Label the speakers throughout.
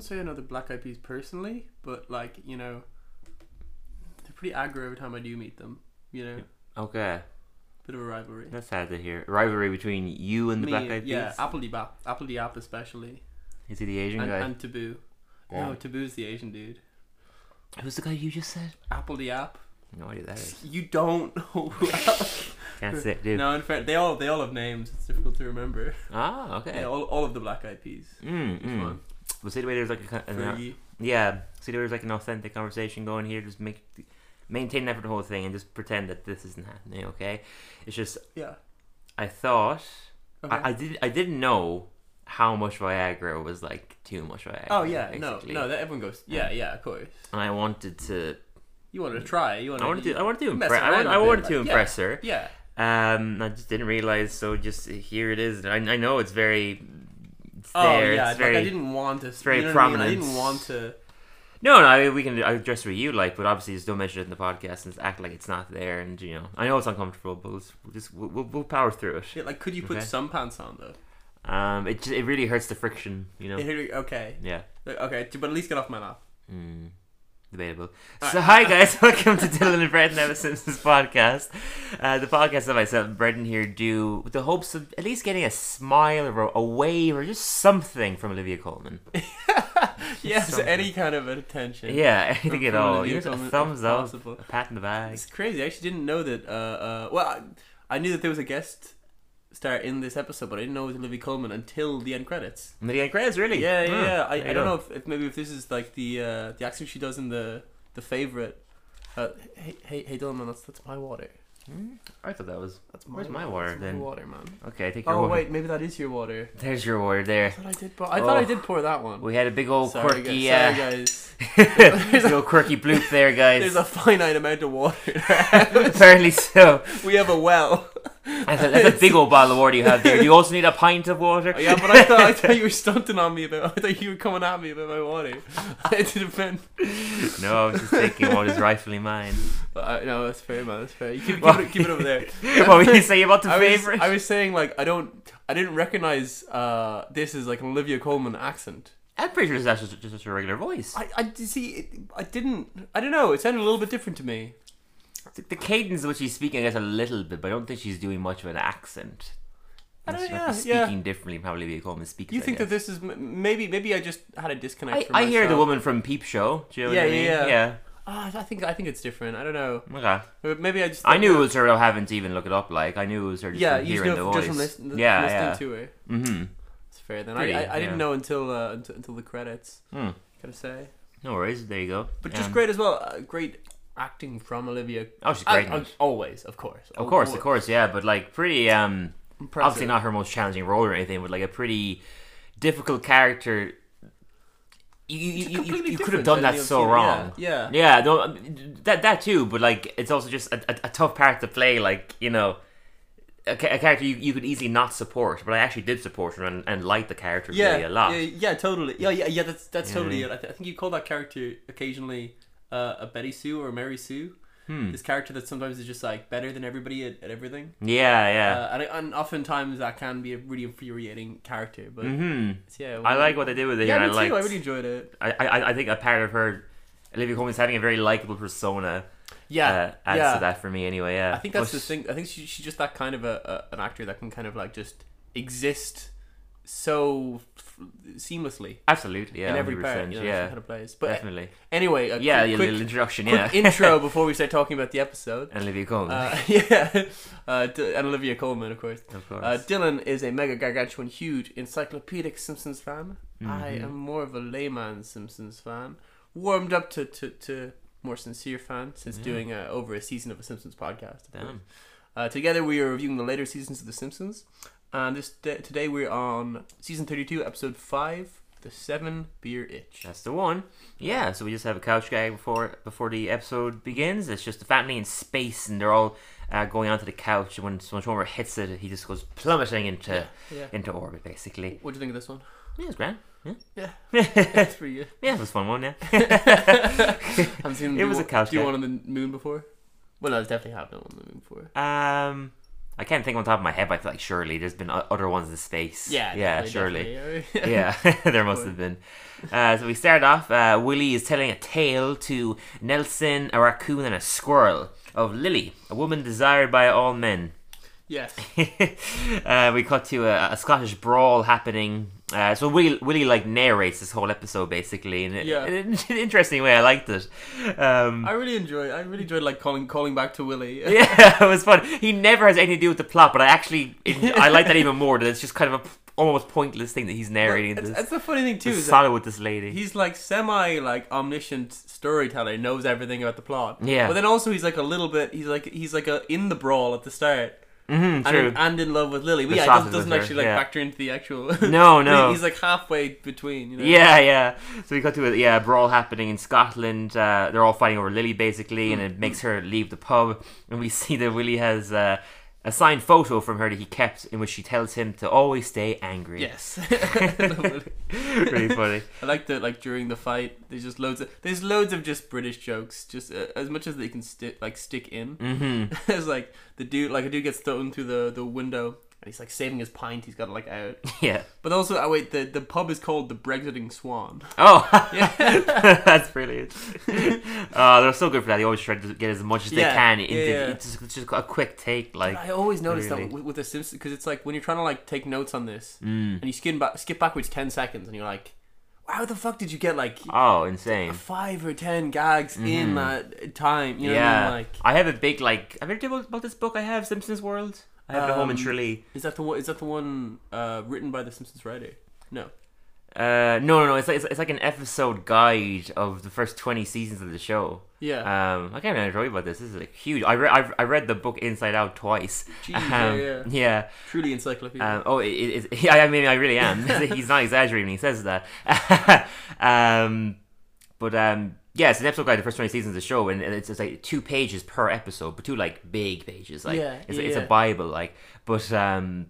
Speaker 1: say another Black Eyed Peas personally, but like you know, they're pretty aggro every time I do meet them. You know,
Speaker 2: Okay,
Speaker 1: bit of a rivalry.
Speaker 2: that's sad to hear. Rivalry between you and the
Speaker 1: Me
Speaker 2: Black
Speaker 1: and-
Speaker 2: Eyed Peas.
Speaker 1: yeah, Apple Diap, Apple Diap especially,
Speaker 2: Is he the Asian
Speaker 1: and,
Speaker 2: guy?
Speaker 1: and Taboo.
Speaker 2: Yeah.
Speaker 1: No, Taboo's the Asian dude.
Speaker 2: Who's the guy you just said?
Speaker 1: Apple Diap.
Speaker 2: No idea who that is.
Speaker 1: You don't know. who Apple-
Speaker 2: Can't say, dude.
Speaker 1: no, in fact, they all they all have names. It's difficult to remember.
Speaker 2: Ah, okay.
Speaker 1: Yeah, all, all of the Black Eyed Peas.
Speaker 2: Mm,
Speaker 1: It's
Speaker 2: mm.
Speaker 1: fun.
Speaker 2: Well, see the way there's like a, con- an, uh,
Speaker 1: Fergie.
Speaker 2: yeah. See the way there's like an authentic conversation going here. Just make maintain that for the whole thing and just pretend that this isn't happening. Okay, it's just
Speaker 1: Yeah.
Speaker 2: I thought
Speaker 1: Okay.
Speaker 2: I, I did I didn't know how much Viagra was like too much Viagra.
Speaker 1: oh yeah,
Speaker 2: basically.
Speaker 1: no, no, that everyone goes. Yeah, yeah, of course.
Speaker 2: And I wanted to
Speaker 1: You wanted to try. You wanted.
Speaker 2: I wanted to I wanted to
Speaker 1: you mess
Speaker 2: impress I,
Speaker 1: around
Speaker 2: wanted- I
Speaker 1: with it,
Speaker 2: wanted to
Speaker 1: like, yeah.
Speaker 2: impress her.
Speaker 1: Yeah.
Speaker 2: Um, I just didn't realize. So just here it is. I, I know it's very. It's
Speaker 1: Oh
Speaker 2: there.
Speaker 1: yeah,
Speaker 2: It's
Speaker 1: like
Speaker 2: very,
Speaker 1: I didn't want to. It's
Speaker 2: very
Speaker 1: you know what I mean? I,
Speaker 2: prominent.
Speaker 1: didn't want to.
Speaker 2: No, no. I mean, we can address what you like, but obviously just don't mention it in the podcast and just act like it's not there. And you know, I know it's uncomfortable, but let's, we'll just we'll, we'll, we'll power through it.
Speaker 1: Yeah, like, could you put
Speaker 2: Okay.
Speaker 1: some pants on though?
Speaker 2: Um, it just, it really hurts the friction. You know.
Speaker 1: Here we- Okay,
Speaker 2: Yeah.
Speaker 1: Like, okay, but at least get off my lap.
Speaker 2: Mm, debatable.
Speaker 1: All
Speaker 2: So, hi
Speaker 1: right.
Speaker 2: guys, welcome to Dylan and Brett and Ever Simpsons podcast. Uh, the podcast that myself and Brendan here do with the hopes of at least getting a smile or a wave or just something from Olivia Coleman.
Speaker 1: Yes,
Speaker 2: something.
Speaker 1: any kind of attention.
Speaker 2: Yeah, anything at
Speaker 1: from
Speaker 2: all.
Speaker 1: Olivia
Speaker 2: Even a
Speaker 1: Colman, if
Speaker 2: thumbs up,
Speaker 1: possible.
Speaker 2: a pat in the back.
Speaker 1: It's crazy. I actually didn't know that. Uh, uh, well, I, I knew that there was a guest star in this episode, but I didn't know it was Olivia Coleman until the end credits.
Speaker 2: And again, credits really.
Speaker 1: Yeah, yeah.
Speaker 2: Hmm,
Speaker 1: yeah. I,
Speaker 2: there
Speaker 1: I
Speaker 2: you
Speaker 1: don't
Speaker 2: go.
Speaker 1: know if, if maybe if this is like the uh, the accent she does in the the favorite. Uh, hey, hey, hey, Dylan, that's that's my water.
Speaker 2: Hmm? I thought that was
Speaker 1: That's
Speaker 2: Where's my water,
Speaker 1: that's
Speaker 2: then?
Speaker 1: My water, man.
Speaker 2: okay. Take your
Speaker 1: Oh
Speaker 2: water.
Speaker 1: wait, maybe that is your water.
Speaker 2: There's your water
Speaker 1: I
Speaker 2: there.
Speaker 1: thought I did. Pour, I thought I
Speaker 2: Oh.
Speaker 1: did pour that one.
Speaker 2: We had a big old
Speaker 1: sorry, guys.
Speaker 2: quirky, uh,
Speaker 1: Sorry, guys.
Speaker 2: big old quirky bloop there,
Speaker 1: There's
Speaker 2: guys.
Speaker 1: a finite amount of water.
Speaker 2: Apparently so.
Speaker 1: we have a well.
Speaker 2: That's a, that's a big old bottle of water you have there. Do you also need a pint of water?
Speaker 1: Oh, yeah, but I thought I thought you were stunting on me about. I thought you were coming at me about my water. I didn't mean.
Speaker 2: No, I was just thinking what is rightfully mine.
Speaker 1: Uh, no, that's fair, man. That's fair. You keep, keep,
Speaker 2: Well-
Speaker 1: it, keep it over there.
Speaker 2: what were you saying about the
Speaker 1: I was,
Speaker 2: favorite?
Speaker 1: I was saying like I don't I didn't recognize uh, this as like an Olivia Coleman accent.
Speaker 2: I'm pretty sure it's actually just, just your regular voice.
Speaker 1: I, I see it, I didn't I don't know it sounded a little bit different to me.
Speaker 2: The, the cadence in which she's speaking, I guess, a little bit, but I don't think she's doing much of an accent.
Speaker 1: I don't-
Speaker 2: She might be
Speaker 1: yeah, yeah.
Speaker 2: speaking differently from how Olivia Coleman speaks.
Speaker 1: You
Speaker 2: I
Speaker 1: think
Speaker 2: guess.
Speaker 1: that this is m- maybe maybe I just had a disconnect.
Speaker 2: I,
Speaker 1: from
Speaker 2: I hear the
Speaker 1: myself.
Speaker 2: woman from Peep Show. Do you know
Speaker 1: Yeah,
Speaker 2: what I mean?
Speaker 1: yeah,
Speaker 2: yeah.
Speaker 1: Ah, I think I think it's different. I don't know.
Speaker 2: Okay.
Speaker 1: But Maybe I just
Speaker 2: I knew it was her without having to even look it up. Like I knew it was her just
Speaker 1: Yeah,
Speaker 2: from
Speaker 1: you just
Speaker 2: hearing
Speaker 1: know
Speaker 2: the
Speaker 1: just
Speaker 2: voice.
Speaker 1: from listen, listening
Speaker 2: yeah, yeah.
Speaker 1: to her.
Speaker 2: mm-hmm.
Speaker 1: It's fair then.
Speaker 2: Pretty,
Speaker 1: I, I, I
Speaker 2: yeah.
Speaker 1: didn't know until, uh, until until the credits.
Speaker 2: Hmm.
Speaker 1: Gotta say,
Speaker 2: No worries. There you go.
Speaker 1: but just
Speaker 2: Um,
Speaker 1: great as well. Uh, great acting from Olivia.
Speaker 2: Oh, she's
Speaker 1: Al-
Speaker 2: great. in
Speaker 1: al-
Speaker 2: it.
Speaker 1: always, of course.
Speaker 2: Of course, of course, yeah, but like pretty um
Speaker 1: Impressive.
Speaker 2: obviously not her most challenging role or anything, but like a pretty difficult character. You you, you, you,
Speaker 1: Completely
Speaker 2: you could
Speaker 1: different
Speaker 2: have done
Speaker 1: than
Speaker 2: that
Speaker 1: the
Speaker 2: so
Speaker 1: other-
Speaker 2: wrong.
Speaker 1: Yeah. yeah.
Speaker 2: Yeah, no, I mean, that that too, but like it's also just a, a, a tough part to play. Like you know, a, ca- a character you, you could easily not support, but I actually did support her and, and like the character
Speaker 1: Yeah,
Speaker 2: really a lot.
Speaker 1: yeah, yeah, totally. Yeah, yeah, yeah. That's that's
Speaker 2: Yeah.
Speaker 1: totally it. I, th- I think you call that character occasionally uh, a Betty Sue or a Mary Sue.
Speaker 2: Hmm.
Speaker 1: This character that sometimes is just like better than everybody at, at everything.
Speaker 2: yeah, yeah.
Speaker 1: Uh, and, and oftentimes that can be a really infuriating character, but
Speaker 2: hmm
Speaker 1: it's- yeah,
Speaker 2: I like what they did with it.
Speaker 1: Yeah, me
Speaker 2: here. I
Speaker 1: too.
Speaker 2: liked-
Speaker 1: I really enjoyed it.
Speaker 2: I, I I think a part of her, Olivia Coleman's having a very likable persona.
Speaker 1: Yeah,
Speaker 2: uh, adds
Speaker 1: yeah.
Speaker 2: to that for me anyway. Yeah,
Speaker 1: I think that's the
Speaker 2: But
Speaker 1: thing. I think she, she's just that kind of a, a an actor that can kind of like just exist so f- seamlessly
Speaker 2: Absolutely, yeah,
Speaker 1: in every
Speaker 2: 100%,
Speaker 1: part. You know, yeah,
Speaker 2: yeah,
Speaker 1: kind of plays. But
Speaker 2: definitely.
Speaker 1: anyway, a
Speaker 2: yeah,
Speaker 1: quick,
Speaker 2: your
Speaker 1: quick,
Speaker 2: little introduction,
Speaker 1: quick
Speaker 2: yeah, Oh,
Speaker 1: intro before we start talking about the episode.
Speaker 2: and Olivia Coleman,
Speaker 1: Uh, yeah, uh, D- and Olivia Coleman, of course.
Speaker 2: of course.
Speaker 1: Uh, Dylan is a mega gargantuan, huge, encyclopedic Simpsons fan. I
Speaker 2: Mhm.
Speaker 1: am more of a layman Simpsons fan, warmed up to to, to more sincere fan since
Speaker 2: Yeah.
Speaker 1: doing uh, over a season of a Simpsons podcast. of course.
Speaker 2: Damn.
Speaker 1: Uh, together, we are reviewing the later seasons of The Simpsons, and this da- today we're on season thirty-two, episode five, the Seven Beer Itch.
Speaker 2: That's the one. Yeah, so we just have a couch gag before before the episode begins. It's just the family in space, and they're all uh, going onto the couch. And when when Homer hits it, he just goes plummeting into
Speaker 1: Yeah.
Speaker 2: into orbit, basically.
Speaker 1: What do you think of this one?
Speaker 2: Yeah, it's grand.
Speaker 1: Yeah,
Speaker 2: yeah,
Speaker 1: it's pretty good.
Speaker 2: it was a fun one. Yeah,
Speaker 1: I've seen.
Speaker 2: It
Speaker 1: do
Speaker 2: was a
Speaker 1: one-
Speaker 2: couch
Speaker 1: Do you
Speaker 2: gag.
Speaker 1: one on the moon before? Well, no, it's definitely happened on the moon before.
Speaker 2: Um, I can't think on top of my head, but I feel like surely there's been o- other ones in space.
Speaker 1: Yeah,
Speaker 2: yeah,
Speaker 1: definitely,
Speaker 2: surely.
Speaker 1: definitely.
Speaker 2: yeah, there must have been. Uh, so we start off. Uh, Willie is telling a tale to Nelson, a raccoon, and a squirrel of Lily, a woman desired by all men.
Speaker 1: yes.
Speaker 2: uh, we cut to a, a Scottish brawl happening. Uh, so Willie, Willie like narrates this whole episode basically in, a-
Speaker 1: Yeah.
Speaker 2: in an interesting way. I liked it. Um,
Speaker 1: I really enjoy. I really enjoyed like calling calling back to Willie.
Speaker 2: yeah, it was fun. He never has anything to do with the plot, but I actually I like that even more. That it's just kind of a p- almost pointless thing that he's narrating.
Speaker 1: That's,
Speaker 2: this
Speaker 1: that's the funny thing too.
Speaker 2: this
Speaker 1: Is that
Speaker 2: saga with this lady.
Speaker 1: he's like semi like omniscient storyteller, knows everything about the plot.
Speaker 2: Yeah.
Speaker 1: But then also he's like a little bit. He's like he's like a in the brawl at the start.
Speaker 2: Mm,
Speaker 1: And
Speaker 2: true.
Speaker 1: in, and in love with Lily. But
Speaker 2: The
Speaker 1: yeah, it
Speaker 2: sausage
Speaker 1: doesn't, doesn't
Speaker 2: with her,
Speaker 1: actually like
Speaker 2: yeah.
Speaker 1: factor into the actual.
Speaker 2: No, no.
Speaker 1: he's like halfway between. You know?
Speaker 2: yeah, yeah. So we got to a yeah a brawl happening in Scotland. Uh, they're all fighting over Lily basically, and
Speaker 1: Mm.
Speaker 2: it makes her leave the pub. And we see that Willie has uh, a signed photo from her that he kept, in which she tells him to always stay angry.
Speaker 1: Yes. I love Willie.
Speaker 2: really funny.
Speaker 1: I like that. Like during the fight, there's just loads of there's loads of just British jokes, just uh, as much as they can stick like stick in.
Speaker 2: hmm
Speaker 1: it's like the dude, like a dude gets thrown through the the window, and he's like saving his pint. He's got it like out.
Speaker 2: Yeah.
Speaker 1: But also, oh wait, the the pub is called the Brexiting Swan.
Speaker 2: Oh,
Speaker 1: Yeah.
Speaker 2: that's brilliant. Uh, they're so good for that. They always try to get as much as
Speaker 1: Yeah,
Speaker 2: they can into
Speaker 1: yeah, yeah.
Speaker 2: It's, just, it's just a quick take. Like,
Speaker 1: I always notice
Speaker 2: really.
Speaker 1: that with, with the Simpsons because it's like when you're trying to like take notes on this,
Speaker 2: mm.
Speaker 1: and you skin back, skip backwards ten seconds, and you're like, how the fuck did you get like
Speaker 2: oh, insane.
Speaker 1: five or ten gags in that time? You know what
Speaker 2: Mm-hmm. yeah,
Speaker 1: I mean? Like,
Speaker 2: I have a big like. Have you ever told about this book I have, Simpsons World? I have it at home in
Speaker 1: Um,
Speaker 2: Tralee.
Speaker 1: is that the one? Is that the one uh, written by the Simpsons writer? No.
Speaker 2: Uh, no, no, no. It's like it's, it's like an episode guide of the first twenty seasons of the show.
Speaker 1: Yeah.
Speaker 2: Um, I can't really tell you about this. This is like huge. I re- I've, I read the book Inside Out twice.
Speaker 1: Jeez,
Speaker 2: Um,
Speaker 1: yeah, yeah.
Speaker 2: yeah.
Speaker 1: Truly encyclopedia.
Speaker 2: Um, oh, it, it, it, I mean, I really am. He's not exaggerating when he says that. um, but um, yeah, it's an episode guide the first twenty seasons of the show, and it's, it's like two pages per episode, but two like big pages. Like
Speaker 1: Yeah,
Speaker 2: it's,
Speaker 1: yeah,
Speaker 2: it's a
Speaker 1: yeah.
Speaker 2: bible. Like, but um,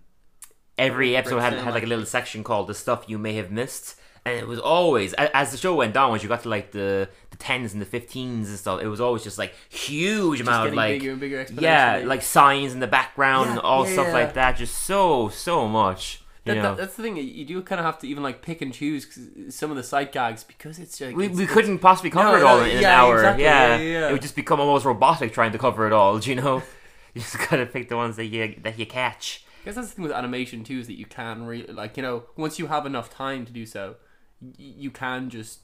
Speaker 2: every episode had,
Speaker 1: down,
Speaker 2: had like
Speaker 1: like-
Speaker 2: a little section called "the stuff you may have missed." And it was always a- as the show went on, once you got to like the the tens and the fifteens and stuff, it was always just like huge
Speaker 1: Just
Speaker 2: amount of
Speaker 1: getting
Speaker 2: like
Speaker 1: bigger and bigger exponentially.
Speaker 2: yeah, like signs in the background
Speaker 1: Yeah,
Speaker 2: and all
Speaker 1: yeah,
Speaker 2: stuff
Speaker 1: yeah.
Speaker 2: like that. Just so so much. You
Speaker 1: That,
Speaker 2: know,
Speaker 1: that, that's the thing. You do kind of have to even like pick and choose 'cause some of the side gags because it's like
Speaker 2: we,
Speaker 1: it's-
Speaker 2: we
Speaker 1: it's-
Speaker 2: couldn't possibly cover
Speaker 1: No,
Speaker 2: it all
Speaker 1: no,
Speaker 2: in an
Speaker 1: yeah,
Speaker 2: hour.
Speaker 1: exactly,
Speaker 2: yeah.
Speaker 1: yeah, yeah, yeah.
Speaker 2: it would just become almost robotic trying to cover it all. do You know, you just gotta pick the ones that you that you catch.
Speaker 1: I guess that's the thing with animation too is that you can really like you know once you have enough time to do so, y- you can just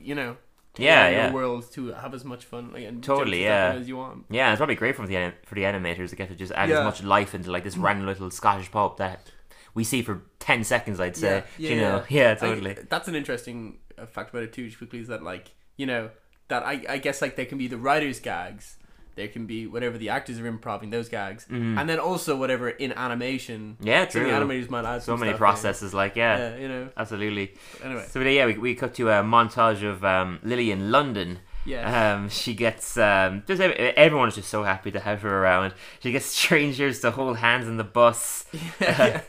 Speaker 1: you know
Speaker 2: Yeah,
Speaker 1: tailor your
Speaker 2: yeah.
Speaker 1: world to have as much fun like, and
Speaker 2: Totally,
Speaker 1: jokes and stuff in
Speaker 2: yeah.
Speaker 1: as you want.
Speaker 2: Yeah, it's probably great for the anim- for the animators to get to just add as
Speaker 1: Yeah. Mm.
Speaker 2: much life into like this random little Scottish pop that we see for ten seconds. I'd say,
Speaker 1: Yeah,
Speaker 2: you
Speaker 1: yeah,
Speaker 2: know, yeah, totally.
Speaker 1: I, that's an interesting uh, fact about it too. Just quickly is that like you know that I I guess like there can be the writers gags, there can be whatever the actors are improvising those gags, and then also whatever in animation.
Speaker 2: yeah,
Speaker 1: Some
Speaker 2: Mm-hmm. true.
Speaker 1: of the animators might add
Speaker 2: so
Speaker 1: some
Speaker 2: many
Speaker 1: stuff in.
Speaker 2: processes, like yeah.
Speaker 1: Yeah, you know.
Speaker 2: Absolutely.
Speaker 1: Anyway,
Speaker 2: So yeah, we, we cut to a montage of um, Lily in London.
Speaker 1: yeah.
Speaker 2: Um, she gets um, just ev- everyone is just so happy to have her around. She gets strangers to hold hands in the bus. Uh-huh.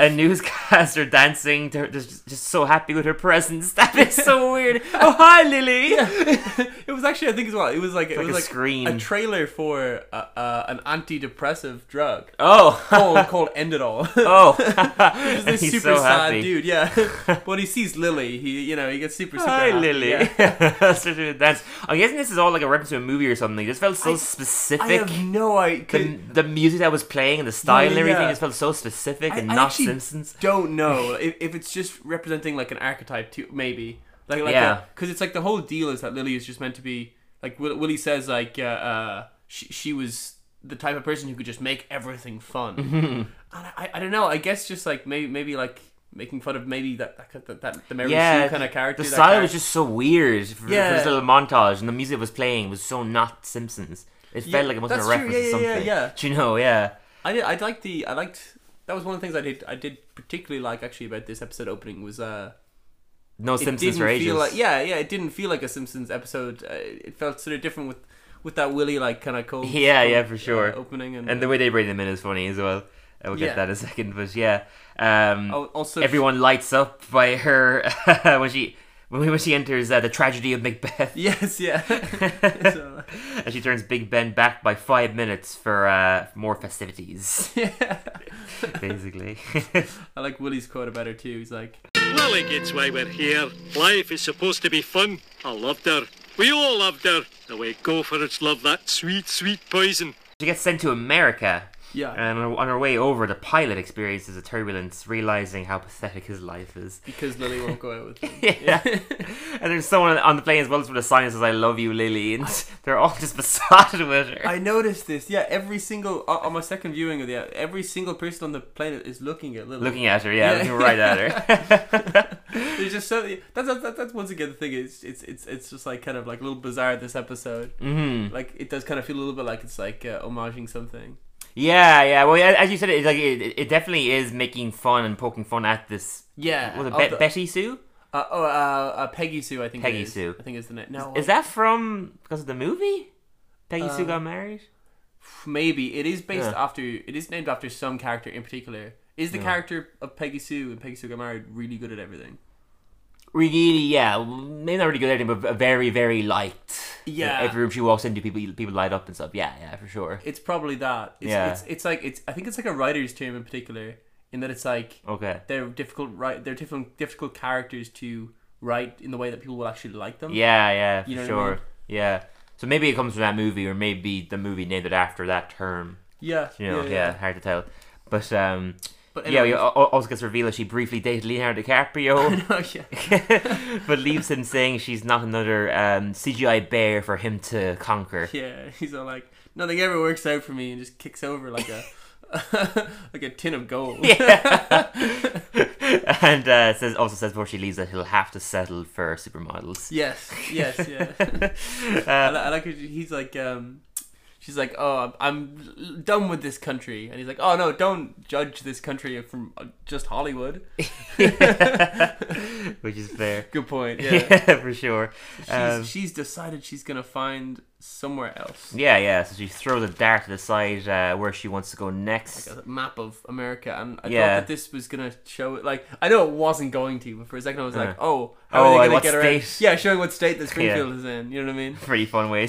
Speaker 2: A newscaster dancing to her, just, just so happy with her presence. That is so weird. Oh hi, Lily.
Speaker 1: it was actually I think as well. It was like it
Speaker 2: Like
Speaker 1: was
Speaker 2: a
Speaker 1: like
Speaker 2: screen.
Speaker 1: a trailer for uh, uh, an antidepressive drug
Speaker 2: oh,
Speaker 1: called called Enditol.
Speaker 2: oh.
Speaker 1: He's
Speaker 2: And
Speaker 1: this
Speaker 2: he's
Speaker 1: super
Speaker 2: so
Speaker 1: sad
Speaker 2: happy.
Speaker 1: dude, yeah. but when he sees Lily, he you know he gets super super
Speaker 2: Hi,
Speaker 1: happy,
Speaker 2: Lily.
Speaker 1: yeah.
Speaker 2: That's such a dance. I'm guessing this is all like a reference to a movie or something. It just felt so
Speaker 1: I- I
Speaker 2: specific.
Speaker 1: have no idea.
Speaker 2: the, the music that was playing and the style and
Speaker 1: Yeah,
Speaker 2: everything
Speaker 1: yeah.
Speaker 2: just felt so specific
Speaker 1: I-
Speaker 2: and
Speaker 1: I
Speaker 2: not
Speaker 1: actually-
Speaker 2: Simpsons.
Speaker 1: Don't know if, if it's just representing like an archetype too, maybe like like
Speaker 2: Yeah.
Speaker 1: because it's like the whole deal is that Lily is just meant to be like Will, Willie says like uh, uh she she was the type of person who could just make everything fun. and I, I don't know. I guess just like maybe maybe like making fun of maybe that that that, that the Mary
Speaker 2: Yeah,
Speaker 1: Sue kind of character.
Speaker 2: The
Speaker 1: that
Speaker 2: style
Speaker 1: character.
Speaker 2: was just so weird for, for
Speaker 1: Yeah.
Speaker 2: this little montage, and the music that was playing was so not Simpsons. It
Speaker 1: Yeah,
Speaker 2: felt like it wasn't a
Speaker 1: that's true,
Speaker 2: reference
Speaker 1: yeah,
Speaker 2: to
Speaker 1: yeah, yeah,
Speaker 2: something.
Speaker 1: yeah.
Speaker 2: Do you know? Yeah.
Speaker 1: I did. I liked the. I liked. That was one of the things I did. I did particularly like actually about this episode opening was uh,
Speaker 2: No
Speaker 1: it
Speaker 2: Simpsons
Speaker 1: didn't
Speaker 2: for ages.
Speaker 1: feel like yeah, yeah. It didn't feel like a Simpsons episode. Uh, it felt sort of different with with that Willy like kind of cold.
Speaker 2: Yeah,
Speaker 1: cold,
Speaker 2: yeah, for sure.
Speaker 1: opening and, uh,
Speaker 2: and the way they bring them in is funny as well. I will get
Speaker 1: Yeah. Oh,
Speaker 2: that in a second, but yeah. Um,
Speaker 1: al- also
Speaker 2: everyone lights up by her when she when, when she enters uh, the tragedy of Macbeth.
Speaker 1: Yes, yeah. so,
Speaker 2: and she turns Big Ben back by five minutes for uh, more festivities,
Speaker 1: yeah.
Speaker 2: basically.
Speaker 1: I like Willie's quote about her too. He's like,
Speaker 3: Lily gets why we're here. Life is supposed to be fun. I loved her. We all loved her. The way gophers love that sweet, sweet poison.
Speaker 2: she gets sent to America.
Speaker 1: Yeah.
Speaker 2: And on her, on her way over, the pilot experiences a turbulence, realizing how pathetic his life is.
Speaker 1: because Lily won't go out with him.
Speaker 2: Yeah. and there's someone on the plane as well with a sign that says, I love you, Lily. And they're all just besotted with her.
Speaker 1: I noticed this. Yeah, every single on on my second viewing of the uh, every single person on the planet is looking at Lily.
Speaker 2: looking at her, yeah,
Speaker 1: Yeah.
Speaker 2: looking right at her.
Speaker 1: There's just so that's that's, that's that's once again the thing is it's it's it's just like kind of like a little bizarre this episode.
Speaker 2: Mhm.
Speaker 1: Like it does kind of feel a little bit like it's like uh, homaging something.
Speaker 2: Yeah, yeah. Well, yeah, as you said, it, like it, it definitely is making fun and poking fun at this.
Speaker 1: Yeah.
Speaker 2: Was it
Speaker 1: of
Speaker 2: Be-
Speaker 1: the-
Speaker 2: Betty Sue?
Speaker 1: uh, oh, uh, uh, Peggy Sue, I think. it
Speaker 2: Peggy
Speaker 1: is.
Speaker 2: Sue.
Speaker 1: I think is the name. No,
Speaker 2: Is that from because of the movie? Peggy
Speaker 1: Uh,
Speaker 2: Sue got married.
Speaker 1: maybe it is based
Speaker 2: Yeah.
Speaker 1: after. It is named after some character in particular. Is the character of Peggy Sue and Peggy Sue got married really good at everything?
Speaker 2: Really, yeah, maybe not really good at it, but very, very liked.
Speaker 1: Yeah.
Speaker 2: every room she walks into, people people light up and stuff. Yeah, yeah, for sure.
Speaker 1: It's probably that. It's,
Speaker 2: Yeah.
Speaker 1: It's it's like it's. I think it's like a writer's term in particular, in that it's like
Speaker 2: Okay.
Speaker 1: they're difficult. Right, they're different difficult characters to write in the way that people will actually like them.
Speaker 2: Yeah, yeah, for
Speaker 1: Mm-hmm. You know what I
Speaker 2: sure.
Speaker 1: mean?
Speaker 2: Yeah. So maybe it comes from that movie, or maybe the movie named it after that term.
Speaker 1: Yeah.
Speaker 2: You know, yeah, hard to tell. But um,
Speaker 1: But
Speaker 2: yeah, we
Speaker 1: anyways-
Speaker 2: al- al- also gets revealed that she briefly dated Leonardo DiCaprio.
Speaker 1: Oh, yeah.
Speaker 2: but leaves him saying she's not another um, CGI bear for him to conquer.
Speaker 1: Yeah, he's all like, nothing ever works out for me, and just kicks over like a like a tin of gold.
Speaker 2: and uh, says also says before she leaves that he'll have to settle for supermodels.
Speaker 1: Yes, yes, yeah. I, li-
Speaker 2: Uh,
Speaker 1: I like. How she- he's like, um, she's like, oh, I'm, I'm done with this country, and he's like, oh no, don't judge this country from uh, just Hollywood.
Speaker 2: which is fair.
Speaker 1: Good point.
Speaker 2: Yeah,
Speaker 1: Yeah,
Speaker 2: for sure.
Speaker 1: she's,
Speaker 2: Um,
Speaker 1: she's decided she's gonna find somewhere else.
Speaker 2: yeah, yeah. So she throws a dart to decide uh, where she wants to go next.
Speaker 1: a map of America, and I
Speaker 2: Yeah.
Speaker 1: thought that this was gonna show it. Like I know it wasn't going to, but for a second I was
Speaker 2: Uh.
Speaker 1: like, oh, how
Speaker 2: Oh,
Speaker 1: are they
Speaker 2: uh,
Speaker 1: gonna
Speaker 2: what
Speaker 1: get
Speaker 2: state?
Speaker 1: around? Yeah, showing what state that Springfield is in. You know what I mean?
Speaker 2: Pretty fun way.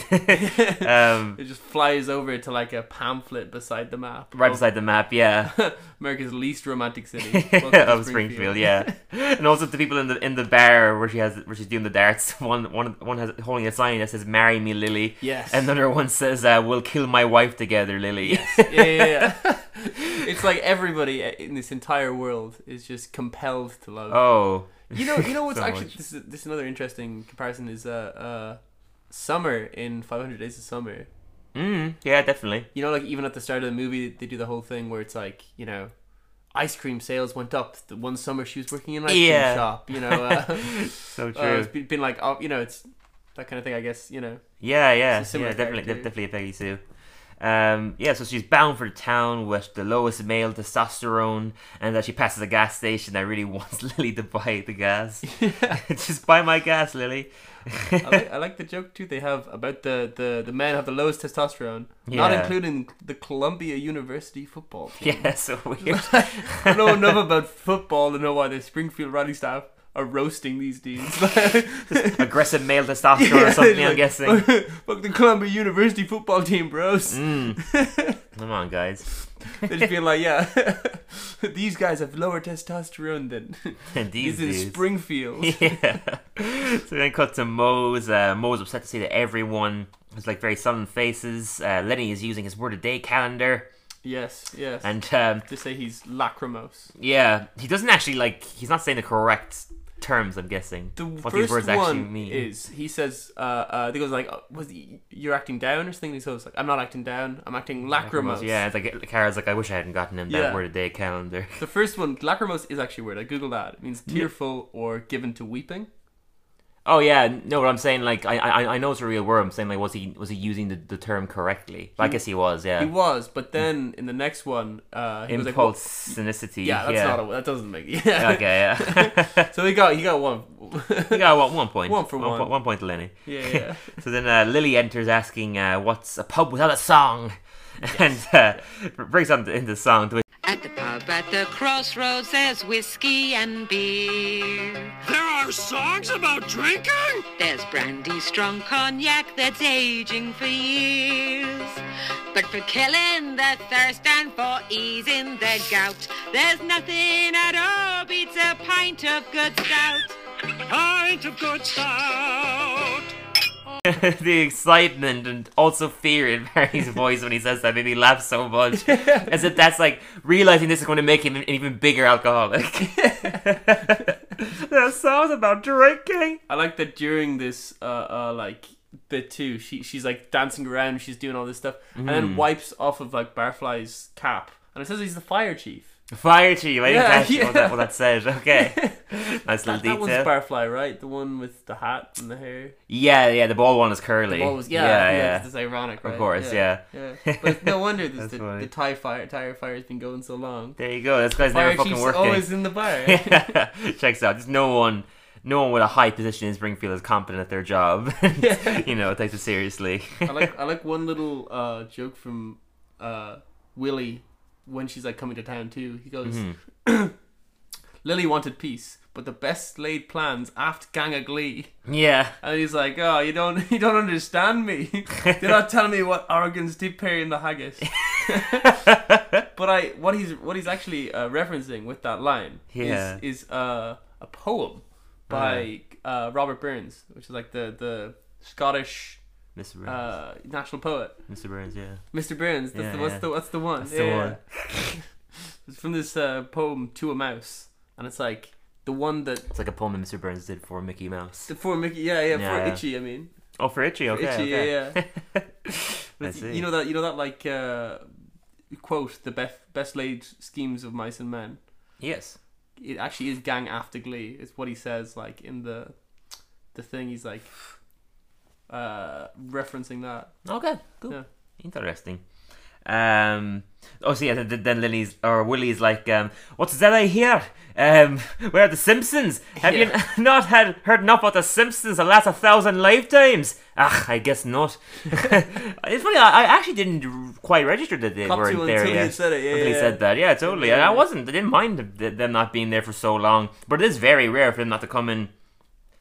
Speaker 2: um,
Speaker 1: It just flies over to like a pamphlet beside the map.
Speaker 2: right
Speaker 1: of
Speaker 2: beside the map. Yeah.
Speaker 1: America's least romantic city. Welcome to
Speaker 2: of Springfield, yeah, and also the people in the in the bar where she has where she's doing the darts. One one one has holding a sign that says "Marry me, Lily."
Speaker 1: Yes.
Speaker 2: Another one says, uh, "We'll kill my wife together, Lily."
Speaker 1: yeah, yeah, yeah. it's like everybody in this entire world is just compelled to love.
Speaker 2: oh,
Speaker 1: You know, you know what's
Speaker 2: So
Speaker 1: actually
Speaker 2: much.
Speaker 1: this is this is another interesting comparison is uh uh summer in Five Hundred Days of Summer.
Speaker 2: mm, yeah, definitely.
Speaker 1: You know, like even at the start of the movie, they do the whole thing where it's like, you know, ice cream sales went up the one summer she was working in an ice
Speaker 2: Yeah.
Speaker 1: cream shop. You know, uh,
Speaker 2: So true.
Speaker 1: uh, it's been, been like, oh, you know, it's that kind of thing. I guess you know.
Speaker 2: yeah, yeah,
Speaker 1: it's a
Speaker 2: yeah,
Speaker 1: similar
Speaker 2: definitely, de-
Speaker 1: character.
Speaker 2: definitely a Peggy Sue. Um, yeah, so she's bound for the town with the lowest male testosterone, and that she passes a gas station that really wants Lily to buy the gas. Just buy my gas, Lily.
Speaker 1: I like, I like the joke too. They have about the the the men have the lowest testosterone, not
Speaker 2: Yeah.
Speaker 1: including the Columbia University football team.
Speaker 2: Yeah, so weird.
Speaker 1: I know enough about football to know why the Springfield Rally staff are roasting these dudes.
Speaker 2: Aggressive male testosterone or something, I'm guessing.
Speaker 1: Fuck the Columbia University football team, bros.
Speaker 2: Mm. Come on, guys.
Speaker 1: They're just being like, yeah, these guys have lower testosterone than
Speaker 2: And these
Speaker 1: these in
Speaker 2: dudes.
Speaker 1: Springfield.
Speaker 2: yeah. So then cut to Moe's. Uh, Moe's upset to see that everyone has like very sullen faces. Uh, Lenny is using his word of day calendar,
Speaker 1: yes, yes. And
Speaker 2: and um,
Speaker 1: to say he's lachrymose.
Speaker 2: yeah, he doesn't actually like. He's not saying the correct terms. I'm guessing.
Speaker 1: The
Speaker 2: what
Speaker 1: first
Speaker 2: these words
Speaker 1: one
Speaker 2: actually mean.
Speaker 1: is he says, uh, uh, I think it was like, oh, was he, you're acting down or something? So it's like, I'm not acting down. I'm acting lachrymose.
Speaker 2: Yeah, it's like Kara's like, I wish I hadn't gotten him that
Speaker 1: Yeah.
Speaker 2: word of day calendar.
Speaker 1: The first one, lachrymose, is actually a word. I googled that. It means tearful or given to weeping.
Speaker 2: Oh yeah, no, but I'm saying like I I, I know it's a real word. I'm saying like was he was he using the, the term correctly? I guess he was. Yeah.
Speaker 1: He was, but then in the next one, uh, he was like, well,
Speaker 2: Mm. Impulse sinicity.
Speaker 1: yeah, that's
Speaker 2: yeah.
Speaker 1: not a that doesn't make yeah.
Speaker 2: Okay, yeah.
Speaker 1: so he got he got one.
Speaker 2: You got Oh, what, one point.
Speaker 1: One for one.
Speaker 2: po- one point to Lenny.
Speaker 1: Yeah, yeah.
Speaker 2: so then uh, Lily enters asking, uh, "What's a pub without a song?" And uh, breaks on into song. To which
Speaker 4: At the pub, Up at the crossroads, there's whiskey and beer.
Speaker 3: There are songs about drinking?
Speaker 4: There's brandy, strong cognac that's aging for years. But for killing the thirst and for easing the gout, there's nothing at all beats a pint of good stout.
Speaker 3: Pint of good stout.
Speaker 2: the excitement and also fear in Barry's voice when he says that made me laugh so much. As if that's like realizing this is going to make him an even bigger alcoholic. that sounds about drinking.
Speaker 1: I like that during this uh, uh like bit too. She she's like dancing around, she's doing all this stuff, and
Speaker 2: Mm.
Speaker 1: then wipes off of like Barfly's cap, and it says he's the fire chief.
Speaker 2: Fire to you. I didn't
Speaker 1: Yeah,
Speaker 2: catch
Speaker 1: yeah.
Speaker 2: what, that, what that said. Okay. nice little
Speaker 1: That, that one's
Speaker 2: detail.
Speaker 1: Barfly, right? The one with the hat and the hair.
Speaker 2: yeah, yeah, the ball one is curly.
Speaker 1: What was yeah
Speaker 2: yeah.
Speaker 1: yeah? It's just ironic, right?
Speaker 2: course, yeah.
Speaker 1: yeah. But it's no wonder this
Speaker 2: That's
Speaker 1: the,
Speaker 2: funny.
Speaker 1: the Thai fire tire fire has been going so long.
Speaker 2: There you go. This guy's
Speaker 1: Fire
Speaker 2: never fucking
Speaker 1: chief's
Speaker 2: working.
Speaker 1: always in the bar.
Speaker 2: Checks out. There's no one, no one with a high position in Springfield is competent at their job. you know, takes it seriously.
Speaker 1: I like I like one little uh, joke from uh, Willie when she's like coming to town too. He goes, "Lily wanted peace, but the best laid plans aft gang a glee."
Speaker 2: yeah.
Speaker 1: And he's like, "Oh, you don't you don't understand me. You're not telling me what organs did pay in the haggis." but I what he's what he's actually uh, referencing with that line
Speaker 2: Yeah.
Speaker 1: is is uh, a poem by uh, Robert Burns, which is like the the Scottish
Speaker 2: Mr. Burns.
Speaker 1: uh, national poet.
Speaker 2: Mr. Burns, yeah.
Speaker 1: Mr. Burns. That's
Speaker 2: Yeah,
Speaker 1: the, what's
Speaker 2: yeah.
Speaker 1: the what's the one?
Speaker 2: That's the one.
Speaker 1: it's from this uh, poem to a mouse, and it's like the one that
Speaker 2: It's like a poem that Mr. Burns did for Mickey Mouse.
Speaker 1: the for Mickey. Yeah, yeah,
Speaker 2: Yeah,
Speaker 1: for
Speaker 2: yeah.
Speaker 1: Itchy. I mean,
Speaker 2: Oh, for Itchy, okay.
Speaker 1: Itchy.
Speaker 2: okay.
Speaker 1: Yeah, yeah. But
Speaker 2: I
Speaker 1: it's-
Speaker 2: see.
Speaker 1: you know that you know that like uh, quote the best best laid schemes of mice and men.
Speaker 2: Yes.
Speaker 1: It actually is gang after glee. It's what he says like in the the thing. He's like uh referencing that.
Speaker 2: Okay, cool.
Speaker 1: Yeah.
Speaker 2: Interesting. Um, oh, so yeah, th- th- then Lily's or Willie's like, um, "What's that I hear? Um, where are the Simpsons? Have
Speaker 1: Yeah.
Speaker 2: you n- not had heard enough about the Simpsons the last a thousand lifetimes? Ah, I guess not. it's funny. I, I actually didn't r- quite register that they
Speaker 1: Up to
Speaker 2: weren't
Speaker 1: until
Speaker 2: there
Speaker 1: you
Speaker 2: yet.
Speaker 1: said it, yeah,
Speaker 2: until he
Speaker 1: yeah.
Speaker 2: said that, yeah, totally. And I
Speaker 1: Yeah.
Speaker 2: wasn't. I didn't mind th- them not being there for so long. But it is very rare for them not to come in.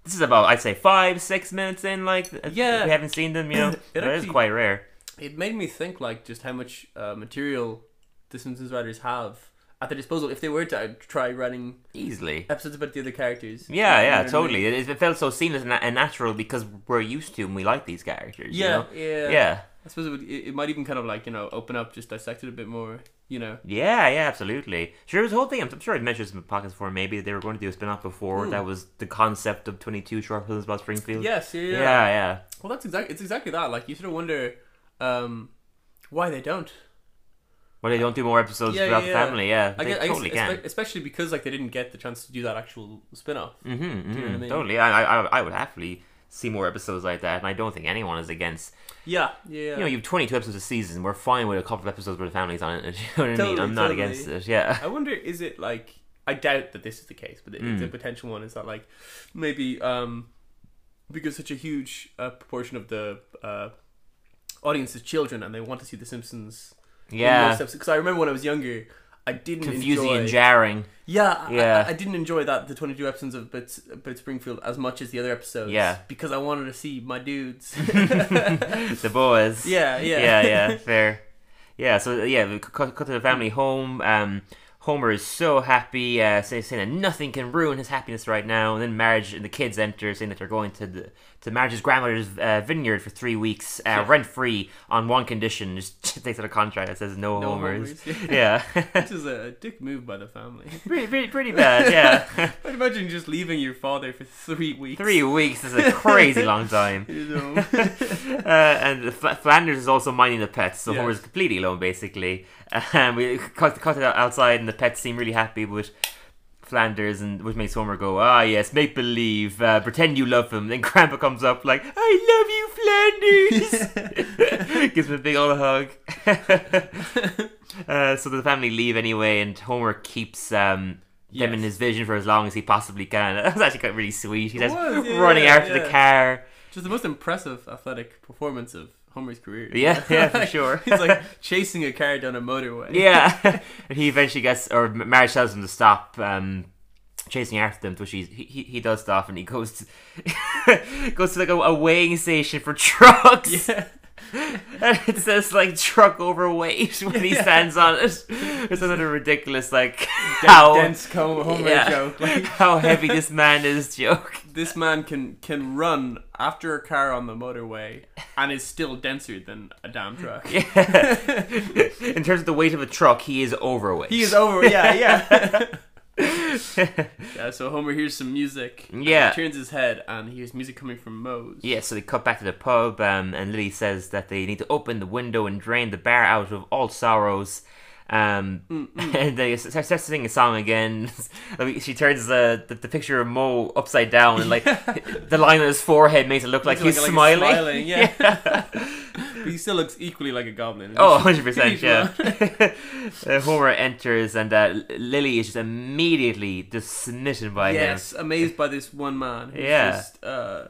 Speaker 2: This is about, I'd say, five, six minutes in. Like, if
Speaker 1: Yeah.
Speaker 2: we haven't seen them, you know,
Speaker 1: It
Speaker 2: that is
Speaker 1: actually-
Speaker 2: quite rare.
Speaker 1: it made me think like just how much uh, material the Simpsons writers have at their disposal if they were to try writing
Speaker 2: Easily.
Speaker 1: episodes about the other characters.
Speaker 2: Yeah,
Speaker 1: You know
Speaker 2: yeah,
Speaker 1: what Uh, I mean?
Speaker 2: totally. It, it felt so seamless and, and natural because we're used to and we like these characters. you
Speaker 1: Yeah,
Speaker 2: know?
Speaker 1: yeah,
Speaker 2: yeah,
Speaker 1: I suppose it, would, it, it might even kind of like you know open up, just dissect it a bit more. You know,
Speaker 2: yeah, yeah, absolutely. Sure, it was a whole thing. I'm, I'm sure I mentioned this in podcast before. Maybe they were going to do a spin off before that was the concept of 22 short films about Springfield.
Speaker 1: yes, Hmm. yeah,
Speaker 2: yeah,
Speaker 1: yeah.
Speaker 2: yeah.
Speaker 1: Well, that's exactly it's exactly that. Like you sort of wonder um, why they don't.
Speaker 2: Where they don't do more episodes
Speaker 1: Yeah,
Speaker 2: about
Speaker 1: yeah, yeah.
Speaker 2: the family. Yeah,
Speaker 1: I
Speaker 2: they
Speaker 1: guess, I guess
Speaker 2: totally can.
Speaker 1: espe- especially because like they didn't get the chance to do that actual spin off. Mm-hmm,
Speaker 2: Mm.
Speaker 1: Do you know what I mean?
Speaker 2: Totally. I, I, I would happily see more episodes like that, and I don't think anyone is against.
Speaker 1: Yeah, yeah.
Speaker 2: You know, you have 22 episodes a season. We're fine with a couple of episodes where the family's on it. You know what I mean?
Speaker 1: Totally,
Speaker 2: I'm not
Speaker 1: totally.
Speaker 2: against it. Yeah.
Speaker 1: I wonder is it like I doubt that this is the case, but it, it's a
Speaker 2: Mm.
Speaker 1: potential one. Is that like maybe um because such a huge uh, proportion of the uh, audience is children and they want to see The Simpsons.
Speaker 2: Yeah.
Speaker 1: because I remember when I was younger, I didn't
Speaker 2: confusing
Speaker 1: enjoy.
Speaker 2: and jarring.
Speaker 1: yeah, I-
Speaker 2: Yeah.
Speaker 1: I, I didn't enjoy that the twenty-two episodes of Bit, Bit Springfield as much as the other episodes.
Speaker 2: Yeah.
Speaker 1: because I wanted to see my dudes.
Speaker 2: The boys.
Speaker 1: Yeah, yeah.
Speaker 2: yeah, yeah. Fair. Yeah. So yeah, we cut, cut to the family home. Um, Homer is so happy, uh, saying, saying that nothing can ruin his happiness right now. And then marriage and the kids enter, saying that they're going to the, to marriage's grandmother's uh, vineyard for three weeks, uh, rent free, on one condition. Just takes out a contract that says no,
Speaker 1: No
Speaker 2: Homers.
Speaker 1: Homers.
Speaker 2: Yeah.
Speaker 1: Which is a dick move by the family.
Speaker 2: pretty, pretty, pretty bad. Yeah.
Speaker 1: I'd imagine just leaving your father for three weeks.
Speaker 2: three weeks is a crazy long time.
Speaker 1: You know?
Speaker 2: uh, and Fla- Flanders is also minding the pets, so
Speaker 1: Yeah.
Speaker 2: Homer's completely alone basically. And we cut, cut it out outside, and the pets seem really happy with Flanders, and which makes Homer go, "Ah, yes, make believe, uh, pretend you love him." Then Grandpa comes up like, "I love you, Flanders," gives him a big old hug. uh, so the family leave anyway, and Homer keeps. Um, them in
Speaker 1: Yes.
Speaker 2: his vision for as long as he possibly can. That was actually quite really sweet. He's
Speaker 1: was, yeah,
Speaker 2: running
Speaker 1: yeah,
Speaker 2: after the
Speaker 1: yeah.
Speaker 2: car.
Speaker 1: Just the most impressive athletic performance of Homer's career.
Speaker 2: Yeah, yeah, for sure.
Speaker 1: He's like chasing a car down a motorway.
Speaker 2: Yeah, and he eventually gets, or Marge tells him to stop um, chasing after them, to which he's, he he he does stop, and he goes to goes to like a, a weighing station for trucks,
Speaker 1: Yeah.
Speaker 2: and it says like truck overweight when he stands on it. It's another ridiculous like how
Speaker 1: Dense co- Homer
Speaker 2: yeah,
Speaker 1: joke. Like,
Speaker 2: how heavy this man is joke.
Speaker 1: this man can can run after a car on the motorway and is still denser than a damn truck.
Speaker 2: In terms of the weight of a truck, he is overweight.
Speaker 1: He is over. Yeah, yeah. yeah. So Homer hears some music. and
Speaker 2: Yeah.
Speaker 1: He turns his head and he hears music coming from Moe's.
Speaker 2: Yeah, so they cut back to the pub, um, and Lily says that they need to open the window and drain the bar out of all sorrows. Um, and they s- start start singing a song again. Like, she turns the, the the picture of Mo upside down, and like the line on his forehead makes it look like
Speaker 1: He's like-
Speaker 2: he's
Speaker 1: like
Speaker 2: smiling.
Speaker 1: yeah. but he still looks equally like a goblin.
Speaker 2: Oh, 100 percent,
Speaker 1: He's
Speaker 2: yeah. uh, Homer enters, and uh, L- Lily is just immediately just smitten by
Speaker 1: Yes, amazed by this one man. Who's
Speaker 2: Yeah.
Speaker 1: Just, uh,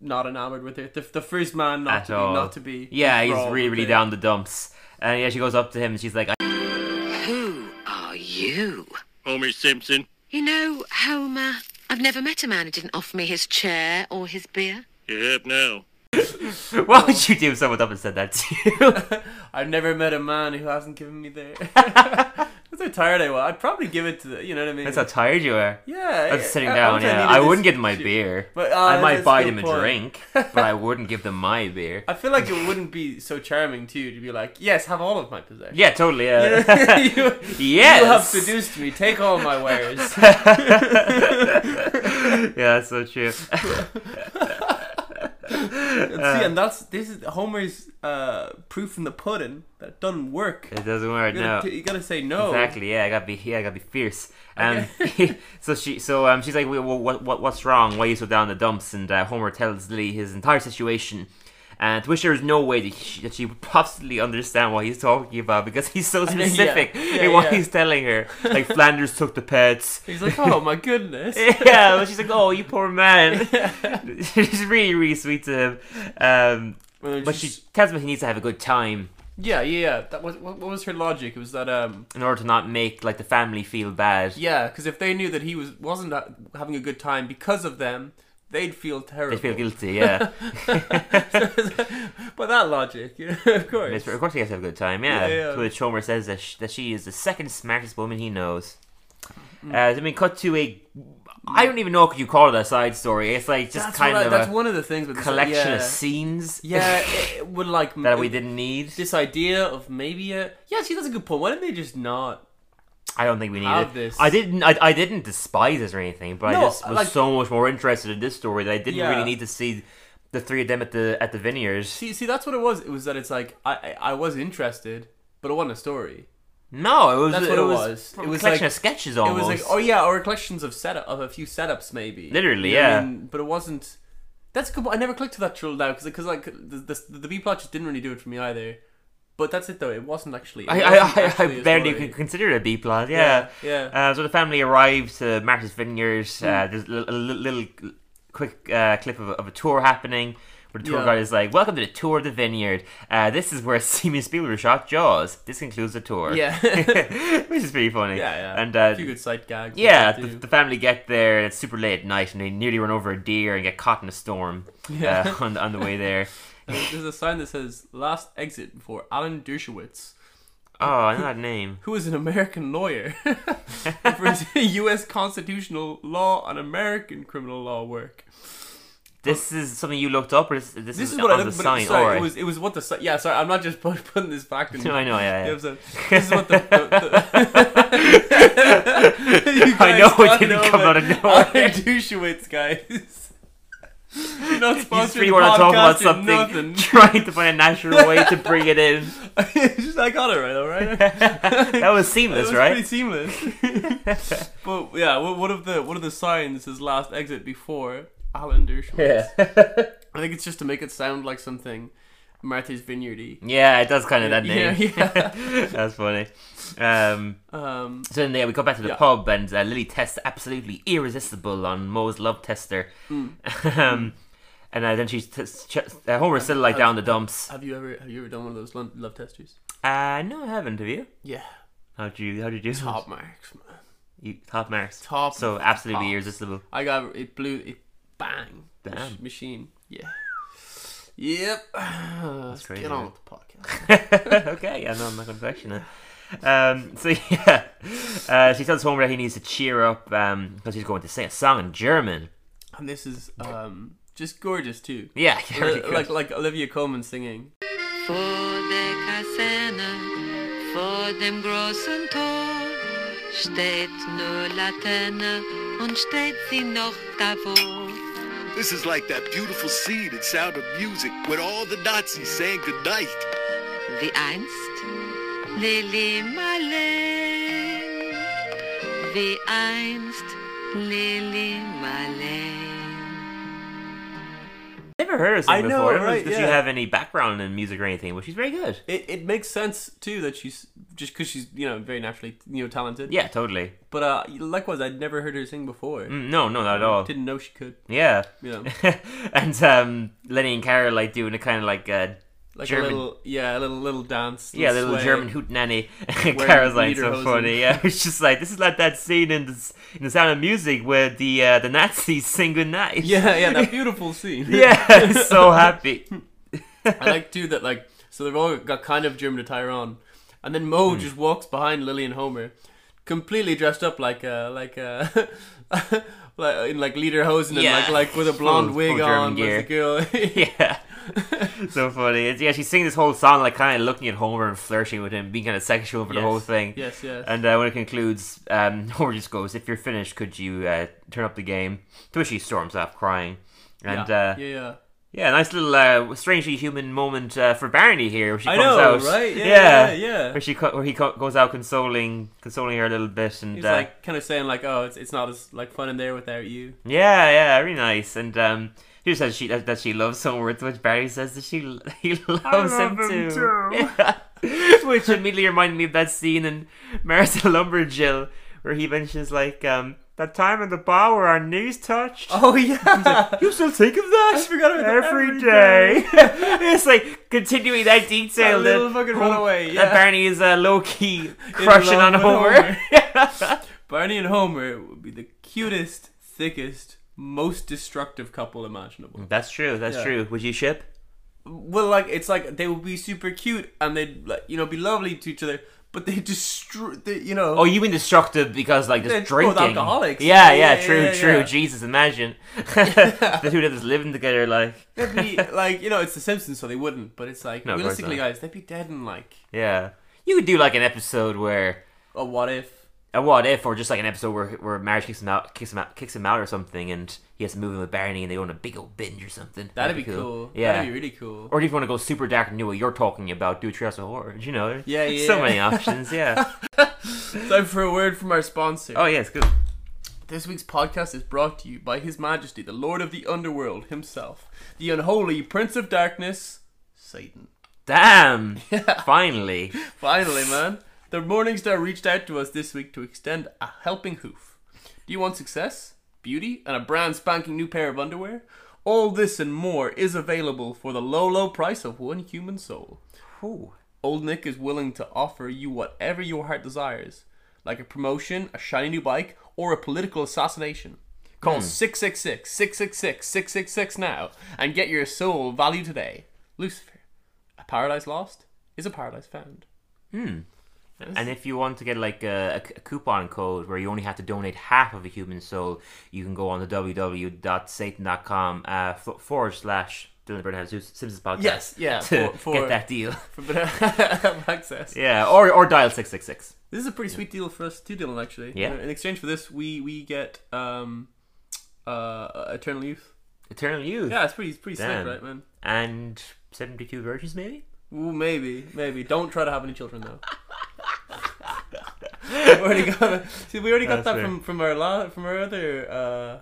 Speaker 1: not enamored with her. The, the first man not
Speaker 2: At
Speaker 1: to be,
Speaker 2: all.
Speaker 1: not to be.
Speaker 2: him. Yeah, he's
Speaker 1: enthralled
Speaker 2: really
Speaker 1: with
Speaker 2: really
Speaker 1: her.
Speaker 2: down the dumps. And yeah, she goes up to him, and she's like,
Speaker 4: Who are you?
Speaker 3: Homer Simpson.
Speaker 4: You know, Homer, I've never met a man who didn't offer me his chair or his beer.
Speaker 3: You have now.
Speaker 2: "What would you do if someone up and said that to you?"
Speaker 1: I've never met a man who hasn't given me their. That's how tired I was. I'd probably give it to. The, you know what I mean?
Speaker 2: That's how tired you are.
Speaker 1: yeah.
Speaker 2: I'm sitting
Speaker 1: I-
Speaker 2: down.
Speaker 1: obviously
Speaker 2: yeah,
Speaker 1: needed
Speaker 2: I
Speaker 1: this
Speaker 2: wouldn't give them my
Speaker 1: shoot.
Speaker 2: beer.
Speaker 1: But, uh,
Speaker 2: I
Speaker 1: that's
Speaker 2: might
Speaker 1: a
Speaker 2: buy
Speaker 1: good
Speaker 2: them a
Speaker 1: point.
Speaker 2: drink, but I wouldn't give them my beer.
Speaker 1: I feel like it wouldn't be so charming too to be like, yes, have all of my possessions.
Speaker 2: Yeah, totally.
Speaker 1: You,
Speaker 2: Yeah. yes. Uh.
Speaker 1: you have seduced me. Take all my wares.
Speaker 2: yeah, that's so true.
Speaker 1: See, and that's this is Homer's uh, proof in the pudding that it doesn't work.
Speaker 2: It doesn't work
Speaker 1: You gotta,
Speaker 2: now.
Speaker 1: t- you gotta say no.
Speaker 2: Exactly. Yeah, I gotta be. Yeah, I gotta be fierce. Um, so she, so um, she's like, well, what, what, what's wrong? Why are you so down in the dumps? And uh, Homer tells Lily his entire situation, and to which there is no way that she, that she would possibly understand what he's talking about because he's so
Speaker 1: know, yeah.
Speaker 2: specific
Speaker 1: Yeah,
Speaker 2: in what
Speaker 1: yeah.
Speaker 2: he's telling her. Like Flanders took the pets.
Speaker 1: He's like, oh my goodness.
Speaker 2: yeah, but she's like, oh, you poor man. she's really, really sweet to him. Um,
Speaker 1: Well,
Speaker 2: but she
Speaker 1: she's-
Speaker 2: tells him he needs to have a good time
Speaker 1: yeah, yeah, yeah. That was what, what was her logic? It was that um,
Speaker 2: in order to not make like the family feel bad.
Speaker 1: yeah, because if they knew that he was wasn't ha- having a good time because of them, they'd feel terrible.
Speaker 2: They feel guilty, yeah.
Speaker 1: By that logic, you know, of course.
Speaker 2: It's- of course, he has to have a good time. Yeah.
Speaker 1: Yeah, yeah.
Speaker 2: To which Homer says that she, that she is the second smartest woman he knows.
Speaker 1: Mm.
Speaker 2: Uh, I mean, cut to a. I don't even know what you call it a side story. It's like just
Speaker 1: that's
Speaker 2: kind
Speaker 1: what I-
Speaker 2: of
Speaker 1: that's
Speaker 2: a
Speaker 1: one of the things with this-
Speaker 2: collection
Speaker 1: yeah.
Speaker 2: of scenes.
Speaker 1: Yeah, it, it would like
Speaker 2: that we didn't need.
Speaker 1: this idea of maybe a yeah. See, that's a good point. Why didn't they just not?
Speaker 2: I don't think we need
Speaker 1: have
Speaker 2: it.
Speaker 1: this.
Speaker 2: I didn't. I, I didn't despise it or anything, but I
Speaker 1: No,
Speaker 2: just was
Speaker 1: like-
Speaker 2: so much more interested in this story that I didn't
Speaker 1: Yeah.
Speaker 2: really need to see the three of them at the at the vineyards.
Speaker 1: See, see, that's what it was. It was that it's like I, I, I was interested, but it wasn't a story.
Speaker 2: No, it was.
Speaker 1: That's what
Speaker 2: it
Speaker 1: it
Speaker 2: was.
Speaker 1: was.
Speaker 2: It
Speaker 1: It
Speaker 2: was
Speaker 1: was
Speaker 2: a collection
Speaker 1: like-
Speaker 2: of sketches
Speaker 1: It
Speaker 2: almost.
Speaker 1: was like oh yeah, or a collections of setup of a few setups maybe.
Speaker 2: Literally,
Speaker 1: You know what I
Speaker 2: yeah.
Speaker 1: mean? But it wasn't. That's a good. point. I never clicked to that troll now because because like the, the the B plot just didn't really do it for me either. But that's it though. It wasn't actually. It
Speaker 2: I,
Speaker 1: wasn't
Speaker 2: I, I,
Speaker 1: actually
Speaker 2: I
Speaker 1: a
Speaker 2: barely
Speaker 1: story.
Speaker 2: could consider it a B plot. Yeah.
Speaker 1: Yeah, Hmm.
Speaker 2: Uh, so the family arrived to Martha's Vineyard. Uh, there's a li- a li- little quick uh, clip of a, of a tour happening. Where the tour
Speaker 1: Yeah.
Speaker 2: guide is like, "Welcome to the tour of the vineyard. Uh, this is where Steven Spielberg shot Jaws. This concludes the tour."
Speaker 1: Yeah.
Speaker 2: which is pretty funny.
Speaker 1: Yeah, yeah.
Speaker 2: And uh,
Speaker 1: a few good sight gags.
Speaker 2: yeah,
Speaker 1: They
Speaker 2: the,
Speaker 1: do.
Speaker 2: the family get there. and It's super late at night, and they nearly run over a deer and get caught in a storm
Speaker 1: Yeah.
Speaker 2: uh, on on the way there.
Speaker 1: And There's a sign that says "Last exit" for Alan Dershowitz,
Speaker 2: Oh, I know that name.
Speaker 1: who is an American lawyer for his U.S. constitutional law and American criminal law work.
Speaker 2: This is something you looked up, or this, this,
Speaker 1: This is
Speaker 2: is
Speaker 1: what
Speaker 2: on
Speaker 1: I
Speaker 2: the
Speaker 1: looked, but
Speaker 2: sign?
Speaker 1: it, sorry,
Speaker 2: Alright.
Speaker 1: it was it was what the si- yeah. Sorry, I'm not just put, putting this back in.
Speaker 2: No, I know, yeah,
Speaker 1: the
Speaker 2: yeah.
Speaker 1: episode. This is what the. the, the You
Speaker 2: I know
Speaker 1: guys
Speaker 2: it
Speaker 1: got
Speaker 2: didn't
Speaker 1: over
Speaker 2: come out of nowhere.
Speaker 1: Alan Dershowitz, guys. You're not
Speaker 2: You just
Speaker 1: sponsoring
Speaker 2: really
Speaker 1: the
Speaker 2: want to talk about
Speaker 1: podcast or
Speaker 2: something,
Speaker 1: Nothing.
Speaker 2: trying to find a natural way to bring it in.
Speaker 1: Just- I got it right, all right.
Speaker 2: That was
Speaker 1: It
Speaker 2: seamless,
Speaker 1: was
Speaker 2: right?
Speaker 1: Pretty seamless. but yeah, wha- one of the one of the signs is last exit before Alan Dershowitz. I think it's just to make it sound like something Martha's Vineyardy.
Speaker 2: yeah, it does kind of that
Speaker 1: Yeah,
Speaker 2: name.
Speaker 1: yeah.
Speaker 2: That's funny. Um,
Speaker 1: Um,
Speaker 2: so then yeah, we go back to the
Speaker 1: Yeah.
Speaker 2: pub, and
Speaker 1: Mm.
Speaker 2: uh, Lily tests absolutely irresistible on Moe's love tester. Um, And uh, then she's t- ch- uh, Homer's still like down the dumps.
Speaker 1: Have you ever have you ever done one of those lo- love testers?
Speaker 2: Uh, no, I haven't. Have you?
Speaker 1: Yeah.
Speaker 2: How did you? How did you? do
Speaker 1: Top marks, man.
Speaker 2: it? You, top marks.
Speaker 1: Top
Speaker 2: So absolutely
Speaker 1: marks.
Speaker 2: irresistible.
Speaker 1: I got it blew it bang mach-
Speaker 2: Damn.
Speaker 1: machine. Yeah. Yep. Let's
Speaker 2: crazy,
Speaker 1: get on
Speaker 2: man.
Speaker 1: with the podcast.
Speaker 2: okay, yeah, no, I'm not confecting it. Um, so yeah, uh, she tells Homer that he needs to cheer up because he's going to sing a song in German.
Speaker 1: and this is um just gorgeous too.
Speaker 2: Yeah,
Speaker 1: Li-
Speaker 2: very good.
Speaker 1: like like Olivia Coleman singing.
Speaker 4: For the Kaserne, vor dem großen Tor steht nur Laterne und steht sie noch davor.
Speaker 5: This is like that beautiful scene in Sound of Music when all the Nazis sang goodnight.
Speaker 4: Wie einst Lili Marleen, wie einst Lili Marleen.
Speaker 2: Never heard her sing
Speaker 1: I know,
Speaker 2: before. I don't
Speaker 1: right,
Speaker 2: Does she
Speaker 1: yeah.
Speaker 2: have any background in music or anything? But she's very good.
Speaker 1: It, it makes sense too that she's just because she's you know very naturally you know talented.
Speaker 2: Yeah, totally.
Speaker 1: But uh, likewise, I'd never heard her sing before.
Speaker 2: Mm, No, no, not at all.
Speaker 1: Didn't know she could.
Speaker 2: Yeah.
Speaker 1: You know,
Speaker 2: and um, Lenny and Carol like doing a kind of like uh,
Speaker 1: like
Speaker 2: German,
Speaker 1: a little yeah, a little little dance.
Speaker 2: yeah, little
Speaker 1: sway.
Speaker 2: German hoot nanny. Carol's like so
Speaker 1: lederhosen.
Speaker 2: funny. Yeah, it's just like this is like that scene in the s- in the Sound of Music where the uh, the Nazis sing goodnight.
Speaker 1: Yeah, yeah, that beautiful scene.
Speaker 2: yeah, so happy.
Speaker 1: I like too that like so they've all got kind of German attire on, and then
Speaker 2: Hmm.
Speaker 1: Mo just walks behind Lily and Homer, completely dressed up like uh like uh like in like lederhosen
Speaker 2: Yeah.
Speaker 1: and like like with a blonde
Speaker 2: Full-
Speaker 1: wig
Speaker 2: full German
Speaker 1: on with the girl.
Speaker 2: Yeah. so funny. It's, yeah, she's singing this whole song, like kind of looking at Homer and flirting with him, being kind of sexual for the
Speaker 1: Yes.
Speaker 2: whole thing.
Speaker 1: Yes, yes.
Speaker 2: And uh, when it concludes, um, Homer just goes, "If you're finished, could you uh, turn up the game?" To which he storms off crying. And
Speaker 1: yeah.
Speaker 2: uh,
Speaker 1: yeah, yeah.
Speaker 2: yeah, nice little uh, strangely human moment uh, for Barney here. Where she
Speaker 1: I
Speaker 2: comes
Speaker 1: know,
Speaker 2: out,
Speaker 1: right? Yeah, yeah, yeah.
Speaker 2: Where she co- where he co- goes out consoling consoling her a little bit, and
Speaker 1: He's
Speaker 2: uh,
Speaker 1: like kind of saying like, oh, it's it's not as like fun in there without you.
Speaker 2: Yeah, yeah, very nice. And um, he says she that, that she loves Homer, to which Barry says that she he loves him, too. Yeah. which immediately reminded me of that scene in Marissa Lumberjill where he mentions like um that time in the bar where our knees touched.
Speaker 1: Oh yeah.
Speaker 2: You still think of that?
Speaker 1: I forgot about that
Speaker 2: every
Speaker 1: every
Speaker 2: day. it's like continuing that detail.
Speaker 1: That little
Speaker 2: that
Speaker 1: fucking
Speaker 2: Hom-
Speaker 1: runaway, yeah.
Speaker 2: That Barney is uh, low key crushing
Speaker 1: love
Speaker 2: on
Speaker 1: with
Speaker 2: Homer.
Speaker 1: Homer. Barney and Homer would be the cutest, thickest, most destructive couple imaginable.
Speaker 2: that's true. That's
Speaker 1: Yeah.
Speaker 2: true. Would you ship?
Speaker 1: Well, like it's like they would be super cute and they'd like you know be lovely to each other, but they destroy. They, you know.
Speaker 2: Oh, you mean destructive because like
Speaker 1: They're
Speaker 2: just
Speaker 1: both
Speaker 2: drinking?
Speaker 1: alcoholics. Yeah,
Speaker 2: Yeah, yeah,
Speaker 1: yeah,
Speaker 2: true,
Speaker 1: yeah,
Speaker 2: true.
Speaker 1: yeah.
Speaker 2: Jesus, imagine the two of us living together. Like,
Speaker 1: They'd be like you know it's The Simpsons, so they wouldn't. But it's like
Speaker 2: No, of course
Speaker 1: realistically,
Speaker 2: not.
Speaker 1: guys, they'd be dead in like
Speaker 2: yeah, you could do like an episode where
Speaker 1: a what if.
Speaker 2: a what if, or just like an episode where where marriage kicks him out, kicks him out, kicks him out, or something, and he has to move in with Barney, and they go on a big old binge or something.
Speaker 1: That'd, be, cool.
Speaker 2: Yeah.
Speaker 1: That'd be really cool.
Speaker 2: or if you want to go super dark and do what you're talking about, do a Treehouse of Horror. You know,
Speaker 1: Yeah, yeah,
Speaker 2: so
Speaker 1: yeah.
Speaker 2: many options. Yeah.
Speaker 1: Time for a word from our sponsor.
Speaker 2: oh yeah, it's good.
Speaker 1: This week's podcast is brought to you by His Majesty, the Lord of the Underworld himself, the unholy Prince of Darkness, Satan.
Speaker 2: Damn! Finally,
Speaker 1: Finally, man. The Morning Star reached out to us this week to extend a helping hoof. Do you want success, beauty, and a brand spanking new pair of underwear? All this and more is available for the low, low price of one human soul.
Speaker 2: Ooh.
Speaker 1: Old Nick is willing to offer you whatever your heart desires, like a promotion, a shiny new bike, or a political assassination. Call 666 666 666 now and get your soul value today. Lucifer, a paradise lost is a paradise found.
Speaker 2: And if you want to get like a, a c- a coupon code where you only have to donate half of a human soul, you can go on to www.satan.com uh, f- forward slash Dylan Burnham's Simpsons podcast.
Speaker 1: Yes, yeah,
Speaker 2: to
Speaker 1: for- for-
Speaker 2: get that deal.
Speaker 1: For a bit of access.
Speaker 2: yeah, or or dial six six six.
Speaker 1: uh, This is a pretty sweet deal for us too, Dylan, actually.
Speaker 2: Yeah.
Speaker 1: In exchange for this, we, we get um, uh, Eternal Youth.
Speaker 2: Eternal youth.
Speaker 1: Yeah, it's pretty, it's pretty sick,
Speaker 2: Damn.
Speaker 1: right, man?
Speaker 2: And seventy two virgins, maybe.
Speaker 1: Ooh, maybe, maybe. Don't try to have any children though. we already got. See, we already got that
Speaker 2: That's fair.
Speaker 1: from from our la, from our other uh,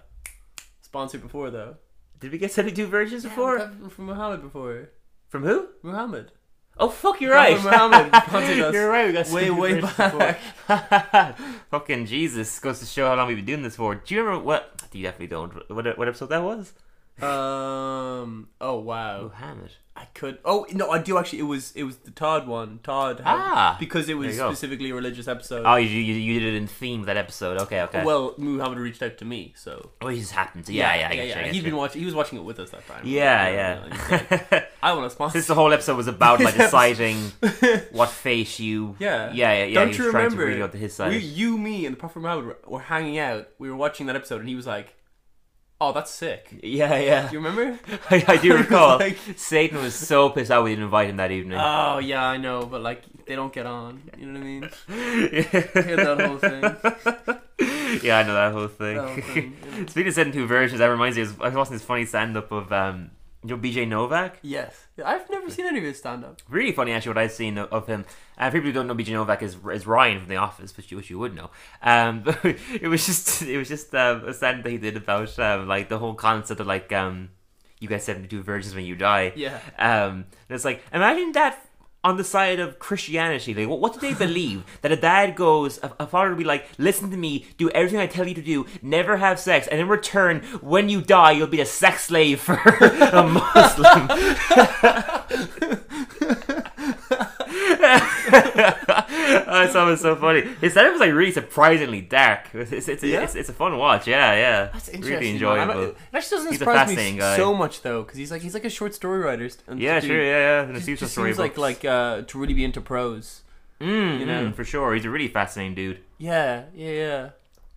Speaker 1: sponsor before though.
Speaker 2: Did we get seventy two virgins
Speaker 1: We
Speaker 2: before?
Speaker 1: got it from Muhammad before.
Speaker 2: From who?
Speaker 1: Muhammad.
Speaker 2: Oh fuck, you're
Speaker 1: Muhammad-
Speaker 2: right.
Speaker 1: Muhammad sponsored us
Speaker 2: You're right. We got
Speaker 1: way,
Speaker 2: 72
Speaker 1: way
Speaker 2: virgins before. Fucking Jesus goes to show how long we've been doing this for. Do you remember what? You definitely don't. What, what episode that was?
Speaker 1: Um. Oh wow.
Speaker 2: Muhammad.
Speaker 1: I could. Oh no, I do actually. It was it was the Todd one. Todd. had-
Speaker 2: Ah,
Speaker 1: Because it
Speaker 2: there
Speaker 1: was
Speaker 2: you go.
Speaker 1: specifically a religious episode.
Speaker 2: Oh, you, you, you did it in theme that episode. Okay, okay.
Speaker 1: well, Muhammad reached out to me, so
Speaker 2: oh, it just happened. Yeah, yeah, I get you, I get
Speaker 1: He'd
Speaker 2: you.
Speaker 1: been watching. He was watching it with us that time.
Speaker 2: Yeah,
Speaker 1: He's like,
Speaker 2: yeah.
Speaker 1: I want to sponsor.
Speaker 2: Since the whole episode was about like
Speaker 1: This episode-
Speaker 2: deciding what face you,
Speaker 1: Yeah.
Speaker 2: yeah, yeah, yeah.
Speaker 1: Don't
Speaker 2: he
Speaker 1: you
Speaker 2: was trying
Speaker 1: remember?
Speaker 2: To really go to his side.
Speaker 1: We, you, me, and the Prophet Muhammad were, were hanging out. We were watching that episode, and he was like, "Oh, that's sick."
Speaker 2: yeah, yeah.
Speaker 1: Do you remember?
Speaker 2: I, I do
Speaker 1: I was
Speaker 2: recall.
Speaker 1: like-
Speaker 2: Satan was so pissed out we didn't invite him that evening.
Speaker 1: oh yeah, I know, but like they don't get on. You know what I mean?
Speaker 2: yeah,
Speaker 1: that whole
Speaker 2: thing. Yeah, I know that whole thing.
Speaker 1: That whole thing, yeah.
Speaker 2: Speaking of Satan two versions, that reminds me. I was- I was watching this funny stand up of um, you know, BJ Novak.
Speaker 1: Yes. I've never seen any of his stand up.
Speaker 2: really funny actually what I've seen of, of him. Uh, for people who don't know BJ Novak is is Ryan from The Office, which you which you would know. Um, but it was just it was just um, a stand that he did about um, like the whole concept of like um, you get seventy two virgins when you die.
Speaker 1: Yeah.
Speaker 2: Um, and it's like imagine that. On the side of Christianity, like what, what do they believe? that a dad goes, a, a father would be like, "Listen to me, do everything I tell you to do, never have sex, and in return, when you die, you'll be a sex slave for a Muslim." I thought it was Oh, so funny. His setup was like really surprisingly dark. It's it's, it's,
Speaker 1: Yeah?
Speaker 2: it's, it's a fun watch. Yeah, yeah.
Speaker 1: That's interesting.
Speaker 2: Really
Speaker 1: man. I'm
Speaker 2: enjoyable.
Speaker 1: not- It actually doesn't
Speaker 2: He's a
Speaker 1: surprise
Speaker 2: fascinating
Speaker 1: me
Speaker 2: guy.
Speaker 1: so much though, because he's like he's like a short story writer. st- And
Speaker 2: yeah,
Speaker 1: to do-
Speaker 2: sure. Yeah, yeah. And it
Speaker 1: just-
Speaker 2: seems,
Speaker 1: just
Speaker 2: story
Speaker 1: seems like mm, like uh, to really be into prose. you know.
Speaker 2: Mm, for sure. He's a really fascinating dude.
Speaker 1: Yeah, yeah, yeah.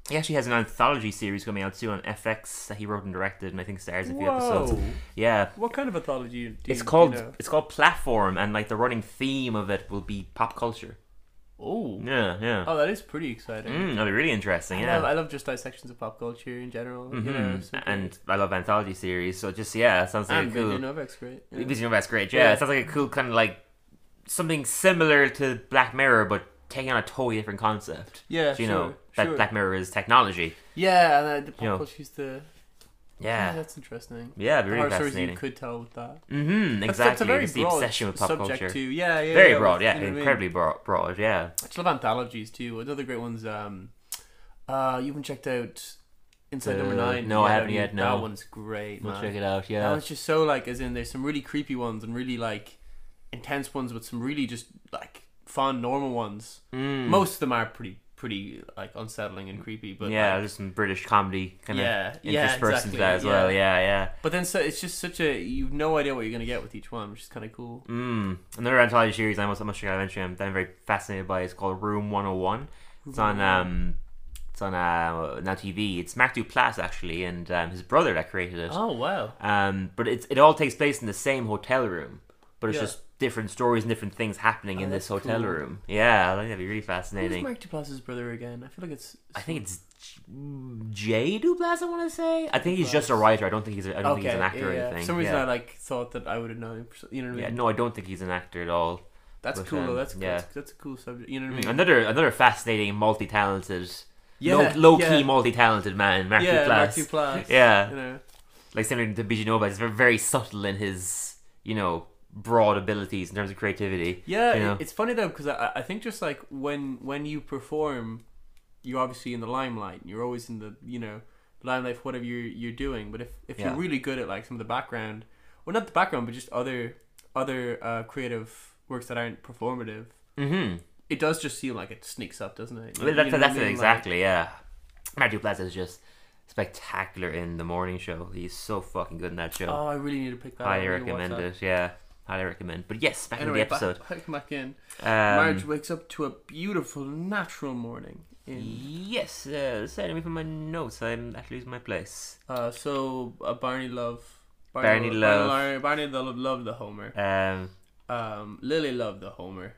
Speaker 2: He actually has an anthology series coming out soon on FX that he wrote and directed, and I think stars a few episodes.
Speaker 1: Whoa.
Speaker 2: Yeah.
Speaker 1: What kind of anthology? Do
Speaker 2: It's
Speaker 1: you-
Speaker 2: called
Speaker 1: You know?
Speaker 2: it's called Platform, and like the running theme of it will be pop culture.
Speaker 1: Oh,
Speaker 2: Yeah, yeah.
Speaker 1: oh, that is pretty exciting.
Speaker 2: Mm, that'll be really interesting.
Speaker 1: I
Speaker 2: Yeah. Mm, Mm-hmm.
Speaker 1: love, I love just dissections of pop culture in general. You know, so-
Speaker 2: and I love anthology series, so just yeah, it sounds like
Speaker 1: and
Speaker 2: a cool.
Speaker 1: Video Novak's great. yeah.
Speaker 2: Vision Novak's great. Yeah,
Speaker 1: Yeah.
Speaker 2: it sounds like a cool kind of like something similar to Black Mirror, but taking on a totally different concept.
Speaker 1: Yeah,
Speaker 2: So,
Speaker 1: sure,
Speaker 2: you know that
Speaker 1: sure.
Speaker 2: Black Mirror is technology.
Speaker 1: Yeah, and uh, the pop
Speaker 2: You know.
Speaker 1: culture's the. Yeah,
Speaker 2: Yeah,
Speaker 1: that's interesting.
Speaker 2: yeah, very
Speaker 1: Horror stories you
Speaker 2: fascinating.
Speaker 1: could tell with that.
Speaker 2: Mm-hmm, exactly.
Speaker 1: That's- that's a very
Speaker 2: It's the
Speaker 1: broad
Speaker 2: obsession with pop
Speaker 1: subject
Speaker 2: culture.
Speaker 1: too. Yeah, yeah,
Speaker 2: Very
Speaker 1: yeah,
Speaker 2: broad,
Speaker 1: with- you
Speaker 2: yeah,
Speaker 1: know what I mean?
Speaker 2: incredibly broad, broad, yeah.
Speaker 1: I just love anthologies too. Another great one's um, uh, you haven't checked out Inside
Speaker 2: Uh,
Speaker 1: Number Nine.
Speaker 2: no, I haven't yet, no.
Speaker 1: that one's great.
Speaker 2: We'll
Speaker 1: man.
Speaker 2: check it out,
Speaker 1: That
Speaker 2: yeah.
Speaker 1: one's just so like, as in there's some really creepy ones and really like intense ones, but some really just like fun normal ones.
Speaker 2: Hmm.
Speaker 1: Most of them are pretty pretty like unsettling and creepy, but
Speaker 2: yeah,
Speaker 1: like-
Speaker 2: there's some British comedy kind of
Speaker 1: Yeah, yeah,
Speaker 2: interspersed into
Speaker 1: exactly,
Speaker 2: that as
Speaker 1: yeah.
Speaker 2: well. Yeah, yeah.
Speaker 1: but then so it's just such a you've no idea what you're gonna get with each one, which is kind of cool.
Speaker 2: Mm. Another anthology series I must, I must check out eventually. I'm, I'm very fascinated by. It's called Room 101. It's on um, it's on uh, now TV. It's Mark Duplass actually, and um, his brother that created it.
Speaker 1: Oh wow!
Speaker 2: Um, but it's it all takes place in the same hotel room, but it's
Speaker 1: Yeah. Oh,
Speaker 2: just different stories and different things happening in this
Speaker 1: that's
Speaker 2: hotel
Speaker 1: cool.
Speaker 2: room. Yeah, I think that'd be really
Speaker 1: Who's
Speaker 2: fascinating.
Speaker 1: Mark Duplass's brother again? I feel like it's
Speaker 2: I think it's J- Jay Duplass. I want to say. I think he's just a writer. I don't think he's. A, I don't think he's an actor
Speaker 1: yeah,
Speaker 2: or
Speaker 1: yeah.
Speaker 2: anything.
Speaker 1: For some reason,
Speaker 2: yeah.
Speaker 1: I like thought that I would have known. him for so- You know what I
Speaker 2: yeah,
Speaker 1: mean?
Speaker 2: no, I don't think he's an actor at all.
Speaker 1: that's
Speaker 2: but,
Speaker 1: cool.
Speaker 2: um,
Speaker 1: though. That's,
Speaker 2: yeah.
Speaker 1: that's that's a cool subject. You know what I mean?
Speaker 2: Another another fascinating, multi-talented,
Speaker 1: Yeah,
Speaker 2: low, low-key,
Speaker 1: yeah.
Speaker 2: multi-talented man, Matthew
Speaker 1: yeah,
Speaker 2: Plass.
Speaker 1: Matthew Plass.
Speaker 2: Yeah.
Speaker 1: you know,
Speaker 2: Like similar to Bijinova, he's very, very subtle in his, you know, broad abilities in terms of creativity.
Speaker 1: yeah.
Speaker 2: you know?
Speaker 1: it- it's funny though because I, I think just like when when you perform, you're obviously in the limelight. You're always in the you know limelight for whatever you're you're doing. But if if
Speaker 2: Yeah.
Speaker 1: you're really good at like some of the background, well, not the background, but just other other uh, creative works that aren't performative.
Speaker 2: Mhm.
Speaker 1: It does just seem like it sneaks up, doesn't it? You
Speaker 2: Well, that's
Speaker 1: know what I
Speaker 2: that's it
Speaker 1: mean? Like-
Speaker 2: exactly. yeah, Matthew Plass is just spectacular in the morning show. He's so fucking good in that show.
Speaker 1: Oh, I really need to pick that.
Speaker 2: Highly
Speaker 1: up. I need to watch
Speaker 2: recommend
Speaker 1: that.
Speaker 2: it. Yeah, highly recommend. But yes, back
Speaker 1: Anyway,
Speaker 2: in the episode.
Speaker 1: back, back, back in.
Speaker 2: Um,
Speaker 1: Marge wakes up to a beautiful, natural morning. In
Speaker 2: yes, uh, sorry, let me put my notes. I'm actually losing my place.
Speaker 1: uh, so uh, Barney Love,
Speaker 2: Barney Love.
Speaker 1: Barney, Barney Love, Love the Homer.
Speaker 2: Um,
Speaker 1: Um, Lily Love the Homer.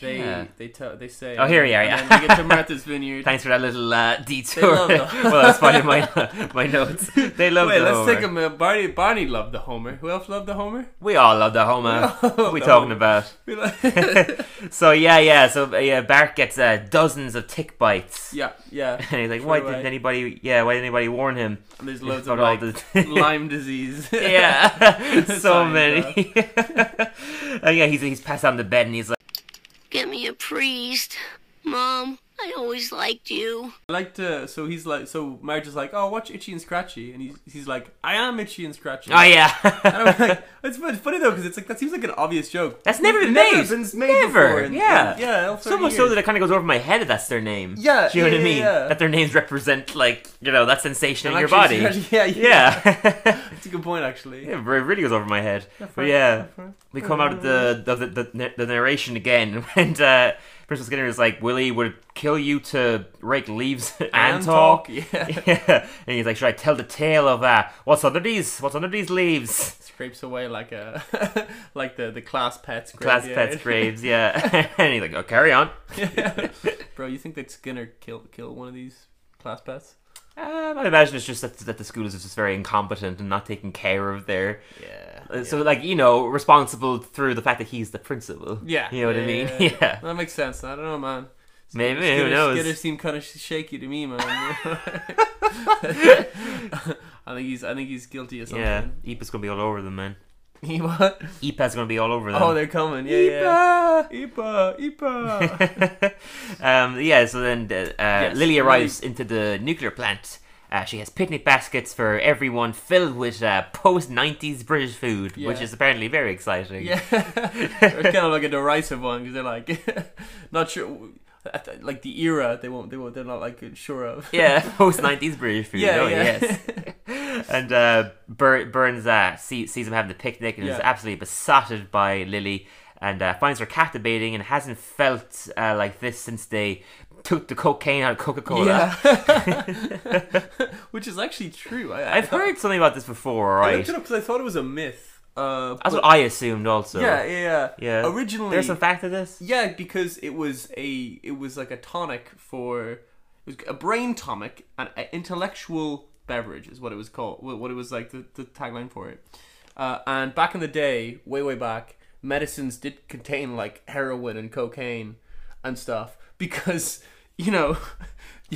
Speaker 1: They
Speaker 2: Yeah.
Speaker 1: they tell they say.
Speaker 2: Oh, here we are,
Speaker 1: and
Speaker 2: yeah.
Speaker 1: then we get to Martha's Vineyard.
Speaker 2: Thanks for that little uh, detour.
Speaker 1: love the-
Speaker 2: well, that's part of my my notes. They love
Speaker 1: Wait,
Speaker 2: the
Speaker 1: let's
Speaker 2: Homer.
Speaker 1: take a minute. Barney Barney loved the Homer. Who else loved the Homer?
Speaker 2: We all love the Homer.
Speaker 1: love
Speaker 2: What are we
Speaker 1: the
Speaker 2: talking
Speaker 1: Homer.
Speaker 2: about?
Speaker 1: We like-
Speaker 2: So yeah, yeah. So uh, yeah, Bart gets uh, dozens of tick bites,
Speaker 1: yeah, yeah.
Speaker 2: and he's like,
Speaker 1: Straight
Speaker 2: "Why
Speaker 1: away.
Speaker 2: didn't anybody? Yeah, why didn't anybody warn him?"
Speaker 1: And there's loads
Speaker 2: About
Speaker 1: of
Speaker 2: all
Speaker 1: like
Speaker 2: the-
Speaker 1: Lyme disease.
Speaker 2: Yeah, so
Speaker 1: Sorry,
Speaker 2: many. Oh, and yeah, he's he's passed out on the bed, and he's like,
Speaker 6: Get me a priest. Mom, I always liked you.
Speaker 1: I like to. So he's like. So Marge is like, "Oh, watch Itchy and Scratchy," and he's he's like, "I am Itchy and Scratchy."
Speaker 2: Oh
Speaker 1: And I'm
Speaker 2: yeah.
Speaker 1: like, it's, fun- it's funny though because it's like that seems like an obvious joke.
Speaker 2: That's never been
Speaker 1: never
Speaker 2: made.
Speaker 1: Been made
Speaker 2: Never.
Speaker 1: Before in-
Speaker 2: yeah.
Speaker 1: in- yeah.
Speaker 2: So much so that it kind of goes over my head that that's their name.
Speaker 1: Yeah,
Speaker 2: Do you know
Speaker 1: yeah,
Speaker 2: what I
Speaker 1: yeah,
Speaker 2: mean?
Speaker 1: yeah.
Speaker 2: That their names represent like you know that sensation
Speaker 1: I'm
Speaker 2: in your body.
Speaker 1: actually- Yeah, yeah.
Speaker 2: yeah.
Speaker 1: It's a good point actually.
Speaker 2: Yeah, it really goes over my head.
Speaker 1: fair,
Speaker 2: But yeah,
Speaker 1: fair.
Speaker 2: we come out of the the, the, the the narration again, and uh, Princess Skinner is like, "Willie would kill you to rake leaves and,
Speaker 1: And
Speaker 2: talk."
Speaker 1: talk, yeah.
Speaker 2: yeah. And he's like, "Should I tell the tale of uh, what's under these? What's under these leaves?"
Speaker 1: Scrapes away like a like the the class pets.
Speaker 2: Class
Speaker 1: graveyard.
Speaker 2: pets graves. Yeah. and he's like, "Oh, carry on."
Speaker 1: Bro, you think that Skinner kill kill one of these class pets?
Speaker 2: Um, I imagine it's just that, that the school is just very incompetent and not taking care of their.
Speaker 1: Yeah.
Speaker 2: uh, So, like, you know, responsible through the fact that he's the principal.
Speaker 1: Yeah.
Speaker 2: You know what
Speaker 1: Yeah,
Speaker 2: I mean?
Speaker 1: yeah,
Speaker 2: Yeah.
Speaker 1: yeah. That makes sense. I don't know, man.
Speaker 2: Maybe,
Speaker 1: Skinner,
Speaker 2: who knows?
Speaker 1: Skinner seemed kind of shaky to me, man. I think he's I think he's guilty of something.
Speaker 2: Yeah. Ipa's going to be all over them, man.
Speaker 1: He what?
Speaker 2: Ipa's going to be all over them.
Speaker 1: Oh, they're coming. Yeah,
Speaker 2: Ipa!
Speaker 1: yeah. Ipa, Ipa.
Speaker 2: um, yeah, so then uh, uh, Lily
Speaker 1: Lily-
Speaker 2: arrives into the nuclear plant. Uh, she has picnic baskets for everyone filled with uh, post 90s British food, which
Speaker 1: Yeah.
Speaker 2: is apparently very exciting.
Speaker 1: yeah. it's kind of like a derisive one because they're like, not sure, I th- like the era they won't they won't they're not like sure of.
Speaker 2: Yeah, post 90s British food.
Speaker 1: Yeah,
Speaker 2: oh,
Speaker 1: yeah.
Speaker 2: yes. and uh, Bur- Burns uh, see- sees him having the picnic and is
Speaker 1: Yeah.
Speaker 2: absolutely besotted by Lily and uh, finds her captivating and hasn't felt uh, like this since they took the cocaine out of Coca Cola.
Speaker 1: Which is actually true. I, I
Speaker 2: I've
Speaker 1: thought-
Speaker 2: heard something about this before,
Speaker 1: I
Speaker 2: right?
Speaker 1: looked it up because I thought it was a myth. Uh,
Speaker 2: That's
Speaker 1: but-
Speaker 2: what I assumed also.
Speaker 1: yeah, yeah, yeah.
Speaker 2: Yeah.
Speaker 1: Originally,
Speaker 2: There's some fact to this?
Speaker 1: Yeah, because it was a it was like a tonic for it was a brain tonic, an an intellectual beverage is what it was called. wha- What it was like the, the tagline for it. Uh, and back in the day, way way back, medicines did contain like heroin and cocaine and stuff because you know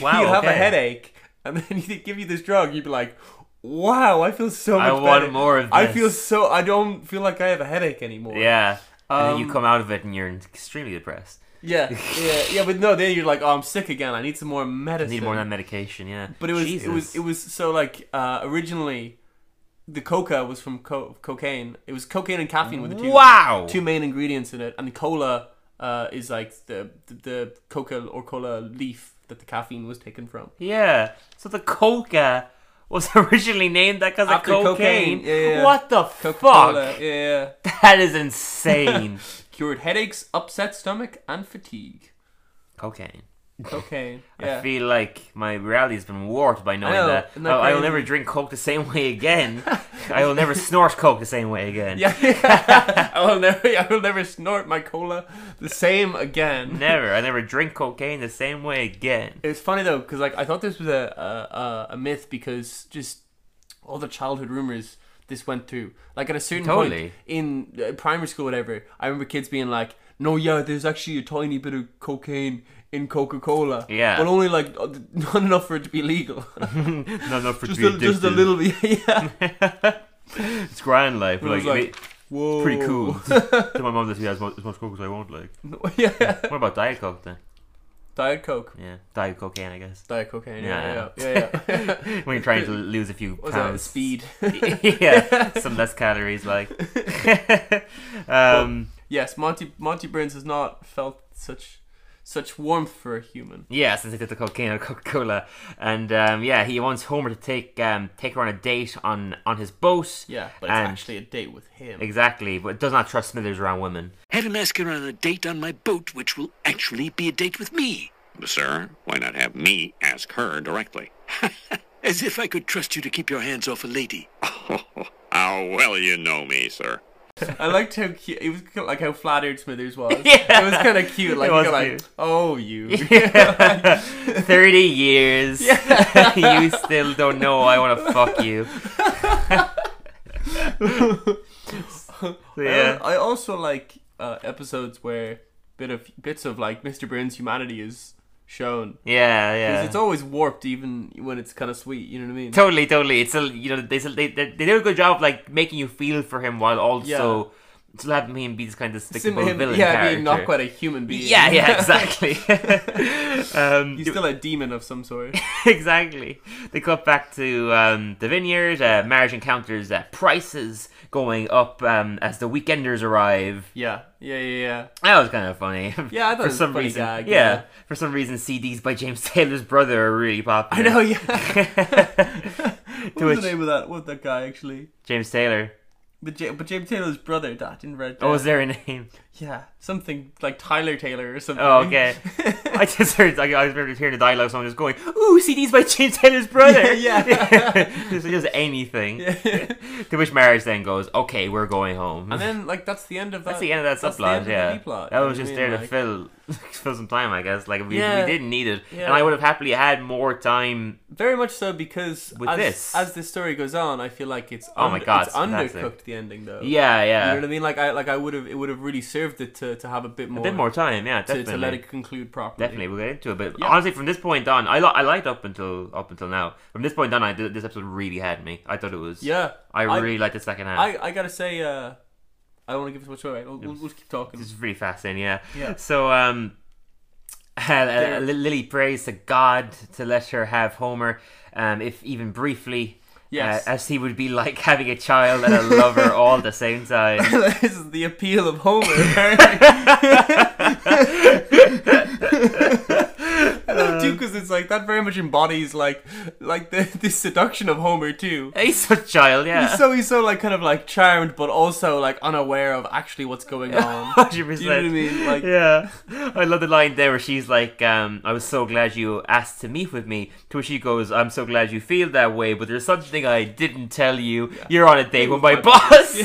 Speaker 2: Wow,
Speaker 1: you have a
Speaker 2: okay.
Speaker 1: headache and then they give you this drug, you'd be like. Wow, I feel so much
Speaker 2: I want
Speaker 1: better.
Speaker 2: more of
Speaker 1: I
Speaker 2: this."
Speaker 1: feel so. I don't feel like I have a headache anymore.
Speaker 2: Yeah. and
Speaker 1: Um,
Speaker 2: then you come out of it and you're extremely depressed.
Speaker 1: Yeah, yeah, yeah, but no, then you're like, oh, I'm sick again. I need some more medicine.
Speaker 2: Need more of that medication, yeah.
Speaker 1: But it was, it was,
Speaker 2: Jesus.
Speaker 1: it was so like uh, originally, the coca was from co- cocaine. It was cocaine and caffeine with the two
Speaker 2: Wow.
Speaker 1: two main ingredients in it, and the cola uh, is like the, the the coca or cola leaf that the caffeine was taken from.
Speaker 2: Yeah. So the coca was originally named that because of
Speaker 1: After cocaine,
Speaker 2: cocaine.
Speaker 1: yeah, yeah, yeah.
Speaker 2: What the
Speaker 1: Coca-Cola,
Speaker 2: fuck?
Speaker 1: yeah,
Speaker 2: That is insane.
Speaker 1: cured headaches, upset stomach, and fatigue.
Speaker 2: cocaine.
Speaker 1: Cocaine. Yeah.
Speaker 2: I feel like my reality has been warped by knowing
Speaker 1: know,
Speaker 2: that.
Speaker 1: isn't
Speaker 2: I,
Speaker 1: that
Speaker 2: I will
Speaker 1: crazy?
Speaker 2: never drink coke the same way again. I will never snort coke the same way again.
Speaker 1: yeah, I will never, I will never snort my cola the same again.
Speaker 2: Never. I never drink cocaine the same way again.
Speaker 1: It's funny though, because like I thought this was a, a a- a myth because just all the childhood rumors this went through. Like at a certain
Speaker 2: Totally.
Speaker 1: point in uh, primary school, whatever, I remember kids being like, "No, yeah, there's actually a tiny bit of cocaine in Coca Cola,
Speaker 2: Yeah.
Speaker 1: but only like uh, not enough for it to be legal,
Speaker 2: Not enough for
Speaker 1: just
Speaker 2: to
Speaker 1: a,
Speaker 2: be
Speaker 1: just a
Speaker 2: addicted.
Speaker 1: little bit." yeah,
Speaker 2: It's grand life.
Speaker 1: But it
Speaker 2: Like,
Speaker 1: was like, oh. whoa,
Speaker 2: pretty cool. Tell my mom that she has mu- as much coke as I want. Like,
Speaker 1: yeah,
Speaker 2: what about diet coke then?
Speaker 1: Diet Coke,
Speaker 2: Yeah, diet cocaine, I guess.
Speaker 1: Diet cocaine, yeah,
Speaker 2: Yeah.
Speaker 1: yeah, yeah. yeah, yeah.
Speaker 2: when you're trying to lose a few
Speaker 1: What was that?
Speaker 2: pounds.
Speaker 1: Speed.
Speaker 2: yeah, some less calories, like. um,
Speaker 1: Yes, Monty Monty Burns has not felt such such warmth for a human.
Speaker 2: yeah, since he did the cocaine or Coca Cola, and um, yeah, he wants Homer to take um, take her on a date on on his boat.
Speaker 1: Yeah, but it's
Speaker 2: and-
Speaker 1: actually a date with him.
Speaker 2: exactly, but does not trust Smithers around women.
Speaker 5: Had him ask her on a date on my boat, which will actually be a date with me.
Speaker 7: Sir, why not have me ask her directly?
Speaker 5: As if I could trust you to keep your hands off a lady.
Speaker 7: Oh, How well you know me, sir.
Speaker 1: I liked how cute it was, ki- like how flattered Smithers was.
Speaker 2: Yeah.
Speaker 1: it was kind of cute. Like,
Speaker 2: It was
Speaker 1: you're like,
Speaker 2: cute.
Speaker 1: oh, you.
Speaker 2: Thirty years, you still don't know. I want to fuck you. So, yeah.
Speaker 1: I, I also like uh, episodes where bit of bits of like Mr. Burns' humanity is shown.
Speaker 2: Yeah,
Speaker 1: 'Cause
Speaker 2: yeah.
Speaker 1: It's always warped, even when it's kind of sweet. You know what I mean?
Speaker 2: Totally, totally. It's a you know they they they, they do a good job of, like making you feel for him while also still have him be this kind of
Speaker 1: Sim-
Speaker 2: despicable
Speaker 1: him-
Speaker 2: villain
Speaker 1: yeah,
Speaker 2: character.
Speaker 1: being not quite a human being.
Speaker 2: yeah, yeah, exactly. um,
Speaker 1: He's still a demon of some sort.
Speaker 2: exactly. They cut back to um, the vineyard. Uh, marriage encounters uh, prices going up um, as the weekenders arrive.
Speaker 1: Yeah, yeah, yeah, yeah.
Speaker 2: That was kind of funny.
Speaker 1: Yeah, I thought it
Speaker 2: for
Speaker 1: was a
Speaker 2: some
Speaker 1: funny
Speaker 2: reason.
Speaker 1: gag,
Speaker 2: yeah.
Speaker 1: yeah.
Speaker 2: for some reason, CDs by James Taylor's brother are really
Speaker 1: I
Speaker 2: popular.
Speaker 1: know. Yeah. what was
Speaker 2: which-
Speaker 1: the name of that? What was that guy actually?
Speaker 2: James Taylor.
Speaker 1: But, J- but James Taylor's brother died in Red Dead.
Speaker 2: Oh, was there a name?
Speaker 1: Yeah, something like Tyler Taylor or something.
Speaker 2: Oh, okay. I just heard. I, I remember hearing the dialogue. Someone just going, "Ooh, CDs by James Taylor's brother."
Speaker 1: Yeah, yeah.
Speaker 2: just, just anything. to which marriage then goes, "Okay, we're going home."
Speaker 1: and then like that's the end of that.
Speaker 2: That's the end of that
Speaker 1: that's the
Speaker 2: subplot.
Speaker 1: end of the
Speaker 2: yeah,
Speaker 1: B-plot,
Speaker 2: that
Speaker 1: you know
Speaker 2: was
Speaker 1: what I
Speaker 2: just
Speaker 1: mean?
Speaker 2: there to
Speaker 1: Like-
Speaker 2: fill fill some time, I guess. Like we,
Speaker 1: Yeah.
Speaker 2: we didn't need it,
Speaker 1: Yeah.
Speaker 2: and I would have happily had more time.
Speaker 1: Very much so because
Speaker 2: With
Speaker 1: as,
Speaker 2: this.
Speaker 1: as this story goes on, I feel like it's
Speaker 2: Oh
Speaker 1: un-
Speaker 2: my
Speaker 1: it's
Speaker 2: God, it's fantastic.
Speaker 1: undercooked the ending though.
Speaker 2: Yeah, yeah,
Speaker 1: you know what I mean. Like I like I would have it would have really served it to, to have a bit more
Speaker 2: a bit more time. Yeah,
Speaker 1: to,
Speaker 2: definitely.
Speaker 1: to let it conclude properly.
Speaker 2: Definitely, we'll get into it. But
Speaker 1: Yeah.
Speaker 2: honestly, from this point on, I li- I liked up until up until now. From this point on, I th- this episode really had me. I thought it was.
Speaker 1: Yeah,
Speaker 2: I,
Speaker 1: I-
Speaker 2: really liked the second half.
Speaker 1: I I gotta say uh, I don't want to give too much away. We'll, we'll, we'll keep talking.
Speaker 2: It's really fascinating, yeah.
Speaker 1: Yeah.
Speaker 2: So, um, uh, uh,
Speaker 1: There-
Speaker 2: Li- Lily prays to God to let her have Homer, um, if even briefly.
Speaker 1: Yes.
Speaker 2: Uh, as he would be like having a child and a lover all at the same time.
Speaker 1: this is the appeal of Homer. apparently. I love
Speaker 2: Uh.
Speaker 1: too because it's like that very much embodies like like the, the seduction of Homer too.
Speaker 2: He's a child, yeah.
Speaker 1: He's so he's so like kind of like charmed, but also like unaware of actually what's going on. Do
Speaker 2: 100%.
Speaker 1: you know what I mean? Like
Speaker 2: yeah. I love the line there where she's like, um, I was so glad you asked to meet with me. To which she goes, I'm so glad you feel that way, but there's something I didn't tell you. You're on a date with my boss.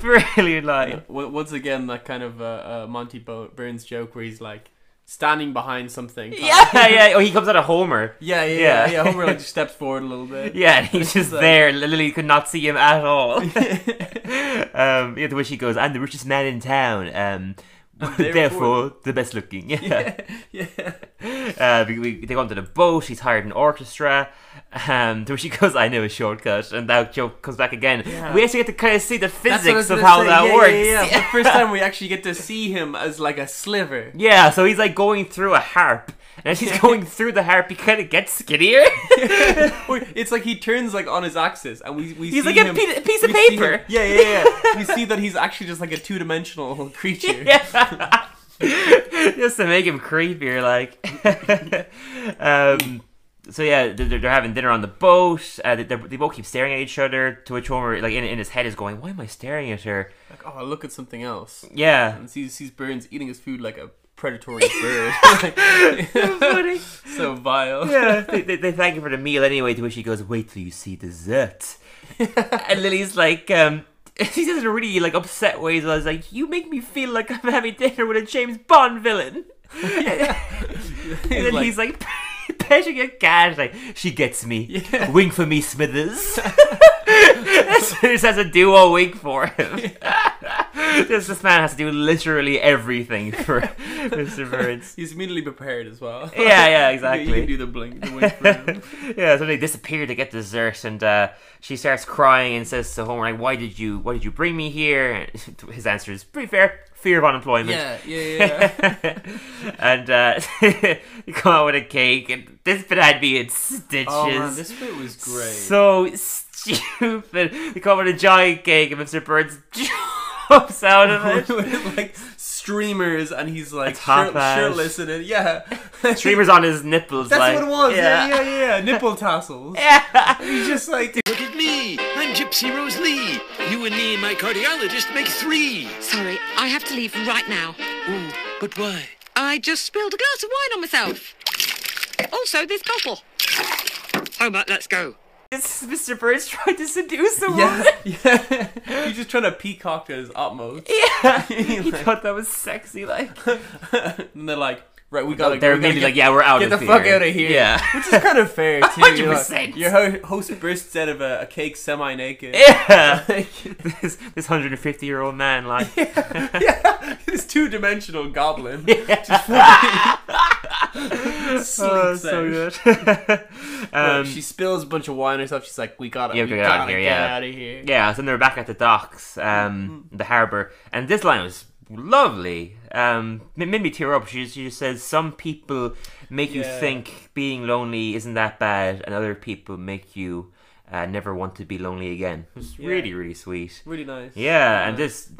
Speaker 2: Brilliant line.
Speaker 1: w- once again that kind of uh, uh, Monty Bo- Burns joke where he's like standing behind something.
Speaker 2: Yeah, yeah. Oh, he comes out of Homer.
Speaker 1: yeah, yeah, yeah.
Speaker 2: Yeah.
Speaker 1: yeah. Homer like just steps forward a little bit.
Speaker 2: Yeah, and he's just
Speaker 1: like-
Speaker 2: there. Lily could not see him at all. um, yeah, the way she goes, I'm the richest man in town. Um, therefore,
Speaker 1: therefore-
Speaker 2: the best looking. Yeah.
Speaker 1: yeah.
Speaker 2: Uh, we, we, they go onto the boat. He's hired an orchestra. Um, to which she goes, I know a shortcut. And that joke comes back again. We actually get to kind of see the
Speaker 1: That's what I was
Speaker 2: physics of
Speaker 1: gonna
Speaker 2: how
Speaker 1: say.
Speaker 2: that
Speaker 1: Yeah,
Speaker 2: works.
Speaker 1: Yeah, yeah. For the first time we actually get to see him as like a sliver.
Speaker 2: Yeah, so he's like going through a harp. And as he's going through the harp, he kind of gets skinnier.
Speaker 1: Or it's like he turns like on his axis, and we we
Speaker 2: He's
Speaker 1: see
Speaker 2: like a
Speaker 1: him-
Speaker 2: pe- piece of
Speaker 1: we see
Speaker 2: paper.
Speaker 1: him- yeah, yeah, yeah. we see that he's actually just like a two dimensional creature.
Speaker 2: Yeah. Just to make him creepier, like. um, so yeah, they're, they're having dinner on the boat. Uh, they, they both keep staring at each other. To which Homer, like in, in his head, is going, "Why am I staring at her?"
Speaker 1: Like, oh, look at something else.
Speaker 2: Yeah.
Speaker 1: And sees sees Burns eating his food like a predatory bird.
Speaker 2: Funny.
Speaker 1: so vile.
Speaker 2: yeah. They, they, they thank him for the meal anyway. To which he goes, "Wait till you see dessert." and Lily's like, um. She says it in a really like upset way. So I was like, "You make me feel like I'm having dinner with a James Bond villain." And then
Speaker 1: like-
Speaker 2: he's like, petting a cat. Like, she gets me.
Speaker 1: Yeah.
Speaker 2: Wink for me, Smithers. Smithers has a duo wink for him. this, this man has to do literally everything for Mr. Burns.
Speaker 1: He's immediately prepared as well.
Speaker 2: Yeah, yeah,
Speaker 1: You- You
Speaker 2: exactly.
Speaker 1: can do the blink, the wink for him.
Speaker 2: yeah, so they disappear to get dessert, and uh, she starts crying and says to Homer, like, "Why did you? Why did you bring me here?" And his answer is pretty fair: fear of unemployment.
Speaker 1: Yeah, yeah, yeah.
Speaker 2: and uh, you come out with a cake, and this bit had me in stitches.
Speaker 1: Oh man, this bit was great.
Speaker 2: So stupid. You come out with a giant cake, and Mr. Burns jumps out of it.
Speaker 1: with like streamers and he's like
Speaker 2: top
Speaker 1: shirt,
Speaker 2: ash.
Speaker 1: shirtless and it, yeah.
Speaker 2: Streamers on his nipples.
Speaker 1: That's
Speaker 2: like,
Speaker 1: what it was. Yeah, yeah, yeah. Nipple tassels.
Speaker 2: yeah.
Speaker 1: He's just like
Speaker 5: Look at me. I'm Gypsy Rose Lee. You and me and my cardiologist make three.
Speaker 4: Sorry, I have to leave right now.
Speaker 5: Ooh, but why?
Speaker 4: I just spilled a glass of wine on myself. Also, this bottle. Homer, let's go.
Speaker 2: This is Mr. Burns trying to seduce a woman.
Speaker 1: yeah, yeah. He's just trying to peacock to his utmost.
Speaker 2: Yeah. he thought that was sexy, like.
Speaker 1: and they're like, right, we gotta.
Speaker 2: They're
Speaker 1: we gotta
Speaker 2: immediately
Speaker 1: get-
Speaker 2: like, yeah, Oh, we're out
Speaker 1: Get
Speaker 2: of
Speaker 1: the
Speaker 2: here.
Speaker 1: fuck out of here.
Speaker 2: Yeah.
Speaker 1: Which is kind of fair, too. you know.
Speaker 2: 100%.
Speaker 1: Your ho- host bursts out of a, a cake semi naked.
Speaker 2: Yeah.
Speaker 1: Like,
Speaker 2: this this 150 year old man, like.
Speaker 1: yeah, this two dimensional goblin. Just fucking- sleep
Speaker 2: Oh,
Speaker 1: there.
Speaker 2: so good. um,
Speaker 1: she spills a bunch of wine herself. She's like, "We gotta,
Speaker 2: Yeah,
Speaker 1: we
Speaker 2: we
Speaker 1: gotta,
Speaker 2: gotta
Speaker 1: get
Speaker 2: get out of here, yeah.
Speaker 1: out of here."
Speaker 2: yeah, so then they're back at the docks, um, the harbour, and this line was lovely. Um, it made me tear up. She, she just says, "Some people make you
Speaker 1: Yeah.
Speaker 2: think being lonely isn't that bad, and other people make you uh, never want to be lonely again." It was really, really sweet.
Speaker 1: Really nice.
Speaker 2: Yeah, and this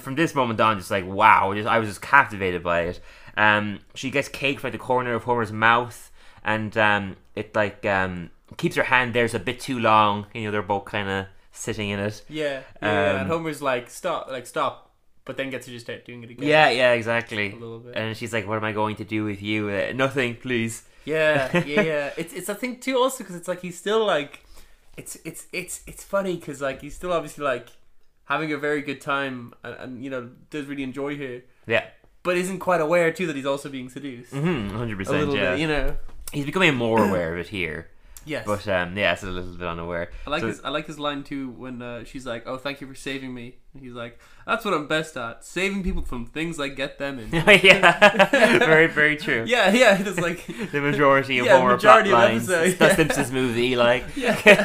Speaker 2: from this moment on, just like wow, just, I was just captivated by it. Um, she gets cake by the corner of Homer's mouth, and um, it like um, keeps her hand there's a bit too long. You know, they're both kind of sitting in it.
Speaker 1: yeah, yeah, yeah.
Speaker 2: Um,
Speaker 1: and Homer's like, "Stop, like stop," but then gets her to start doing it again.
Speaker 2: Yeah, yeah, exactly.
Speaker 1: little bit.
Speaker 2: And she's like, "What am I going to do with you? Uh, nothing, please."
Speaker 1: Yeah, yeah, yeah. It's it's a thing too, also because it's like he's still like, it's it's it's it's funny because like he's still obviously like having a very good time and, and you know does really enjoy her,
Speaker 2: Yeah, Hmm,
Speaker 1: but isn't quite aware too that he's also being seduced
Speaker 2: hundred
Speaker 1: a
Speaker 2: percent.
Speaker 1: little
Speaker 2: Mm-hmm. Yeah,
Speaker 1: bit, you know.
Speaker 2: he's becoming more aware of it here,
Speaker 1: Yes,
Speaker 2: but um, yeah, it's a little bit unaware.
Speaker 1: I like
Speaker 2: So-
Speaker 1: his I like his line too when uh, she's like, "Oh, thank you for saving me." And he's like, "That's what I'm best at, saving people from things I get them in."
Speaker 2: yeah, very, very true.
Speaker 1: yeah, yeah. It's like
Speaker 2: the majority of
Speaker 1: Yeah,
Speaker 2: Homer
Speaker 1: majority
Speaker 2: plot
Speaker 1: of
Speaker 2: lines.
Speaker 1: episode,
Speaker 2: It's the
Speaker 1: yeah.
Speaker 2: Simpsons movie, like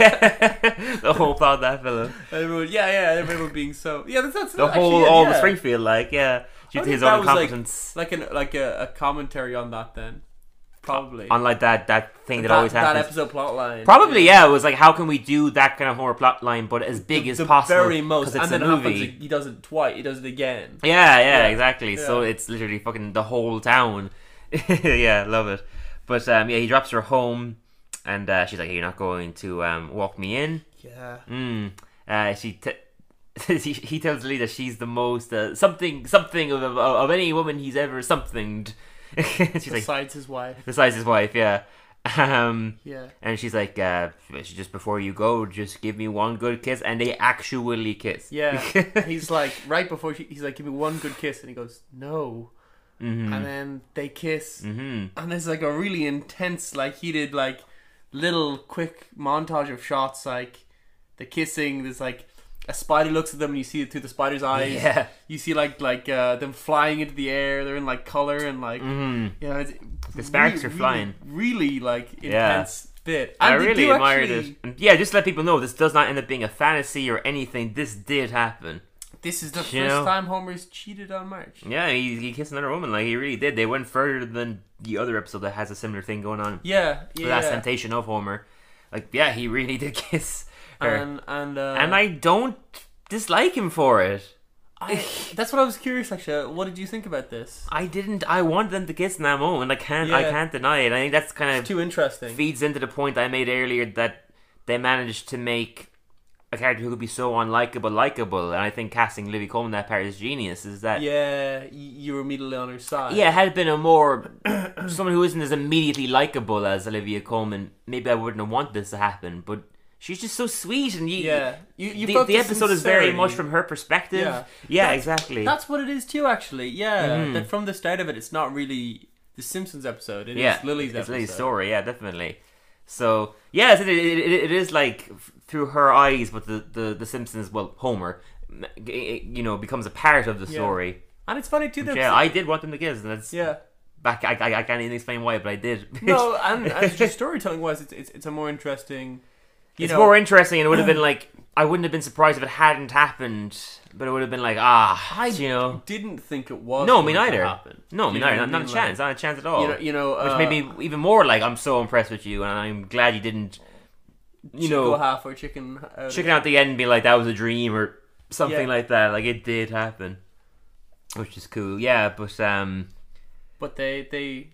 Speaker 2: the whole plot of that film,
Speaker 1: everyone, yeah, yeah. Everyone being so yeah. That's, that's
Speaker 2: the
Speaker 1: actually
Speaker 2: whole
Speaker 1: it,
Speaker 2: all of
Speaker 1: yeah.
Speaker 2: Springfield, like yeah, due
Speaker 1: I
Speaker 2: to
Speaker 1: think
Speaker 2: his
Speaker 1: that
Speaker 2: own
Speaker 1: was, like-
Speaker 2: incompetence.
Speaker 1: like an like a, a commentary on that then probably
Speaker 2: Unlike that that thing that,
Speaker 1: that,
Speaker 2: always
Speaker 1: that
Speaker 2: happens.
Speaker 1: episode plotline
Speaker 2: Probably yeah, it was like how can we do that kind of horror plot line, but as big as
Speaker 1: the
Speaker 2: possible
Speaker 1: very most
Speaker 2: 'cause
Speaker 1: and
Speaker 2: it's
Speaker 1: then
Speaker 2: a
Speaker 1: it happens
Speaker 2: movie.
Speaker 1: ag- he does it twice he does it again
Speaker 2: Yeah, yeah, exactly. So
Speaker 1: Yeah.
Speaker 2: it's literally fucking the whole town. yeah, love it. But um, yeah, he drops her home, and uh, she's like, "You're not going to um, walk me in."
Speaker 1: yeah
Speaker 2: Mm. Uh, she t- he, he tells Lee that she's the most uh, something something of, of of any woman he's ever somethinged. she's like
Speaker 1: besides his wife
Speaker 2: besides his wife, yeah. Um,
Speaker 1: yeah
Speaker 2: and she's like, uh, she- just before you go, just give me one good kiss, and they actually kiss.
Speaker 1: yeah he's like right before she, he's like give me one good kiss and he goes no
Speaker 2: Mm-hmm.
Speaker 1: and then they kiss
Speaker 2: Mhm.
Speaker 1: and there's like a really intense like heated like little quick montage of shots like the kissing there's like a spider looks at them and you see it through the spider's eyes
Speaker 2: Yeah.
Speaker 1: you see like like uh, them flying into the air they're in like color and like you know it's, the
Speaker 2: Mm-hmm. sparks are flying.
Speaker 1: really, like
Speaker 2: Yeah.
Speaker 1: intense bit
Speaker 2: I
Speaker 1: And they
Speaker 2: really
Speaker 1: do
Speaker 2: admired
Speaker 1: actually-
Speaker 2: it. And yeah, just to let people know this does not end up being a fantasy or anything. This did happen.
Speaker 1: this is the
Speaker 2: You
Speaker 1: first
Speaker 2: know?
Speaker 1: time homer's cheated on march
Speaker 2: Yeah, he, he kissed another woman. Like he really did. They went further than the other episode that has a similar thing going on.
Speaker 1: yeah yeah
Speaker 2: the last temptation of Homer. Like, yeah, he really did kiss her. And,
Speaker 1: and and uh,
Speaker 2: I don't dislike him for it.
Speaker 1: I- that's what I was curious actually. What did you think about this?
Speaker 2: I didn't I wanted them to kiss in that moment. I can't I
Speaker 1: Yeah.
Speaker 2: can't deny it. I think that's kind of
Speaker 1: Too interesting.
Speaker 2: feeds into the point I made earlier that they managed to make a character who could be so unlikable likable, and I think casting Livy Coleman that part is genius. Is that
Speaker 1: Yeah, y- you were immediately on her side.
Speaker 2: Yeah, had it been a more someone who isn't as immediately likable as Olivia Coleman, maybe I wouldn't have wanted this to happen. But she's just so sweet, and you,
Speaker 1: Yeah. You- you
Speaker 2: the,
Speaker 1: felt
Speaker 2: the
Speaker 1: the
Speaker 2: episode is very
Speaker 1: sincerity.
Speaker 2: much from her perspective. Yeah,
Speaker 1: Yeah.
Speaker 2: exactly.
Speaker 1: That's what it is too, actually. Yeah,
Speaker 2: Mm-hmm.
Speaker 1: that from the start of it, it's not really the Simpsons episode. It is
Speaker 2: yeah,
Speaker 1: Lily's
Speaker 2: it's
Speaker 1: episode.
Speaker 2: Lily's story. Yeah, definitely. So yeah, it, it, it, it is like f- through her eyes, but the the, the Simpsons, well, Homer, m- g- you know, becomes a part of the story.
Speaker 1: and it's funny too. That
Speaker 2: Yeah, I did want them to kiss, and that's
Speaker 1: yeah.
Speaker 2: Back, I, I, I can't even explain why, but I did.
Speaker 1: No, and, and just storytelling wise, it's, it's it's a more interesting. You
Speaker 2: it's
Speaker 1: know,
Speaker 2: more interesting and it would have been like I wouldn't have been surprised if it hadn't happened, but it would have been like ah, you know.
Speaker 1: didn't think it was.
Speaker 2: No, me
Speaker 1: going to
Speaker 2: neither.
Speaker 1: happen.
Speaker 2: No, me
Speaker 1: You know
Speaker 2: neither.
Speaker 1: what I
Speaker 2: Not, not a
Speaker 1: mean?
Speaker 2: chance.
Speaker 1: Like,
Speaker 2: Not a chance at all.
Speaker 1: you know, you know,
Speaker 2: which
Speaker 1: uh,
Speaker 2: made me even more like I'm so impressed with you, and I'm glad you didn't, you
Speaker 1: go
Speaker 2: know,
Speaker 1: half or chicken. Uh,
Speaker 2: chicken out the end and be like that was a dream or something
Speaker 1: Yeah.
Speaker 2: like that. Like it did happen, which is cool. Yeah, but um,
Speaker 1: But they they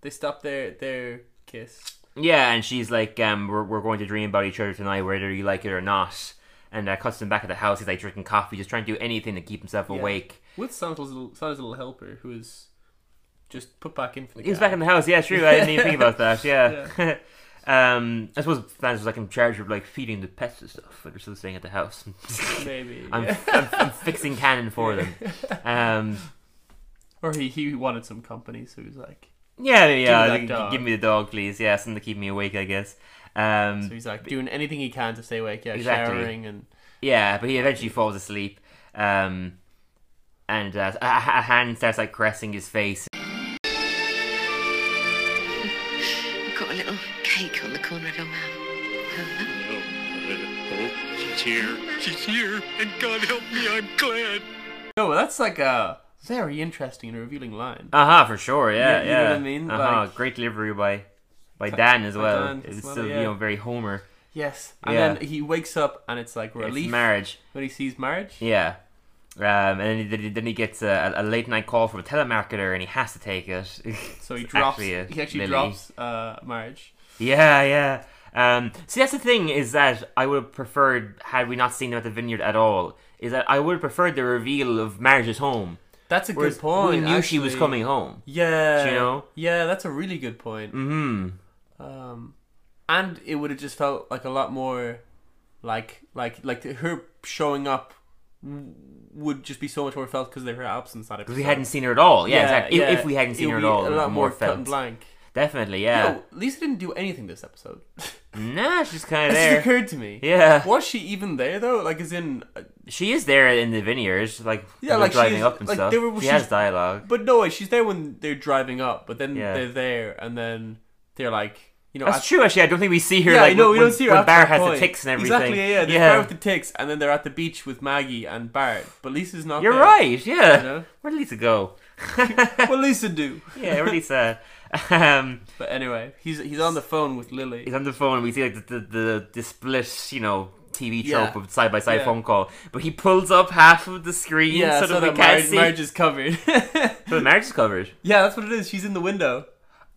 Speaker 1: they stopped their their kiss.
Speaker 2: Yeah, and she's like, um, we're, we're going to dream about each other tonight, whether you like it or not. And uh, cuts him back at the house. He's like drinking coffee, just trying to do anything to keep himself awake.
Speaker 1: with Santa's little, Santa's little helper, who was just put back in for the.
Speaker 2: He was
Speaker 1: gag.
Speaker 2: back in the house. Yeah, true. I didn't even think about that. Yeah. um, I suppose Flanders was like in charge of like feeding the pets and stuff, but they're still staying at the house.
Speaker 1: maybe,
Speaker 2: I'm, I'm, I'm fixing cannon for them. Um,
Speaker 1: or he he wanted some company, so he was like,
Speaker 2: yeah, yeah.
Speaker 1: that
Speaker 2: Give me,
Speaker 1: dog.
Speaker 2: give me the dog, please. Yeah, something to keep me awake, I guess.
Speaker 1: so
Speaker 2: Um,
Speaker 1: he's like doing anything he can to stay awake. Yeah,
Speaker 2: Exactly.
Speaker 1: showering and
Speaker 2: Yeah, but he eventually falls asleep, um, and uh, a, a hand starts like caressing his face.
Speaker 4: cake on the corner of your mouth. Hello?
Speaker 3: Oh, oh, she's here. She's here. And God help me, I'm glad.
Speaker 1: No, well, that's like a very interesting and revealing line.
Speaker 2: Uh huh, for sure. Yeah,
Speaker 1: You- you
Speaker 2: yeah.
Speaker 1: know what I mean?
Speaker 2: Uh huh.
Speaker 1: Like-
Speaker 2: Great delivery by by Dan as
Speaker 1: by
Speaker 2: well.
Speaker 1: Dan
Speaker 2: it's
Speaker 1: as well,
Speaker 2: still
Speaker 1: yeah.
Speaker 2: you know very Homer.
Speaker 1: Yes. And
Speaker 2: Yeah.
Speaker 1: then he wakes up and it's like
Speaker 2: It's
Speaker 1: relief
Speaker 2: marriage.
Speaker 1: when he sees marriage.
Speaker 2: Yeah. Um, and then he, then he gets a, a late night call from a telemarketer, and he has to take it.
Speaker 1: So he
Speaker 2: It's
Speaker 1: drops.
Speaker 2: a
Speaker 1: he actually
Speaker 2: Lily.
Speaker 1: drops uh, marriage.
Speaker 2: Yeah, yeah. Um, see, that's the thing is that I would have preferred had we not seen them at the vineyard at all. Is that I would have preferred the reveal of marriage's home.
Speaker 1: That's a good
Speaker 2: Whereas
Speaker 1: point.
Speaker 2: We knew she was
Speaker 1: actually.
Speaker 2: coming home.
Speaker 1: Yeah.
Speaker 2: Do you know?
Speaker 1: Yeah, that's a really good point.
Speaker 2: Hmm.
Speaker 1: Um, and it would have just felt like a lot more, like like like her showing up w- would just be so much more felt because of her absence that episode.
Speaker 2: Because we hadn't seen her at all. Yeah, exactly. If-
Speaker 1: yeah.
Speaker 2: If, we hadn't seen
Speaker 1: It
Speaker 2: her
Speaker 1: would
Speaker 2: at
Speaker 1: be
Speaker 2: all, it
Speaker 1: a
Speaker 2: would
Speaker 1: lot
Speaker 2: be
Speaker 1: more
Speaker 2: more
Speaker 1: cut and
Speaker 2: felt.
Speaker 1: blank.
Speaker 2: Definitely, yeah.
Speaker 1: No, Lisa didn't do anything this episode. it
Speaker 2: Nah, she's kind of
Speaker 1: just
Speaker 2: there.
Speaker 1: occurred to me.
Speaker 2: Yeah,
Speaker 1: Was she even there though? Like, as in, uh,
Speaker 2: she is there in the vineyards, like
Speaker 1: Yeah,
Speaker 2: yeah,
Speaker 1: like,
Speaker 2: like driving
Speaker 1: she's-
Speaker 2: up and
Speaker 1: like,
Speaker 2: stuff.
Speaker 1: they were-
Speaker 2: she
Speaker 1: she's-
Speaker 2: has dialogue.
Speaker 1: but no, way, she's there when they're driving up, but then
Speaker 2: Yeah.
Speaker 1: they're there, and then they're like, you know,
Speaker 2: That's
Speaker 1: at-
Speaker 2: true. Actually, I don't think we see her.
Speaker 1: yeah,
Speaker 2: like,
Speaker 1: I know
Speaker 2: when,
Speaker 1: we don't see her.
Speaker 2: when
Speaker 1: after
Speaker 2: Bar
Speaker 1: that
Speaker 2: has
Speaker 1: point.
Speaker 2: the ticks and everything.
Speaker 1: Exactly, yeah, yeah. There's
Speaker 2: yeah.
Speaker 1: Bar with the ticks, and then they're at the beach with Maggie and Barrett, but Lisa's not.
Speaker 2: You're
Speaker 1: there.
Speaker 2: right. Yeah.
Speaker 1: You know?
Speaker 2: Where did Lisa go?
Speaker 1: What Lisa do?
Speaker 2: yeah, where did Lisa? Um,
Speaker 1: But anyway, he's he's on the phone with Lily.
Speaker 2: he's on the phone. We see like the the, the, the split, you know, TV
Speaker 1: Yeah.
Speaker 2: trope of side by side
Speaker 1: Yeah.
Speaker 2: phone call. But he pulls up half of the screen
Speaker 1: Yeah,
Speaker 2: so,
Speaker 1: so
Speaker 2: that
Speaker 1: that
Speaker 2: we can't
Speaker 1: marriage,
Speaker 2: see.
Speaker 1: marriage is covered.
Speaker 2: So the marriage is covered.
Speaker 1: yeah, that's what it is. She's in the window.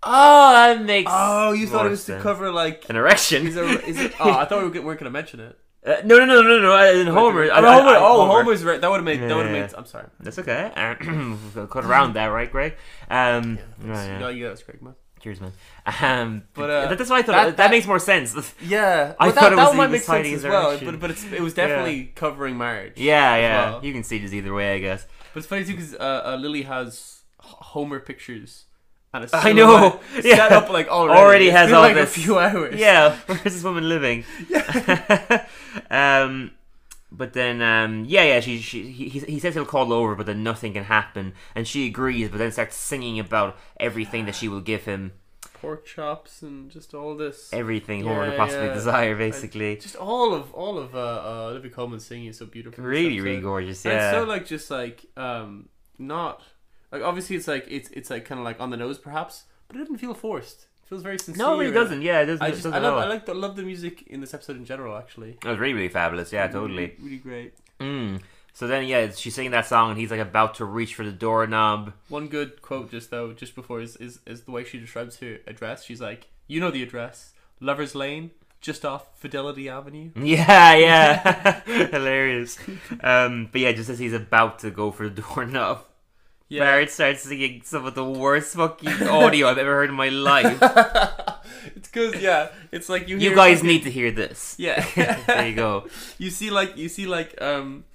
Speaker 2: Oh, that makes.
Speaker 1: Oh, you thought
Speaker 2: more
Speaker 1: it was to
Speaker 2: sense.
Speaker 1: cover like.
Speaker 2: an erection.
Speaker 1: Is there, is it, oh, I thought we were going to mention it.
Speaker 2: Uh, no, no, no, no, no. uh, In Homer. I-
Speaker 1: oh,
Speaker 2: I-
Speaker 1: Homer,
Speaker 2: I-
Speaker 1: oh, Homer's right. That would have made. That
Speaker 2: Yeah,
Speaker 1: would have
Speaker 2: yeah,
Speaker 1: made. I'm sorry.
Speaker 2: That's okay. Uh, We've got to cut around that, right, Greg? Um, right, yeah.
Speaker 1: No, you got us, Greg, man.
Speaker 2: Cheers, man. Um,
Speaker 1: But,
Speaker 2: but
Speaker 1: uh,
Speaker 2: that, that's why I thought
Speaker 1: that-
Speaker 2: that,
Speaker 1: that-
Speaker 2: makes more sense.
Speaker 1: Yeah,
Speaker 2: I
Speaker 1: but
Speaker 2: thought
Speaker 1: that,
Speaker 2: it
Speaker 1: that
Speaker 2: was
Speaker 1: might
Speaker 2: the
Speaker 1: make sense
Speaker 2: Society
Speaker 1: as well.
Speaker 2: Interaction.
Speaker 1: But but it's, it was definitely covering marriage.
Speaker 2: yeah,
Speaker 1: as
Speaker 2: yeah.
Speaker 1: well.
Speaker 2: You can see this either way, I guess.
Speaker 1: But it's funny too because uh, uh, Lily has H- Homer pictures and a
Speaker 2: I know.
Speaker 1: silhouette
Speaker 2: Yeah.
Speaker 1: set up like already.
Speaker 2: Already
Speaker 1: It's
Speaker 2: has
Speaker 1: been,
Speaker 2: all
Speaker 1: like
Speaker 2: this.
Speaker 1: a few hours.
Speaker 2: Yeah, where's this woman living? um, but then, um, yeah, yeah. She, she, he, he he says he'll call over, but then nothing can happen, and she agrees, but then starts singing about everything that she will give him,
Speaker 1: pork chops and just all this.
Speaker 2: everything Homer
Speaker 1: Yeah,
Speaker 2: could possibly
Speaker 1: yeah.
Speaker 2: desire,
Speaker 1: And
Speaker 2: basically.
Speaker 1: just all of all of uh, uh, Olivia Colman singing is so beautiful. in this
Speaker 2: really, really
Speaker 1: episode.
Speaker 2: gorgeous.
Speaker 1: And
Speaker 2: Yeah.
Speaker 1: it's so like just like um not like obviously it's like it's it's like kind of like on the nose perhaps, but it didn't feel forced. It feels very sincere.
Speaker 2: no, it really doesn't. Yeah, it doesn't.
Speaker 1: I
Speaker 2: it
Speaker 1: just
Speaker 2: doesn't
Speaker 1: I love
Speaker 2: at all.
Speaker 1: I like the, love the music in this episode in general actually.
Speaker 2: It was really, really fabulous.
Speaker 1: Mm.
Speaker 2: Yeah, totally.
Speaker 1: Really, really great.
Speaker 2: Mm. So then, yeah, she's singing that song, and he's like about to reach for the doorknob.
Speaker 1: One good quote just though, just before is, is is the way she describes her address. She's like, "You know the address, Lovers Lane, just off Fidelity Avenue."
Speaker 2: Yeah, yeah, hilarious. Um, but yeah, just as he's about to go for the doorknob,
Speaker 1: Yeah.
Speaker 2: Barrett starts singing some of the worst fucking audio I've ever heard in my life.
Speaker 1: It's because yeah, it's like you.
Speaker 2: you
Speaker 1: hear
Speaker 2: guys
Speaker 1: fucking-
Speaker 2: need to hear this.
Speaker 1: Yeah.
Speaker 2: there you go.
Speaker 1: you see like you see like um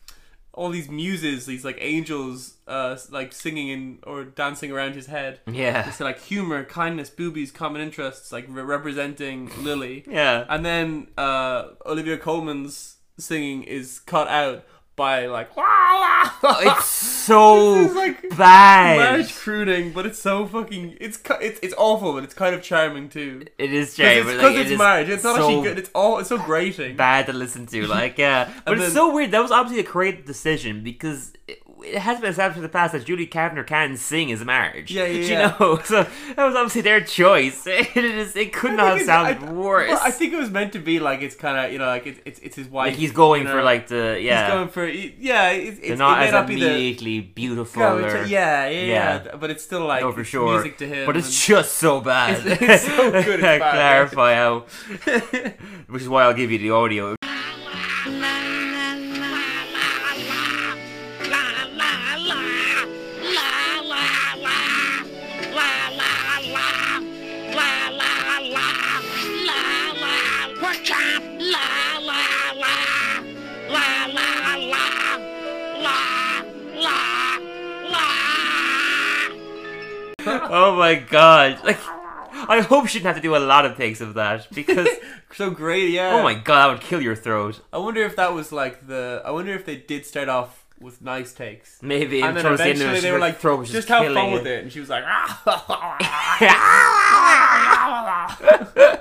Speaker 1: all these muses these like angels uh like singing in or dancing around his head
Speaker 2: Yeah,
Speaker 1: it's like humor kindness boobies common interests like re- representing lily
Speaker 2: yeah.
Speaker 1: and then uh olivia coleman's singing is cut out by like "Wah, wah."
Speaker 2: It's so
Speaker 1: This is like
Speaker 2: bad.
Speaker 1: marriage crooning but it's so fucking it's cu- it's it's awful but it's kind of charming too
Speaker 2: It
Speaker 1: because
Speaker 2: is Jay,
Speaker 1: it's,
Speaker 2: but
Speaker 1: 'cause
Speaker 2: like,
Speaker 1: it's
Speaker 2: it is
Speaker 1: marriage it's not
Speaker 2: so
Speaker 1: actually good it's all it's so grating
Speaker 2: bad to listen to. Like, yeah, but
Speaker 1: then-
Speaker 2: it's so weird. That was obviously a creative decision because it, it has been established in the past that Julie Kavner can sing as marriage.
Speaker 1: Yeah, yeah,
Speaker 2: Do
Speaker 1: yeah.
Speaker 2: You know, so that was obviously their choice. It is. It could
Speaker 1: I
Speaker 2: not have
Speaker 1: think
Speaker 2: sounded
Speaker 1: it's- I-
Speaker 2: worse.
Speaker 1: well, I think it was meant to be like it's kind of you know like it's it's, it's his wife.
Speaker 2: like he's going
Speaker 1: you know?
Speaker 2: for like the yeah.
Speaker 1: He's going for yeah. It's,
Speaker 2: they're
Speaker 1: it's
Speaker 2: not
Speaker 1: it may
Speaker 2: as
Speaker 1: not be the
Speaker 2: immediately beautiful
Speaker 1: yeah,
Speaker 2: or
Speaker 1: it's- yeah, yeah, yeah,
Speaker 2: Yeah.
Speaker 1: But it's still like
Speaker 2: no, for
Speaker 1: it's
Speaker 2: sure.
Speaker 1: music to him.
Speaker 2: but
Speaker 1: and-
Speaker 2: it's just so bad.
Speaker 1: It's- it's so good, it's bad.
Speaker 2: Clarify how, which is why I'll give you the audio. Oh my god! Like, I hope she didn't have to do a lot of takes of that because
Speaker 1: so great. Yeah.
Speaker 2: oh my god, that would kill your throat.
Speaker 1: I wonder if that was like the. I wonder if they did start off with nice takes.
Speaker 2: Maybe
Speaker 1: And then
Speaker 2: Mm. towards the end of
Speaker 1: eventually
Speaker 2: it,
Speaker 1: they
Speaker 2: she's
Speaker 1: were
Speaker 2: like,
Speaker 1: like,
Speaker 2: "Bro, we're
Speaker 1: just,
Speaker 2: just
Speaker 1: have
Speaker 2: killing
Speaker 1: fun with
Speaker 2: it."
Speaker 1: it. And she was like, ah.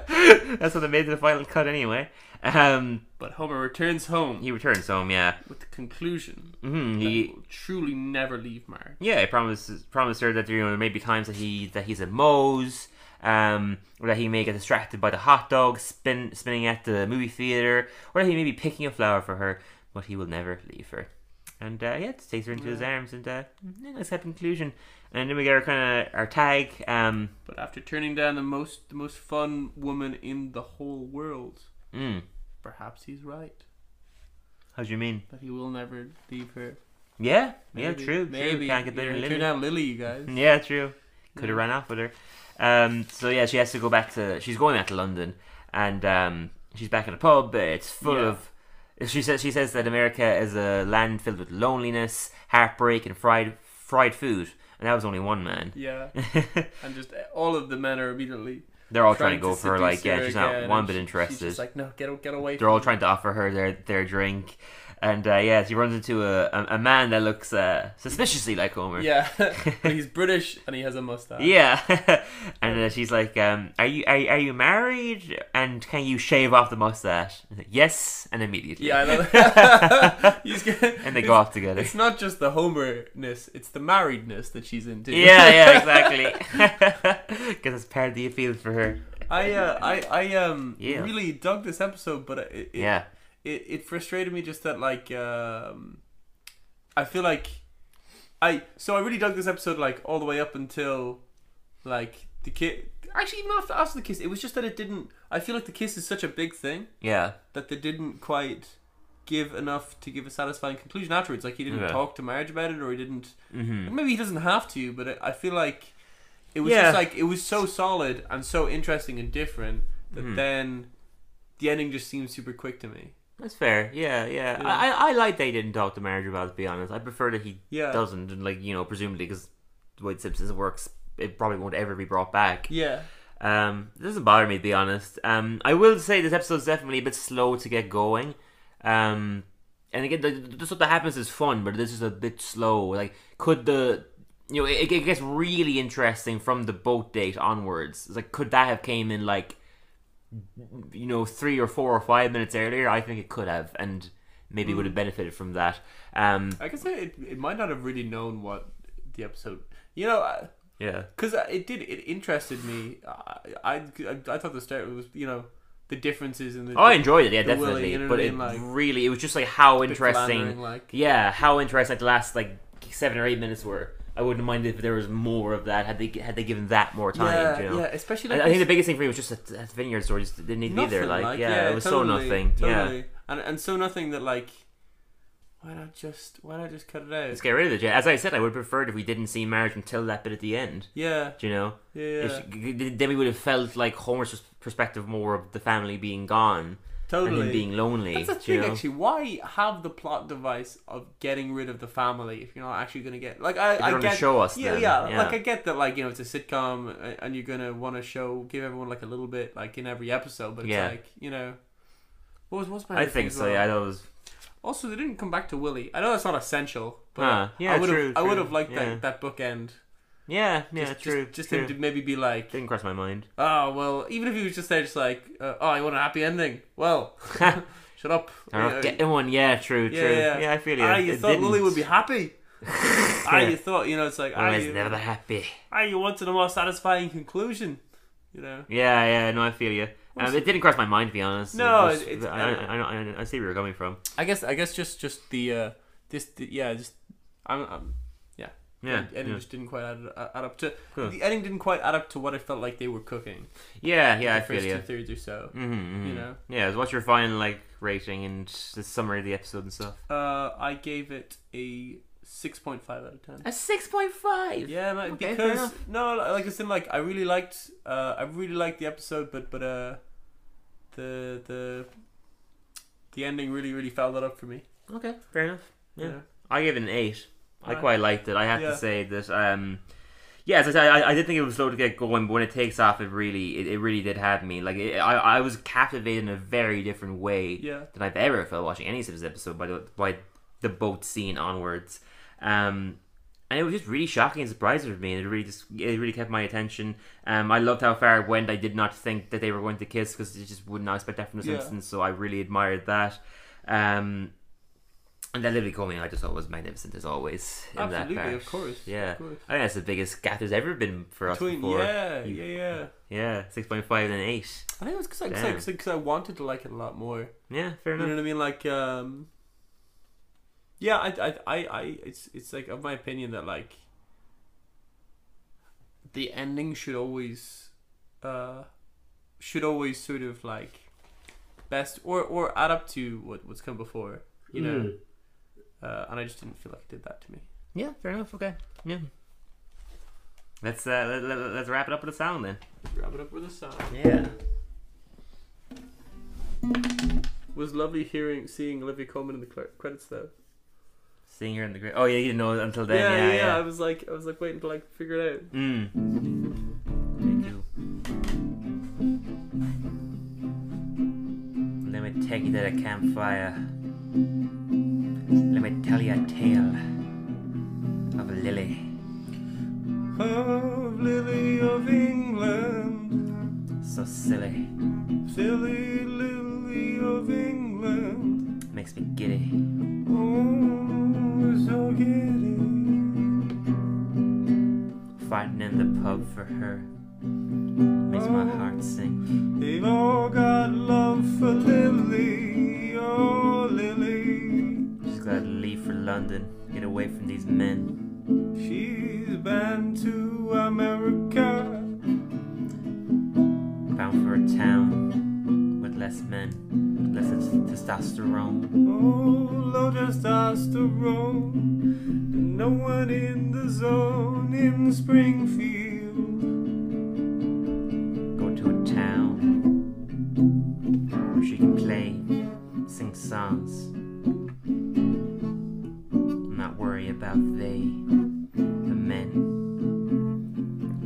Speaker 2: That's what they made to the final cut anyway. Um,
Speaker 1: But Homer returns home
Speaker 2: he returns home, yeah.
Speaker 1: with the conclusion
Speaker 2: Hmm,
Speaker 1: that he
Speaker 2: he,
Speaker 1: will truly never leave Marge.
Speaker 2: yeah, he promises promised her that you know, there may be times that he that he's at Moe's, um, or that he may get distracted by the hot dog spin spinning at the movie theater, or that he may be picking a flower for her, but he will never leave her. And uh, yeah, just takes her into his arms, and uh, yeah, nice happy conclusion. And then we get our kind of our tag. Um,
Speaker 1: But after turning down the most the most fun woman in the whole world,
Speaker 2: mm,
Speaker 1: perhaps he's right
Speaker 2: how do you mean?
Speaker 1: that he will never leave her.
Speaker 2: Yeah, yeah,
Speaker 1: Maybe-
Speaker 2: true.
Speaker 1: Maybe
Speaker 2: true. Can't get better
Speaker 1: You
Speaker 2: than
Speaker 1: know,
Speaker 2: Lily.
Speaker 1: turn down Lily, you guys.
Speaker 2: Yeah, true. Could have run off with her. Um, so yeah, she has to go back to. She's going back to London, and um, she's back in a pub. It's full
Speaker 1: Yeah.
Speaker 2: of. She says she says that America is a land filled with loneliness, heartbreak, and fried fried food. And that was only one man.
Speaker 1: Yeah, and just all of the men are immediately
Speaker 2: They're all trying, to go
Speaker 1: to
Speaker 2: for her, like
Speaker 1: seduce
Speaker 2: yeah,
Speaker 1: her
Speaker 2: she's
Speaker 1: again,
Speaker 2: not one
Speaker 1: and
Speaker 2: bit
Speaker 1: she-
Speaker 2: interested.
Speaker 1: She's just like, no, get get away.
Speaker 2: They're all trying to offer her their their drink, and uh, yeah, she runs into a, a a man that looks uh, suspiciously like Homer.
Speaker 1: Yeah, but he's British and he has a mustache.
Speaker 2: Yeah, and uh, she's like, um, "Are you are, are you married? And can you shave off the mustache?" He's like, yes, and immediately.
Speaker 1: yeah, I know. that. He's g-
Speaker 2: and they go off together.
Speaker 1: It's not just the Homerness; it's the marriedness that she's into.
Speaker 2: yeah, yeah, exactly. Because it's part of the appeal for her.
Speaker 1: I, uh, I, I, um,
Speaker 2: Yeah.
Speaker 1: really dug this episode, but it, it,
Speaker 2: Yeah,
Speaker 1: it, it frustrated me just that like um I feel like I so I really dug this episode like all the way up until like the kid actually even after after the kiss it was just that it didn't I feel like the kiss is such a big thing
Speaker 2: yeah,
Speaker 1: that they didn't quite give enough to give a satisfying conclusion afterwards like he didn't
Speaker 2: Yeah. Mm-hmm.
Speaker 1: talk to marriage about it or he didn't maybe he doesn't have to but I I feel like it was
Speaker 2: Yeah.
Speaker 1: just like it was so solid and so interesting and different that
Speaker 2: Mm-hmm.
Speaker 1: then the ending just seemed super quick to me
Speaker 2: that's fair. Yeah, yeah. I I, I like they didn't talk to marriage about it. To be honest, I prefer that he
Speaker 1: Yeah.
Speaker 2: doesn't. And like you know, presumably because the way the Simpsons works, it probably won't ever be brought back.
Speaker 1: yeah
Speaker 2: Um, it doesn't bother me to be honest. Um, I will say this episode's definitely a bit slow to get going. Um, and again, the, the stuff that happens is fun, but this is a bit slow. Like, could the you know it, it gets really interesting from the boat date onwards. It's like, could that have came in like you know three or four or five minutes earlier? I think it could have, and maybe would have benefited from that. Um,
Speaker 1: I guess it, it might not have really known what the episode. You know,
Speaker 2: yeah,
Speaker 1: because it did. It interested me. I, I, I thought the start was you know the differences in the.
Speaker 2: Oh, I enjoyed it, yeah,
Speaker 1: The Willy,
Speaker 2: definitely.
Speaker 1: you know
Speaker 2: but
Speaker 1: what I
Speaker 2: it
Speaker 1: mean, like-
Speaker 2: really, it was just like how interesting,
Speaker 1: floundering, like.
Speaker 2: yeah, how interesting the last like seven or eight minutes were. I wouldn't mind if there was more of that. Had they had they given that more time,
Speaker 1: Yeah,
Speaker 2: you know?
Speaker 1: yeah, especially.
Speaker 2: I,
Speaker 1: Like
Speaker 2: I think the
Speaker 1: this-
Speaker 2: biggest thing for me was just that, that vineyard story just didn't need to be there.
Speaker 1: nothing,
Speaker 2: Like, yeah, it was so
Speaker 1: totally,
Speaker 2: nothing.
Speaker 1: Totally.
Speaker 2: Yeah,
Speaker 1: and and so nothing that like. Why not just why not just cut it out?
Speaker 2: let's get rid of it. Yeah. As I said, I would have preferred if we didn't see marriage until that bit at the end.
Speaker 1: yeah,
Speaker 2: Do you know?
Speaker 1: yeah,
Speaker 2: If- then we would have felt like Homer's perspective more of the family being gone
Speaker 1: totally.
Speaker 2: and him being lonely.
Speaker 1: That's the
Speaker 2: do you
Speaker 1: thing,
Speaker 2: know?
Speaker 1: actually. Why have the plot device of getting rid of the family if you're not actually going to get like I,
Speaker 2: you're
Speaker 1: I
Speaker 2: gonna
Speaker 1: get
Speaker 2: show us
Speaker 1: yeah,
Speaker 2: then,
Speaker 1: yeah
Speaker 2: yeah.
Speaker 1: like I get that like you know it's a sitcom uh, and you're going to want to show give everyone like a little bit like in every episode but it's
Speaker 2: Yeah.
Speaker 1: like you know what was what's my
Speaker 2: I
Speaker 1: other thing
Speaker 2: think
Speaker 1: as
Speaker 2: so.
Speaker 1: well?
Speaker 2: Yeah, I thought it was
Speaker 1: also they didn't come back to Willie I know that's not essential but
Speaker 2: Huh, yeah,
Speaker 1: I would
Speaker 2: true,
Speaker 1: have I would
Speaker 2: true,
Speaker 1: have liked
Speaker 2: yeah.
Speaker 1: that that bookend
Speaker 2: Yeah, yeah,
Speaker 1: just,
Speaker 2: true.
Speaker 1: just, just
Speaker 2: true.
Speaker 1: him to maybe be like
Speaker 2: didn't cross my mind.
Speaker 1: oh well even if he was just there just like uh, oh I want a happy ending well shut up
Speaker 2: I
Speaker 1: You know,
Speaker 2: don't get one. Yeah, true, true. Yeah, I feel you.
Speaker 1: Ah, you
Speaker 2: It
Speaker 1: thought Lily
Speaker 2: didn't.
Speaker 1: would be happy. ah, you thought, you know, it's like,
Speaker 2: I
Speaker 1: ah,
Speaker 2: was
Speaker 1: you,
Speaker 2: never happy.
Speaker 1: ah, you wanted a more satisfying conclusion, you know?
Speaker 2: Yeah, yeah. No, I feel you. Um, it didn't cross my mind to be honest.
Speaker 1: No,
Speaker 2: It was-
Speaker 1: it's-
Speaker 2: I, I, I, I, I see where you're coming from.
Speaker 1: I guess, I guess just, just the, uh, this, the, yeah, just, I'm, I'm yeah.
Speaker 2: Yeah,
Speaker 1: The ending
Speaker 2: yeah.
Speaker 1: just didn't quite add, uh, add up to,
Speaker 2: Cool.
Speaker 1: the ending didn't quite add up to what I felt like they were cooking.
Speaker 2: Yeah, yeah, I
Speaker 1: the
Speaker 2: feel
Speaker 1: first
Speaker 2: you.
Speaker 1: two thirds or so,
Speaker 2: Mm-hmm.
Speaker 1: you know?
Speaker 2: Yeah, so what's your final like rating and the summary of the episode and stuff?
Speaker 1: Uh, I gave it a 6.5 out of 10.
Speaker 2: A six point five.
Speaker 1: Yeah, no,
Speaker 2: Okay, fair
Speaker 1: because
Speaker 2: enough.
Speaker 1: no, like I said, like I really liked, uh, I really liked the episode, but but uh, the the the ending really really fouled that up for me.
Speaker 2: Okay, fair enough.
Speaker 1: you
Speaker 2: Yeah.
Speaker 1: know?
Speaker 2: I gave it an eight. I
Speaker 1: Alright.
Speaker 2: quite liked it. I have
Speaker 1: Yeah.
Speaker 2: to say that. Um, yeah, as I said, I, I did think it was slow to get going, but when it takes off, it really, it, it really did have me. Like, it, I, I was captivated in a very different way
Speaker 1: Yeah.
Speaker 2: than I've ever felt watching any Simpsons episode by the, by the boat scene onwards. Um, and it was just really shocking and surprising for me, and it really just it really kept my attention. Um, I loved how far it went. I did not think that they were going to kiss because I just would not expect that from The
Speaker 1: Yeah.
Speaker 2: Simpsons. So I really admired that. Um, and that Lily Coming, I just thought was magnificent as always. In
Speaker 1: Absolutely,
Speaker 2: that part.
Speaker 1: of course, of
Speaker 2: Yeah,
Speaker 1: course.
Speaker 2: I think that's the biggest gap there's ever been for us
Speaker 1: Between,
Speaker 2: before.
Speaker 1: yeah, yeah, yeah.
Speaker 2: yeah, six point five and eight.
Speaker 1: I think it was because I,
Speaker 2: Damn.
Speaker 1: cause I, 'cause I wanted to like it a lot more.
Speaker 2: Yeah, fair
Speaker 1: You know
Speaker 2: enough.
Speaker 1: what I mean? Like, um, yeah, I, I, I, I, it's, it's like of my opinion that like the ending should always, uh, should always sort of like best or or add up to what what's come before, you
Speaker 2: Hmm.
Speaker 1: know. Uh, and I just didn't feel like it did that to me.
Speaker 2: Yeah, fair enough. Okay. Yeah. Let's uh let, let, let's wrap it up with a sound then.
Speaker 1: Wrap it up with a song.
Speaker 2: Yeah.
Speaker 1: It was lovely hearing, seeing Olivia Coleman in the cl- credits though.
Speaker 2: Seeing her in the grave. Oh yeah, you didn't know until then.
Speaker 1: yeah,
Speaker 2: Yeah, yeah.
Speaker 1: I was like, I was like waiting to like figure it out.
Speaker 2: Mm. Thank you. Let me take you to the campfire. Let me tell you a tale of Lily.
Speaker 1: Of Lily of England,
Speaker 2: So silly,
Speaker 1: silly Lily of England,
Speaker 2: makes me giddy.
Speaker 1: oh, so giddy.
Speaker 2: Fighting in the pub for her makes my heart sink.
Speaker 1: They've all got love for Lily, oh Lily.
Speaker 2: She's gotta leave for London, get away from these men.
Speaker 1: She's bound to America.
Speaker 2: Bound for a town with less men, less testosterone.
Speaker 1: Oh, low testosterone. No one in the zone in Springfield.
Speaker 2: go to a town where she can play, sing songs, not worry about they, the men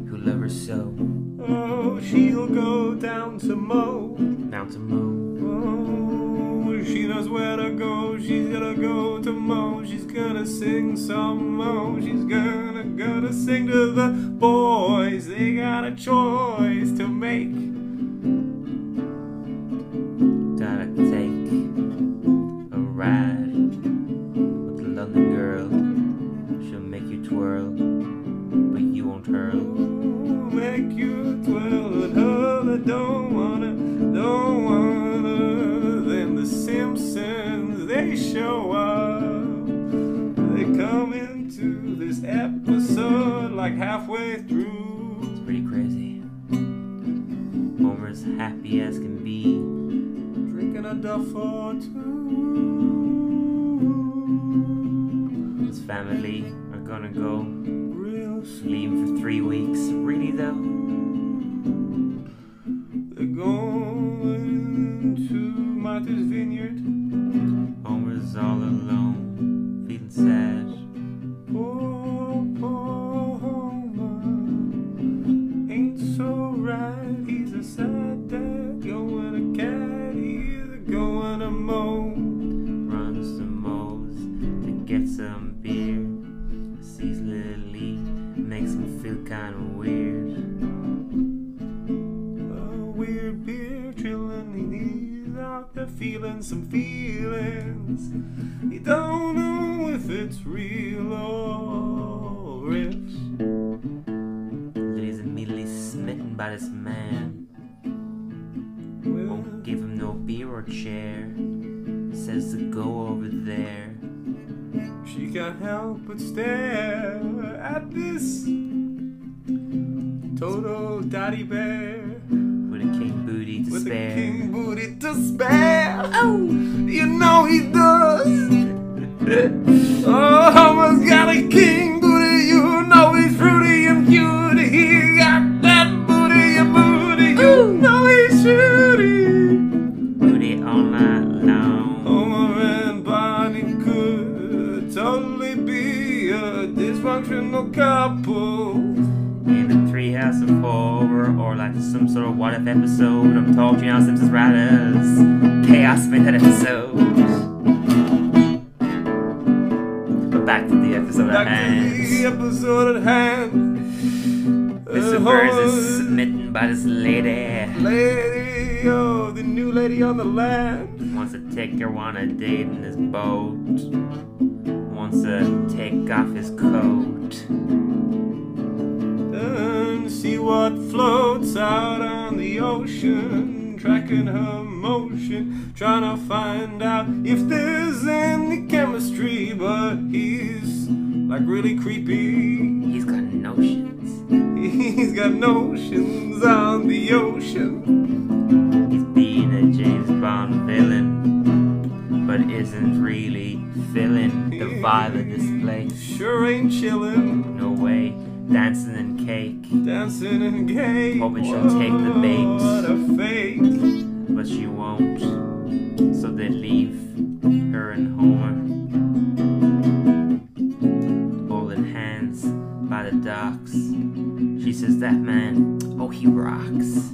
Speaker 2: who love her so.
Speaker 1: Oh, she'll go down to Mo.
Speaker 2: Down to Mo,
Speaker 1: Oh, she knows where to go. She's gonna go to Mo. She's gonna sing some Mo. She's gonna go to sing to the boys. They got a choice to make.
Speaker 2: gotta take a ride with the London girl. She'll make you twirl, but you won't twirl.
Speaker 1: Make you twirl and hurl. I don't wanna, don't wanna. Then the Simpsons they show up. They come into this episode like halfway through.
Speaker 2: Pretty crazy. Homer's happy as can be.
Speaker 1: Drinking a duff or two.
Speaker 2: His family are gonna go
Speaker 1: Real soon
Speaker 2: leave him for three weeks. Really though?
Speaker 1: they're going to Martha's Vineyard.
Speaker 2: Homer's all alone, feeling sad.
Speaker 1: Poor, poor Homer ain't so right. He's a sad dad, going a cat, he's a going a moan.
Speaker 2: Runs to Moe's to get some beer. Sees Lily, makes him feel kinda weird.
Speaker 1: A weird beer trilling, he knees out there feeling some feelings. He don't know if it's real or if.
Speaker 2: Lily's immediately smitten by this man. Won't give him no beer or chair. Says to go over there.
Speaker 1: She can't help but stare at this total daddy bear
Speaker 2: With a king booty to
Speaker 1: with a
Speaker 2: spare.
Speaker 1: king booty to spare. Oh, you know he does. oh, Homer's got a king booty. You know he's fruity and cute. He got that booty, a booty. You know he's shooty.
Speaker 2: Booty all night long.
Speaker 1: Homer and Bonnie could totally be a dysfunctional couple.
Speaker 2: In the three house of horror, or like some sort of what if episode. I'm talking now Simpsons writers. Chaos made that episode. episode at hand.
Speaker 1: episode at hand.
Speaker 2: Mr. Burns is smitten by this lady.
Speaker 1: lady, oh, the new lady on the land.
Speaker 2: Wants to take her on a date in his boat. Wants to take off his coat.
Speaker 1: And see what floats out on the ocean. Tracking her motion, trying to find out if there's any chemistry. But he's like really creepy.
Speaker 2: He's got notions.
Speaker 1: He's got notions on the ocean.
Speaker 2: He's being a James Bond villain, but isn't really feeling the vibe of this place.
Speaker 1: Sure ain't chillin',
Speaker 2: No way. Dancing and cake,
Speaker 1: dancing and gay.
Speaker 2: Hoping she'll take the bait.
Speaker 1: What a fate.
Speaker 2: but she won't. So they leave her and Homer, holding hands by the docks. She says, That man, oh, he rocks.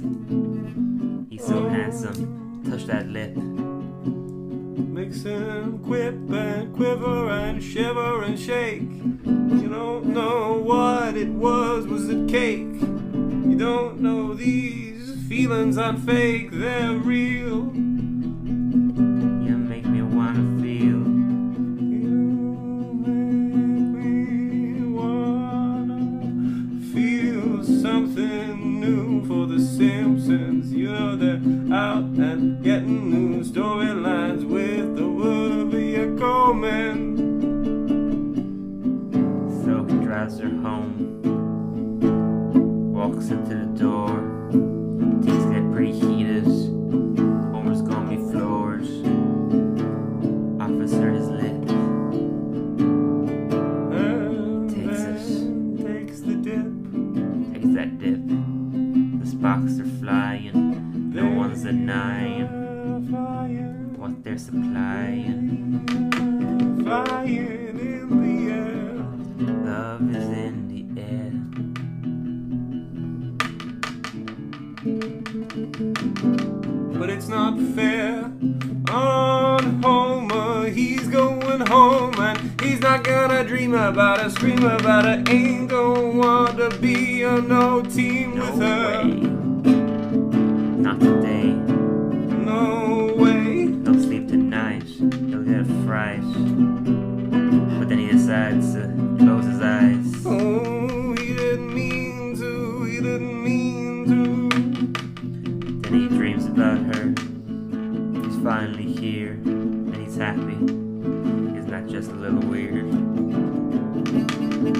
Speaker 2: He's so handsome. Touch that lip.
Speaker 1: Makes him quip and quiver and shiver and shake. You don't know what it was, was it cake? You don't know these feelings aren't fake, they're real.
Speaker 2: You make me wanna feel.
Speaker 1: You make me wanna feel Something new for the Simpsons. You're there out and getting new storylines with the Olivia Coleman.
Speaker 2: So he drives her home, walks into the door. Things get pretty heated. Homer's gonna be floored. Offers her his lip. Takes
Speaker 1: And Takes the dip.
Speaker 2: Takes that dip. The sparks are flying. No one's denying
Speaker 1: Flying,
Speaker 2: what they're supplying.
Speaker 1: flying in the air.
Speaker 2: Love is in the air.
Speaker 1: But it's not fair on Homer. He's going home and he's not gonna dream about her, scream about her. Ain't gonna want to be on no team
Speaker 2: No
Speaker 1: with her.
Speaker 2: way. Not today.
Speaker 1: No way.
Speaker 2: He'll sleep tonight. He'll get a fright. But then he decides to close his eyes.
Speaker 1: Oh, he didn't mean to, he didn't mean to.
Speaker 2: Then he dreams about her. He's finally here. And he's happy. He's not just a little weird.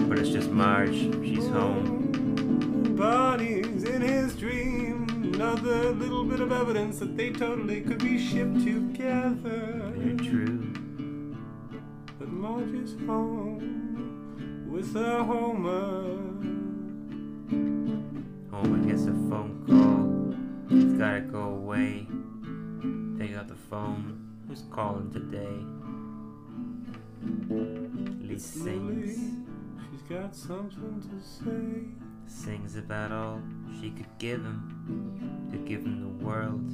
Speaker 2: But it's just Marge. She's home.
Speaker 1: Bodies in his dream. Another little bit of evidence that they totally could be shipped together.
Speaker 2: They're true.
Speaker 1: But Marge is home with a Homer.
Speaker 2: Homer gets a phone call. He's gotta go away. Pick up the phone. Who's calling today? Lisa
Speaker 1: Lily,
Speaker 2: sings.
Speaker 1: she's got something to say.
Speaker 2: sings about all she could give him to give him the world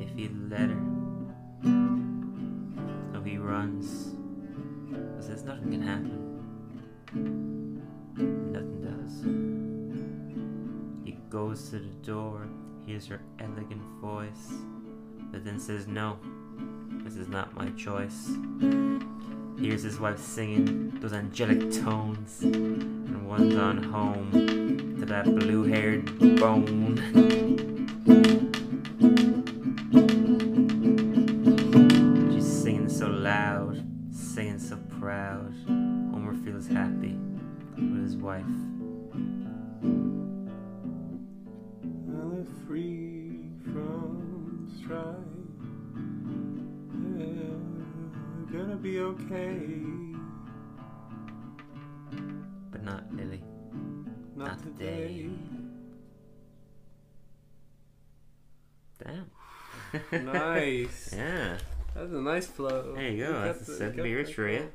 Speaker 2: if he'd let her. So he runs. But says nothing can happen. Nothing does. He goes to the door, hears her elegant voice, but then says no. This is not my choice. Hears his wife singing those angelic tones, and one's on home to that blue haired bone. She's singing so loud, singing so proud. Homer feels happy with his wife.
Speaker 1: Now they're free from strife. They're gonna be okay.
Speaker 2: But not Lily.
Speaker 1: Not
Speaker 2: Not
Speaker 1: today.
Speaker 2: today. Damn.
Speaker 1: Nice.
Speaker 2: Yeah.
Speaker 1: That was a nice flow.
Speaker 2: There you go.
Speaker 1: got the-
Speaker 2: That's
Speaker 1: Ah.
Speaker 2: the
Speaker 1: you
Speaker 2: seven
Speaker 1: got
Speaker 2: beers
Speaker 1: the-
Speaker 2: for you.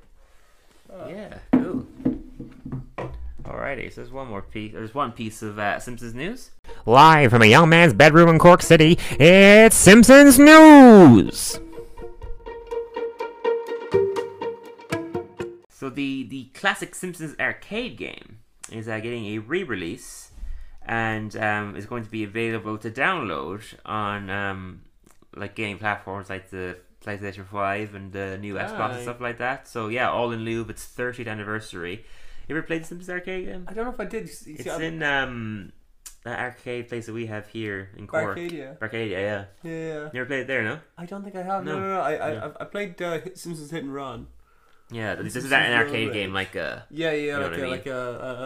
Speaker 2: Yeah. Cool. Alrighty, so there's one more piece. There's one piece of uh, Simpsons news.
Speaker 6: Live from a young man's bedroom in Cork City, it's Simpsons News!
Speaker 2: So the the classic Simpsons arcade game is uh, getting a re-release, and um, is going to be available to download on um, like game platforms like the PlayStation Five and the new Xbox
Speaker 1: Aye.
Speaker 2: and stuff like that. So yeah, all in lieu of its 30th anniversary. You ever played the Simpsons arcade game?
Speaker 1: I don't know if I did. You see,
Speaker 2: It's
Speaker 1: I-
Speaker 2: in um that arcade place that we have here in Cork.
Speaker 1: Arcadia.
Speaker 2: Arcadia, yeah.
Speaker 1: yeah, yeah.
Speaker 2: You ever played it there, no?
Speaker 1: I don't think I have. No,
Speaker 2: No.
Speaker 1: no, no. I, I, I, I played uh, Hit- Simpsons Hit and Run.
Speaker 2: Yeah, this is
Speaker 1: Simpsons
Speaker 2: that an
Speaker 1: Road
Speaker 2: arcade
Speaker 1: Rage.
Speaker 2: game like a
Speaker 1: Yeah, yeah,
Speaker 2: know
Speaker 1: like,
Speaker 2: what I
Speaker 1: a,
Speaker 2: mean?
Speaker 1: like a,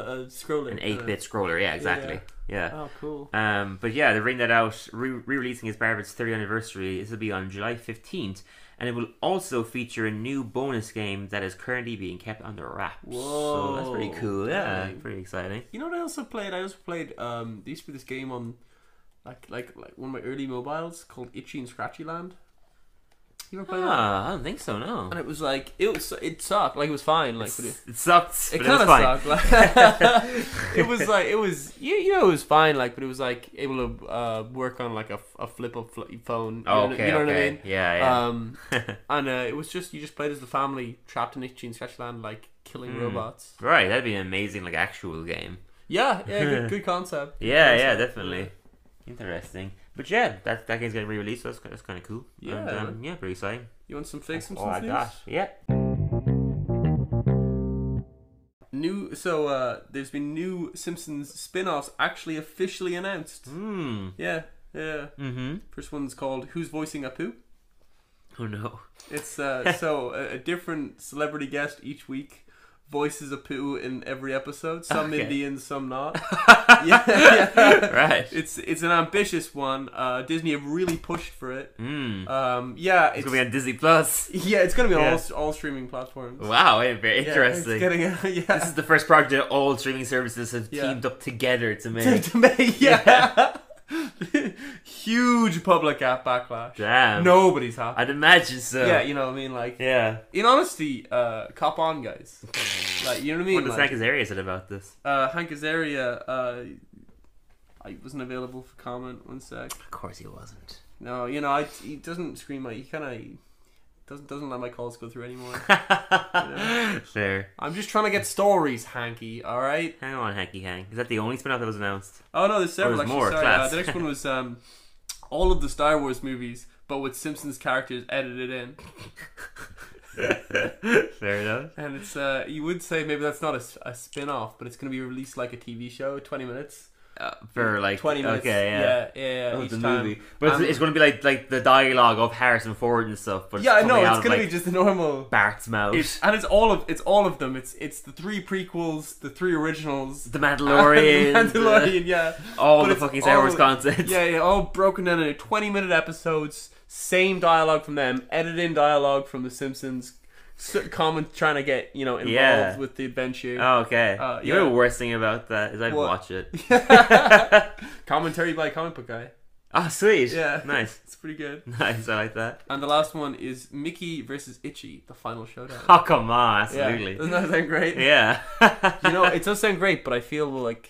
Speaker 1: a, a- a scrolling.
Speaker 2: an
Speaker 1: uh,
Speaker 2: eight bit scroller. Yeah, exactly. Yeah.
Speaker 1: Oh, cool.
Speaker 2: Um, but yeah, they're bringing that out, re releasing as part of its 30th anniversary. This will be on July 15th, and it will also feature a new bonus game that is currently being kept under wraps. So that's pretty
Speaker 1: Whoa.
Speaker 2: cool. Yeah,
Speaker 1: Dang.
Speaker 2: pretty exciting.
Speaker 1: You know what I also played? I also played. Um, there used to be this game on, like, like, like one of my early mobiles called Itchy and Scratchy Land. You ever play that?
Speaker 2: Ah, I don't think so,
Speaker 1: And
Speaker 2: no.
Speaker 1: it was like it was it sucked. Like it was fine. Like but it,
Speaker 2: It sucked.
Speaker 1: it
Speaker 2: but
Speaker 1: kind
Speaker 2: was
Speaker 1: of
Speaker 2: fine.
Speaker 1: sucked. Like, it was like it was you, you know it was fine. Like but it was like able to uh, work on like a, f- a flip up fl- phone. You know,
Speaker 2: okay,
Speaker 1: you know
Speaker 2: okay.
Speaker 1: what I mean?
Speaker 2: Yeah, yeah.
Speaker 1: Um, and uh, it was just you just played as the family trapped in Itchy and Scratchy Land, like killing
Speaker 2: Hmm.
Speaker 1: robots.
Speaker 2: right, that'd be an amazing, like, actual game.
Speaker 1: Yeah, yeah, good, good concept. Good
Speaker 2: Yeah,
Speaker 1: concept.
Speaker 2: yeah, definitely. Interesting. But yeah, that, that game's getting re released, so that's, that's kind of cool.
Speaker 1: Yeah.
Speaker 2: And, um, yeah, pretty exciting.
Speaker 1: You want some fake
Speaker 2: Oh, I
Speaker 1: Simpsons news?
Speaker 2: got. Yeah.
Speaker 1: New. So uh, there's been new Simpsons spin-offs actually officially announced.
Speaker 2: Hmm.
Speaker 1: Yeah, yeah.
Speaker 2: Mm-hmm.
Speaker 1: First one's called "Who's Voicing Apu."
Speaker 2: Oh, no.
Speaker 1: It's uh, so a, a different celebrity guest each week voices Apu in every episode. Some
Speaker 2: Okay.
Speaker 1: Indian, some not. yeah, yeah.
Speaker 2: Right.
Speaker 1: It's it's an ambitious one. Uh, Disney have really pushed for it.
Speaker 2: Hmm.
Speaker 1: Um, yeah, it's,
Speaker 2: It's gonna be on Disney Plus.
Speaker 1: yeah, it's gonna be on
Speaker 2: Yeah.
Speaker 1: all, all streaming platforms.
Speaker 2: Wow, eh, very
Speaker 1: Yeah,
Speaker 2: interesting.
Speaker 1: it's getting a, yeah.
Speaker 2: This is the first project that all streaming services have
Speaker 1: Yeah.
Speaker 2: teamed up together to
Speaker 1: to,
Speaker 2: make.
Speaker 1: to make yeah. Huge public app backlash.
Speaker 2: Damn.
Speaker 1: Nobody's happy.
Speaker 2: I'd imagine so.
Speaker 1: yeah, you know what I mean. Like,
Speaker 2: Yeah.
Speaker 1: in honesty, uh, cop on, guys. like, you know what I
Speaker 2: What
Speaker 1: mean.
Speaker 2: does
Speaker 1: Like,
Speaker 2: Hank Azaria said about this?
Speaker 1: uh, Hank Azaria, uh, I wasn't available for comment. One sec.
Speaker 2: Of course he wasn't.
Speaker 1: No, you know, I, he doesn't scream my. He kind of doesn't doesn't let my calls go through anymore.
Speaker 2: Fair.
Speaker 1: I'm just trying to get stories, Hanky. All right.
Speaker 2: Hang on, Hanky Hank. Is that the only spin-off that was announced?
Speaker 1: Oh no, there's several.
Speaker 2: there's
Speaker 1: actually,
Speaker 2: more,
Speaker 1: sorry. Uh,
Speaker 2: class.
Speaker 1: the next one was um, all of the Star Wars movies, but with Simpsons characters edited in.
Speaker 2: Fair enough.
Speaker 1: And it's uh, you would say maybe that's not a, s- a spin off, but it's going to be released like a TV show, twenty minutes.
Speaker 2: Uh, for like
Speaker 1: twenty minutes.
Speaker 2: Okay, yeah.
Speaker 1: yeah, yeah. yeah,
Speaker 2: Of
Speaker 1: each
Speaker 2: the
Speaker 1: time.
Speaker 2: movie, but it's,
Speaker 1: Um,
Speaker 2: it's going to be like like the dialogue of Harrison Ford and stuff. But
Speaker 1: yeah, I know
Speaker 2: coming out
Speaker 1: it's
Speaker 2: of,
Speaker 1: going to
Speaker 2: like,
Speaker 1: be just the normal.
Speaker 2: Bart's mouth.
Speaker 1: It's, and it's all of it's all of them. It's it's the three prequels, the three originals,
Speaker 2: the Mandalorian.
Speaker 1: and the
Speaker 2: the-
Speaker 1: Mandalorian, yeah.
Speaker 2: all
Speaker 1: But
Speaker 2: the
Speaker 1: it's
Speaker 2: fucking Star Wars
Speaker 1: all-
Speaker 2: content.
Speaker 1: Yeah, yeah, all broken down into 20 minute episodes, same dialogue from them, edited in dialogue from The Simpsons, s- comment trying to get, you know, involved
Speaker 2: Yeah.
Speaker 1: with the adventure.
Speaker 2: Oh, okay.
Speaker 1: Uh,
Speaker 2: You know
Speaker 1: yeah.
Speaker 2: the worst thing about that is I'd
Speaker 1: What?
Speaker 2: watch it.
Speaker 1: Commentary by comic book guy.
Speaker 2: Oh, sweet.
Speaker 1: Yeah.
Speaker 2: Nice.
Speaker 1: It's pretty good.
Speaker 2: Nice. I like that.
Speaker 1: And the last one is Mickey versus Itchy, the final showdown.
Speaker 2: Oh, come on.
Speaker 1: Yeah.
Speaker 2: Absolutely.
Speaker 1: Doesn't that sound great?
Speaker 2: Yeah.
Speaker 1: You know, it does sound great, but I feel like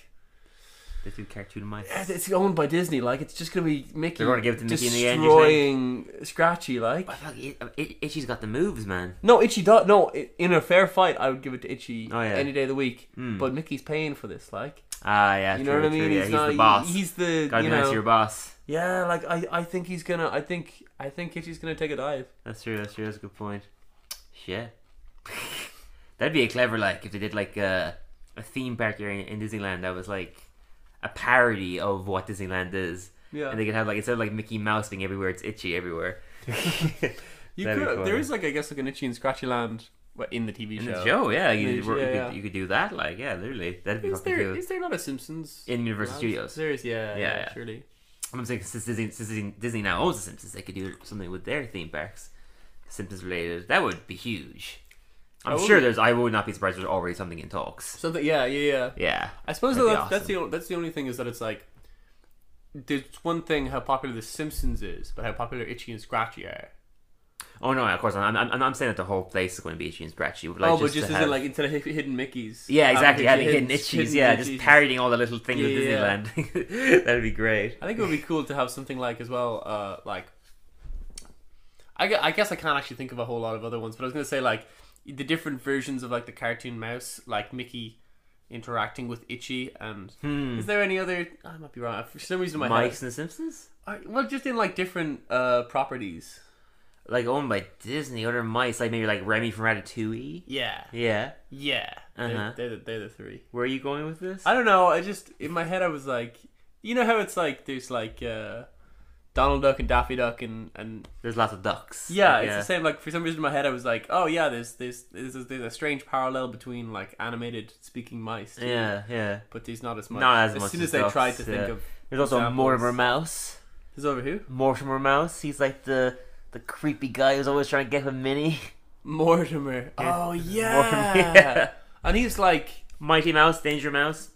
Speaker 2: they do cartoon mice.
Speaker 1: it's owned by Disney. Like it's just gonna be Mickey.
Speaker 2: They're gonna give it to Mickey in the end, you
Speaker 1: destroying Scratchy. Like
Speaker 2: Oh, fuck, it, it, Itchy's got the moves, man.
Speaker 1: No, Itchy does. No, i- in a fair fight, I would give it to Itchy
Speaker 2: Oh, yeah.
Speaker 1: any day of the week. But Mickey's paying for this, like
Speaker 2: Ah, yeah.
Speaker 1: you
Speaker 2: true,
Speaker 1: know what I
Speaker 2: true,
Speaker 1: mean.
Speaker 2: Yeah, he's,
Speaker 1: not-
Speaker 2: the boss.
Speaker 1: He's the
Speaker 2: Gotta
Speaker 1: you
Speaker 2: be nice
Speaker 1: know.
Speaker 2: to your boss.
Speaker 1: Yeah, like I, I think he's gonna. I think, I think Itchy's gonna take a dive.
Speaker 2: That's true. That's true. That's a good point. Shit. That'd be a clever like if they did like a a theme park here in, in Disneyland that was like a parody of what Disneyland is.
Speaker 1: Yeah.
Speaker 2: And they could have like instead of like Mickey Mouse being everywhere, it's itchy everywhere.
Speaker 1: You
Speaker 2: That'd be
Speaker 1: could.
Speaker 2: cool.
Speaker 1: There is like I guess like an Itchy and Scratchy Land well, in the TV
Speaker 2: In
Speaker 1: show.
Speaker 2: the show, yeah, you,
Speaker 1: Yeah,
Speaker 2: could, work- you,
Speaker 1: yeah.
Speaker 2: could, you could do that. Like, yeah, literally, that'd be
Speaker 1: Is
Speaker 2: fucking
Speaker 1: there
Speaker 2: cool.
Speaker 1: is there not a Simpsons
Speaker 2: In Universal
Speaker 1: land?
Speaker 2: Studios.
Speaker 1: There is, yeah, yeah,
Speaker 2: yeah.
Speaker 1: surely.
Speaker 2: I'm saying since Disney, since Disney, Disney now owns the Simpsons, they could do something with their theme parks, Simpsons related. That would be huge. I'm
Speaker 1: would
Speaker 2: sure
Speaker 1: be-
Speaker 2: there's. I would not be surprised. There's already something in talks.
Speaker 1: Something, yeah, yeah, yeah.
Speaker 2: Yeah.
Speaker 1: I suppose
Speaker 2: That'd
Speaker 1: though,
Speaker 2: be
Speaker 1: that's, that's the only, that's the only thing is that it's like there's one thing how popular The Simpsons is, but how popular Itchy and Scratchy are.
Speaker 2: Oh no! Of course, I'm. I'm, I'm saying that the whole place is going to be itchy and scratchy. Like,
Speaker 1: oh, but
Speaker 2: to
Speaker 1: just as
Speaker 2: have-
Speaker 1: in like instead of hi- hidden Mickey's.
Speaker 2: yeah, exactly.
Speaker 1: having
Speaker 2: Having hidden itchies, yeah, just
Speaker 1: Mickeys.
Speaker 2: parodying all the little things of
Speaker 1: Yeah, yeah.
Speaker 2: Disneyland. That'd be great.
Speaker 1: I think it would be cool to have something like as well, uh, like. I, gue- I guess I can't actually think of a whole lot of other ones, but I was gonna say like the different versions of like the cartoon mouse, like Mickey interacting with Itchy, and is there any other? I might be wrong. For some reason, in my
Speaker 2: Mike's
Speaker 1: head.
Speaker 2: and the Simpsons?
Speaker 1: I- well, just in like different uh properties.
Speaker 2: Like owned by Disney, other mice, like maybe like Remy from Ratatouille.
Speaker 1: Yeah,
Speaker 2: Yeah.
Speaker 1: yeah.
Speaker 2: Uh-huh.
Speaker 1: They're, they're, the, they're the three.
Speaker 2: Where are you going with this?
Speaker 1: I don't know. I just in my head I was like, you know how it's like there's like uh, Donald Duck and Daffy Duck and and
Speaker 2: There's lots of ducks.
Speaker 1: yeah, it's the same. Like for some reason in my head I was like, oh yeah, there's there's there's, there's a strange parallel between like animated speaking mice. too.
Speaker 2: Yeah, yeah.
Speaker 1: But there's not as much.
Speaker 2: Not as
Speaker 1: as
Speaker 2: much
Speaker 1: soon
Speaker 2: as
Speaker 1: as they
Speaker 2: ducks,
Speaker 1: tried to think
Speaker 2: yeah.
Speaker 1: of.
Speaker 2: There's also
Speaker 1: examples.
Speaker 2: Mortimer Mouse.
Speaker 1: Is over who?
Speaker 2: Mortimer Mouse. He's like the the creepy guy who's always trying to get with Minnie.
Speaker 1: Mortimer. Oh yeah.
Speaker 2: yeah.
Speaker 1: And he's like,
Speaker 2: Mighty Mouse, Danger Mouse.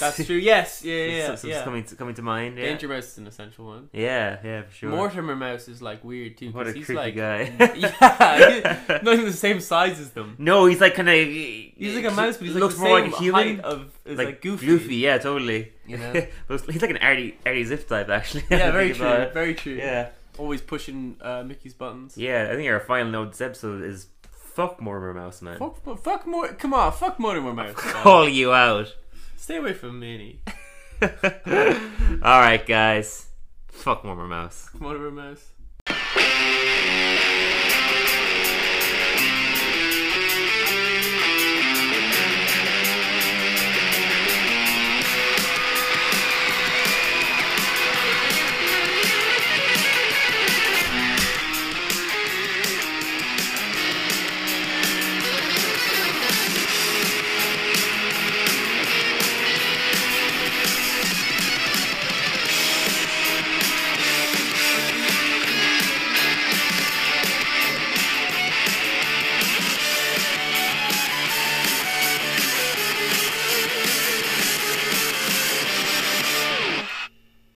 Speaker 1: that's true. Yes. Yeah.
Speaker 2: It's-
Speaker 1: Yeah.
Speaker 2: it's- it's
Speaker 1: yeah.
Speaker 2: coming to, coming to mind. Yeah.
Speaker 1: Danger Mouse is an essential one.
Speaker 2: Yeah, yeah, for sure.
Speaker 1: Mortimer Mouse is like weird too.
Speaker 2: what a
Speaker 1: 'cause he's
Speaker 2: creepy
Speaker 1: like,
Speaker 2: guy.
Speaker 1: yeah, he- not even the same size as them.
Speaker 2: no, he's like kind of. He's
Speaker 1: He's like a mouse, but he's
Speaker 2: looks
Speaker 1: like the same
Speaker 2: more like a human.
Speaker 1: height of as like,
Speaker 2: like,
Speaker 1: goofy.
Speaker 2: yeah, totally.
Speaker 1: You know?
Speaker 2: But he's like an Artie, Artie Ziff type, actually.
Speaker 1: Yeah,
Speaker 2: I
Speaker 1: very
Speaker 2: think
Speaker 1: true.
Speaker 2: about it.
Speaker 1: Very true.
Speaker 2: Yeah,
Speaker 1: Always pushing uh, Mickey's buttons.
Speaker 2: yeah. I think our final note this episode is fuck Mortimer Mouse, man.
Speaker 1: Fuck, fuck, fuck more. Come on, fuck Mortimer Mouse.
Speaker 2: Call you out.
Speaker 1: Stay away from Minnie.
Speaker 2: All right, guys. Fuck Mortimer Mouse.
Speaker 1: Mortimer Mouse.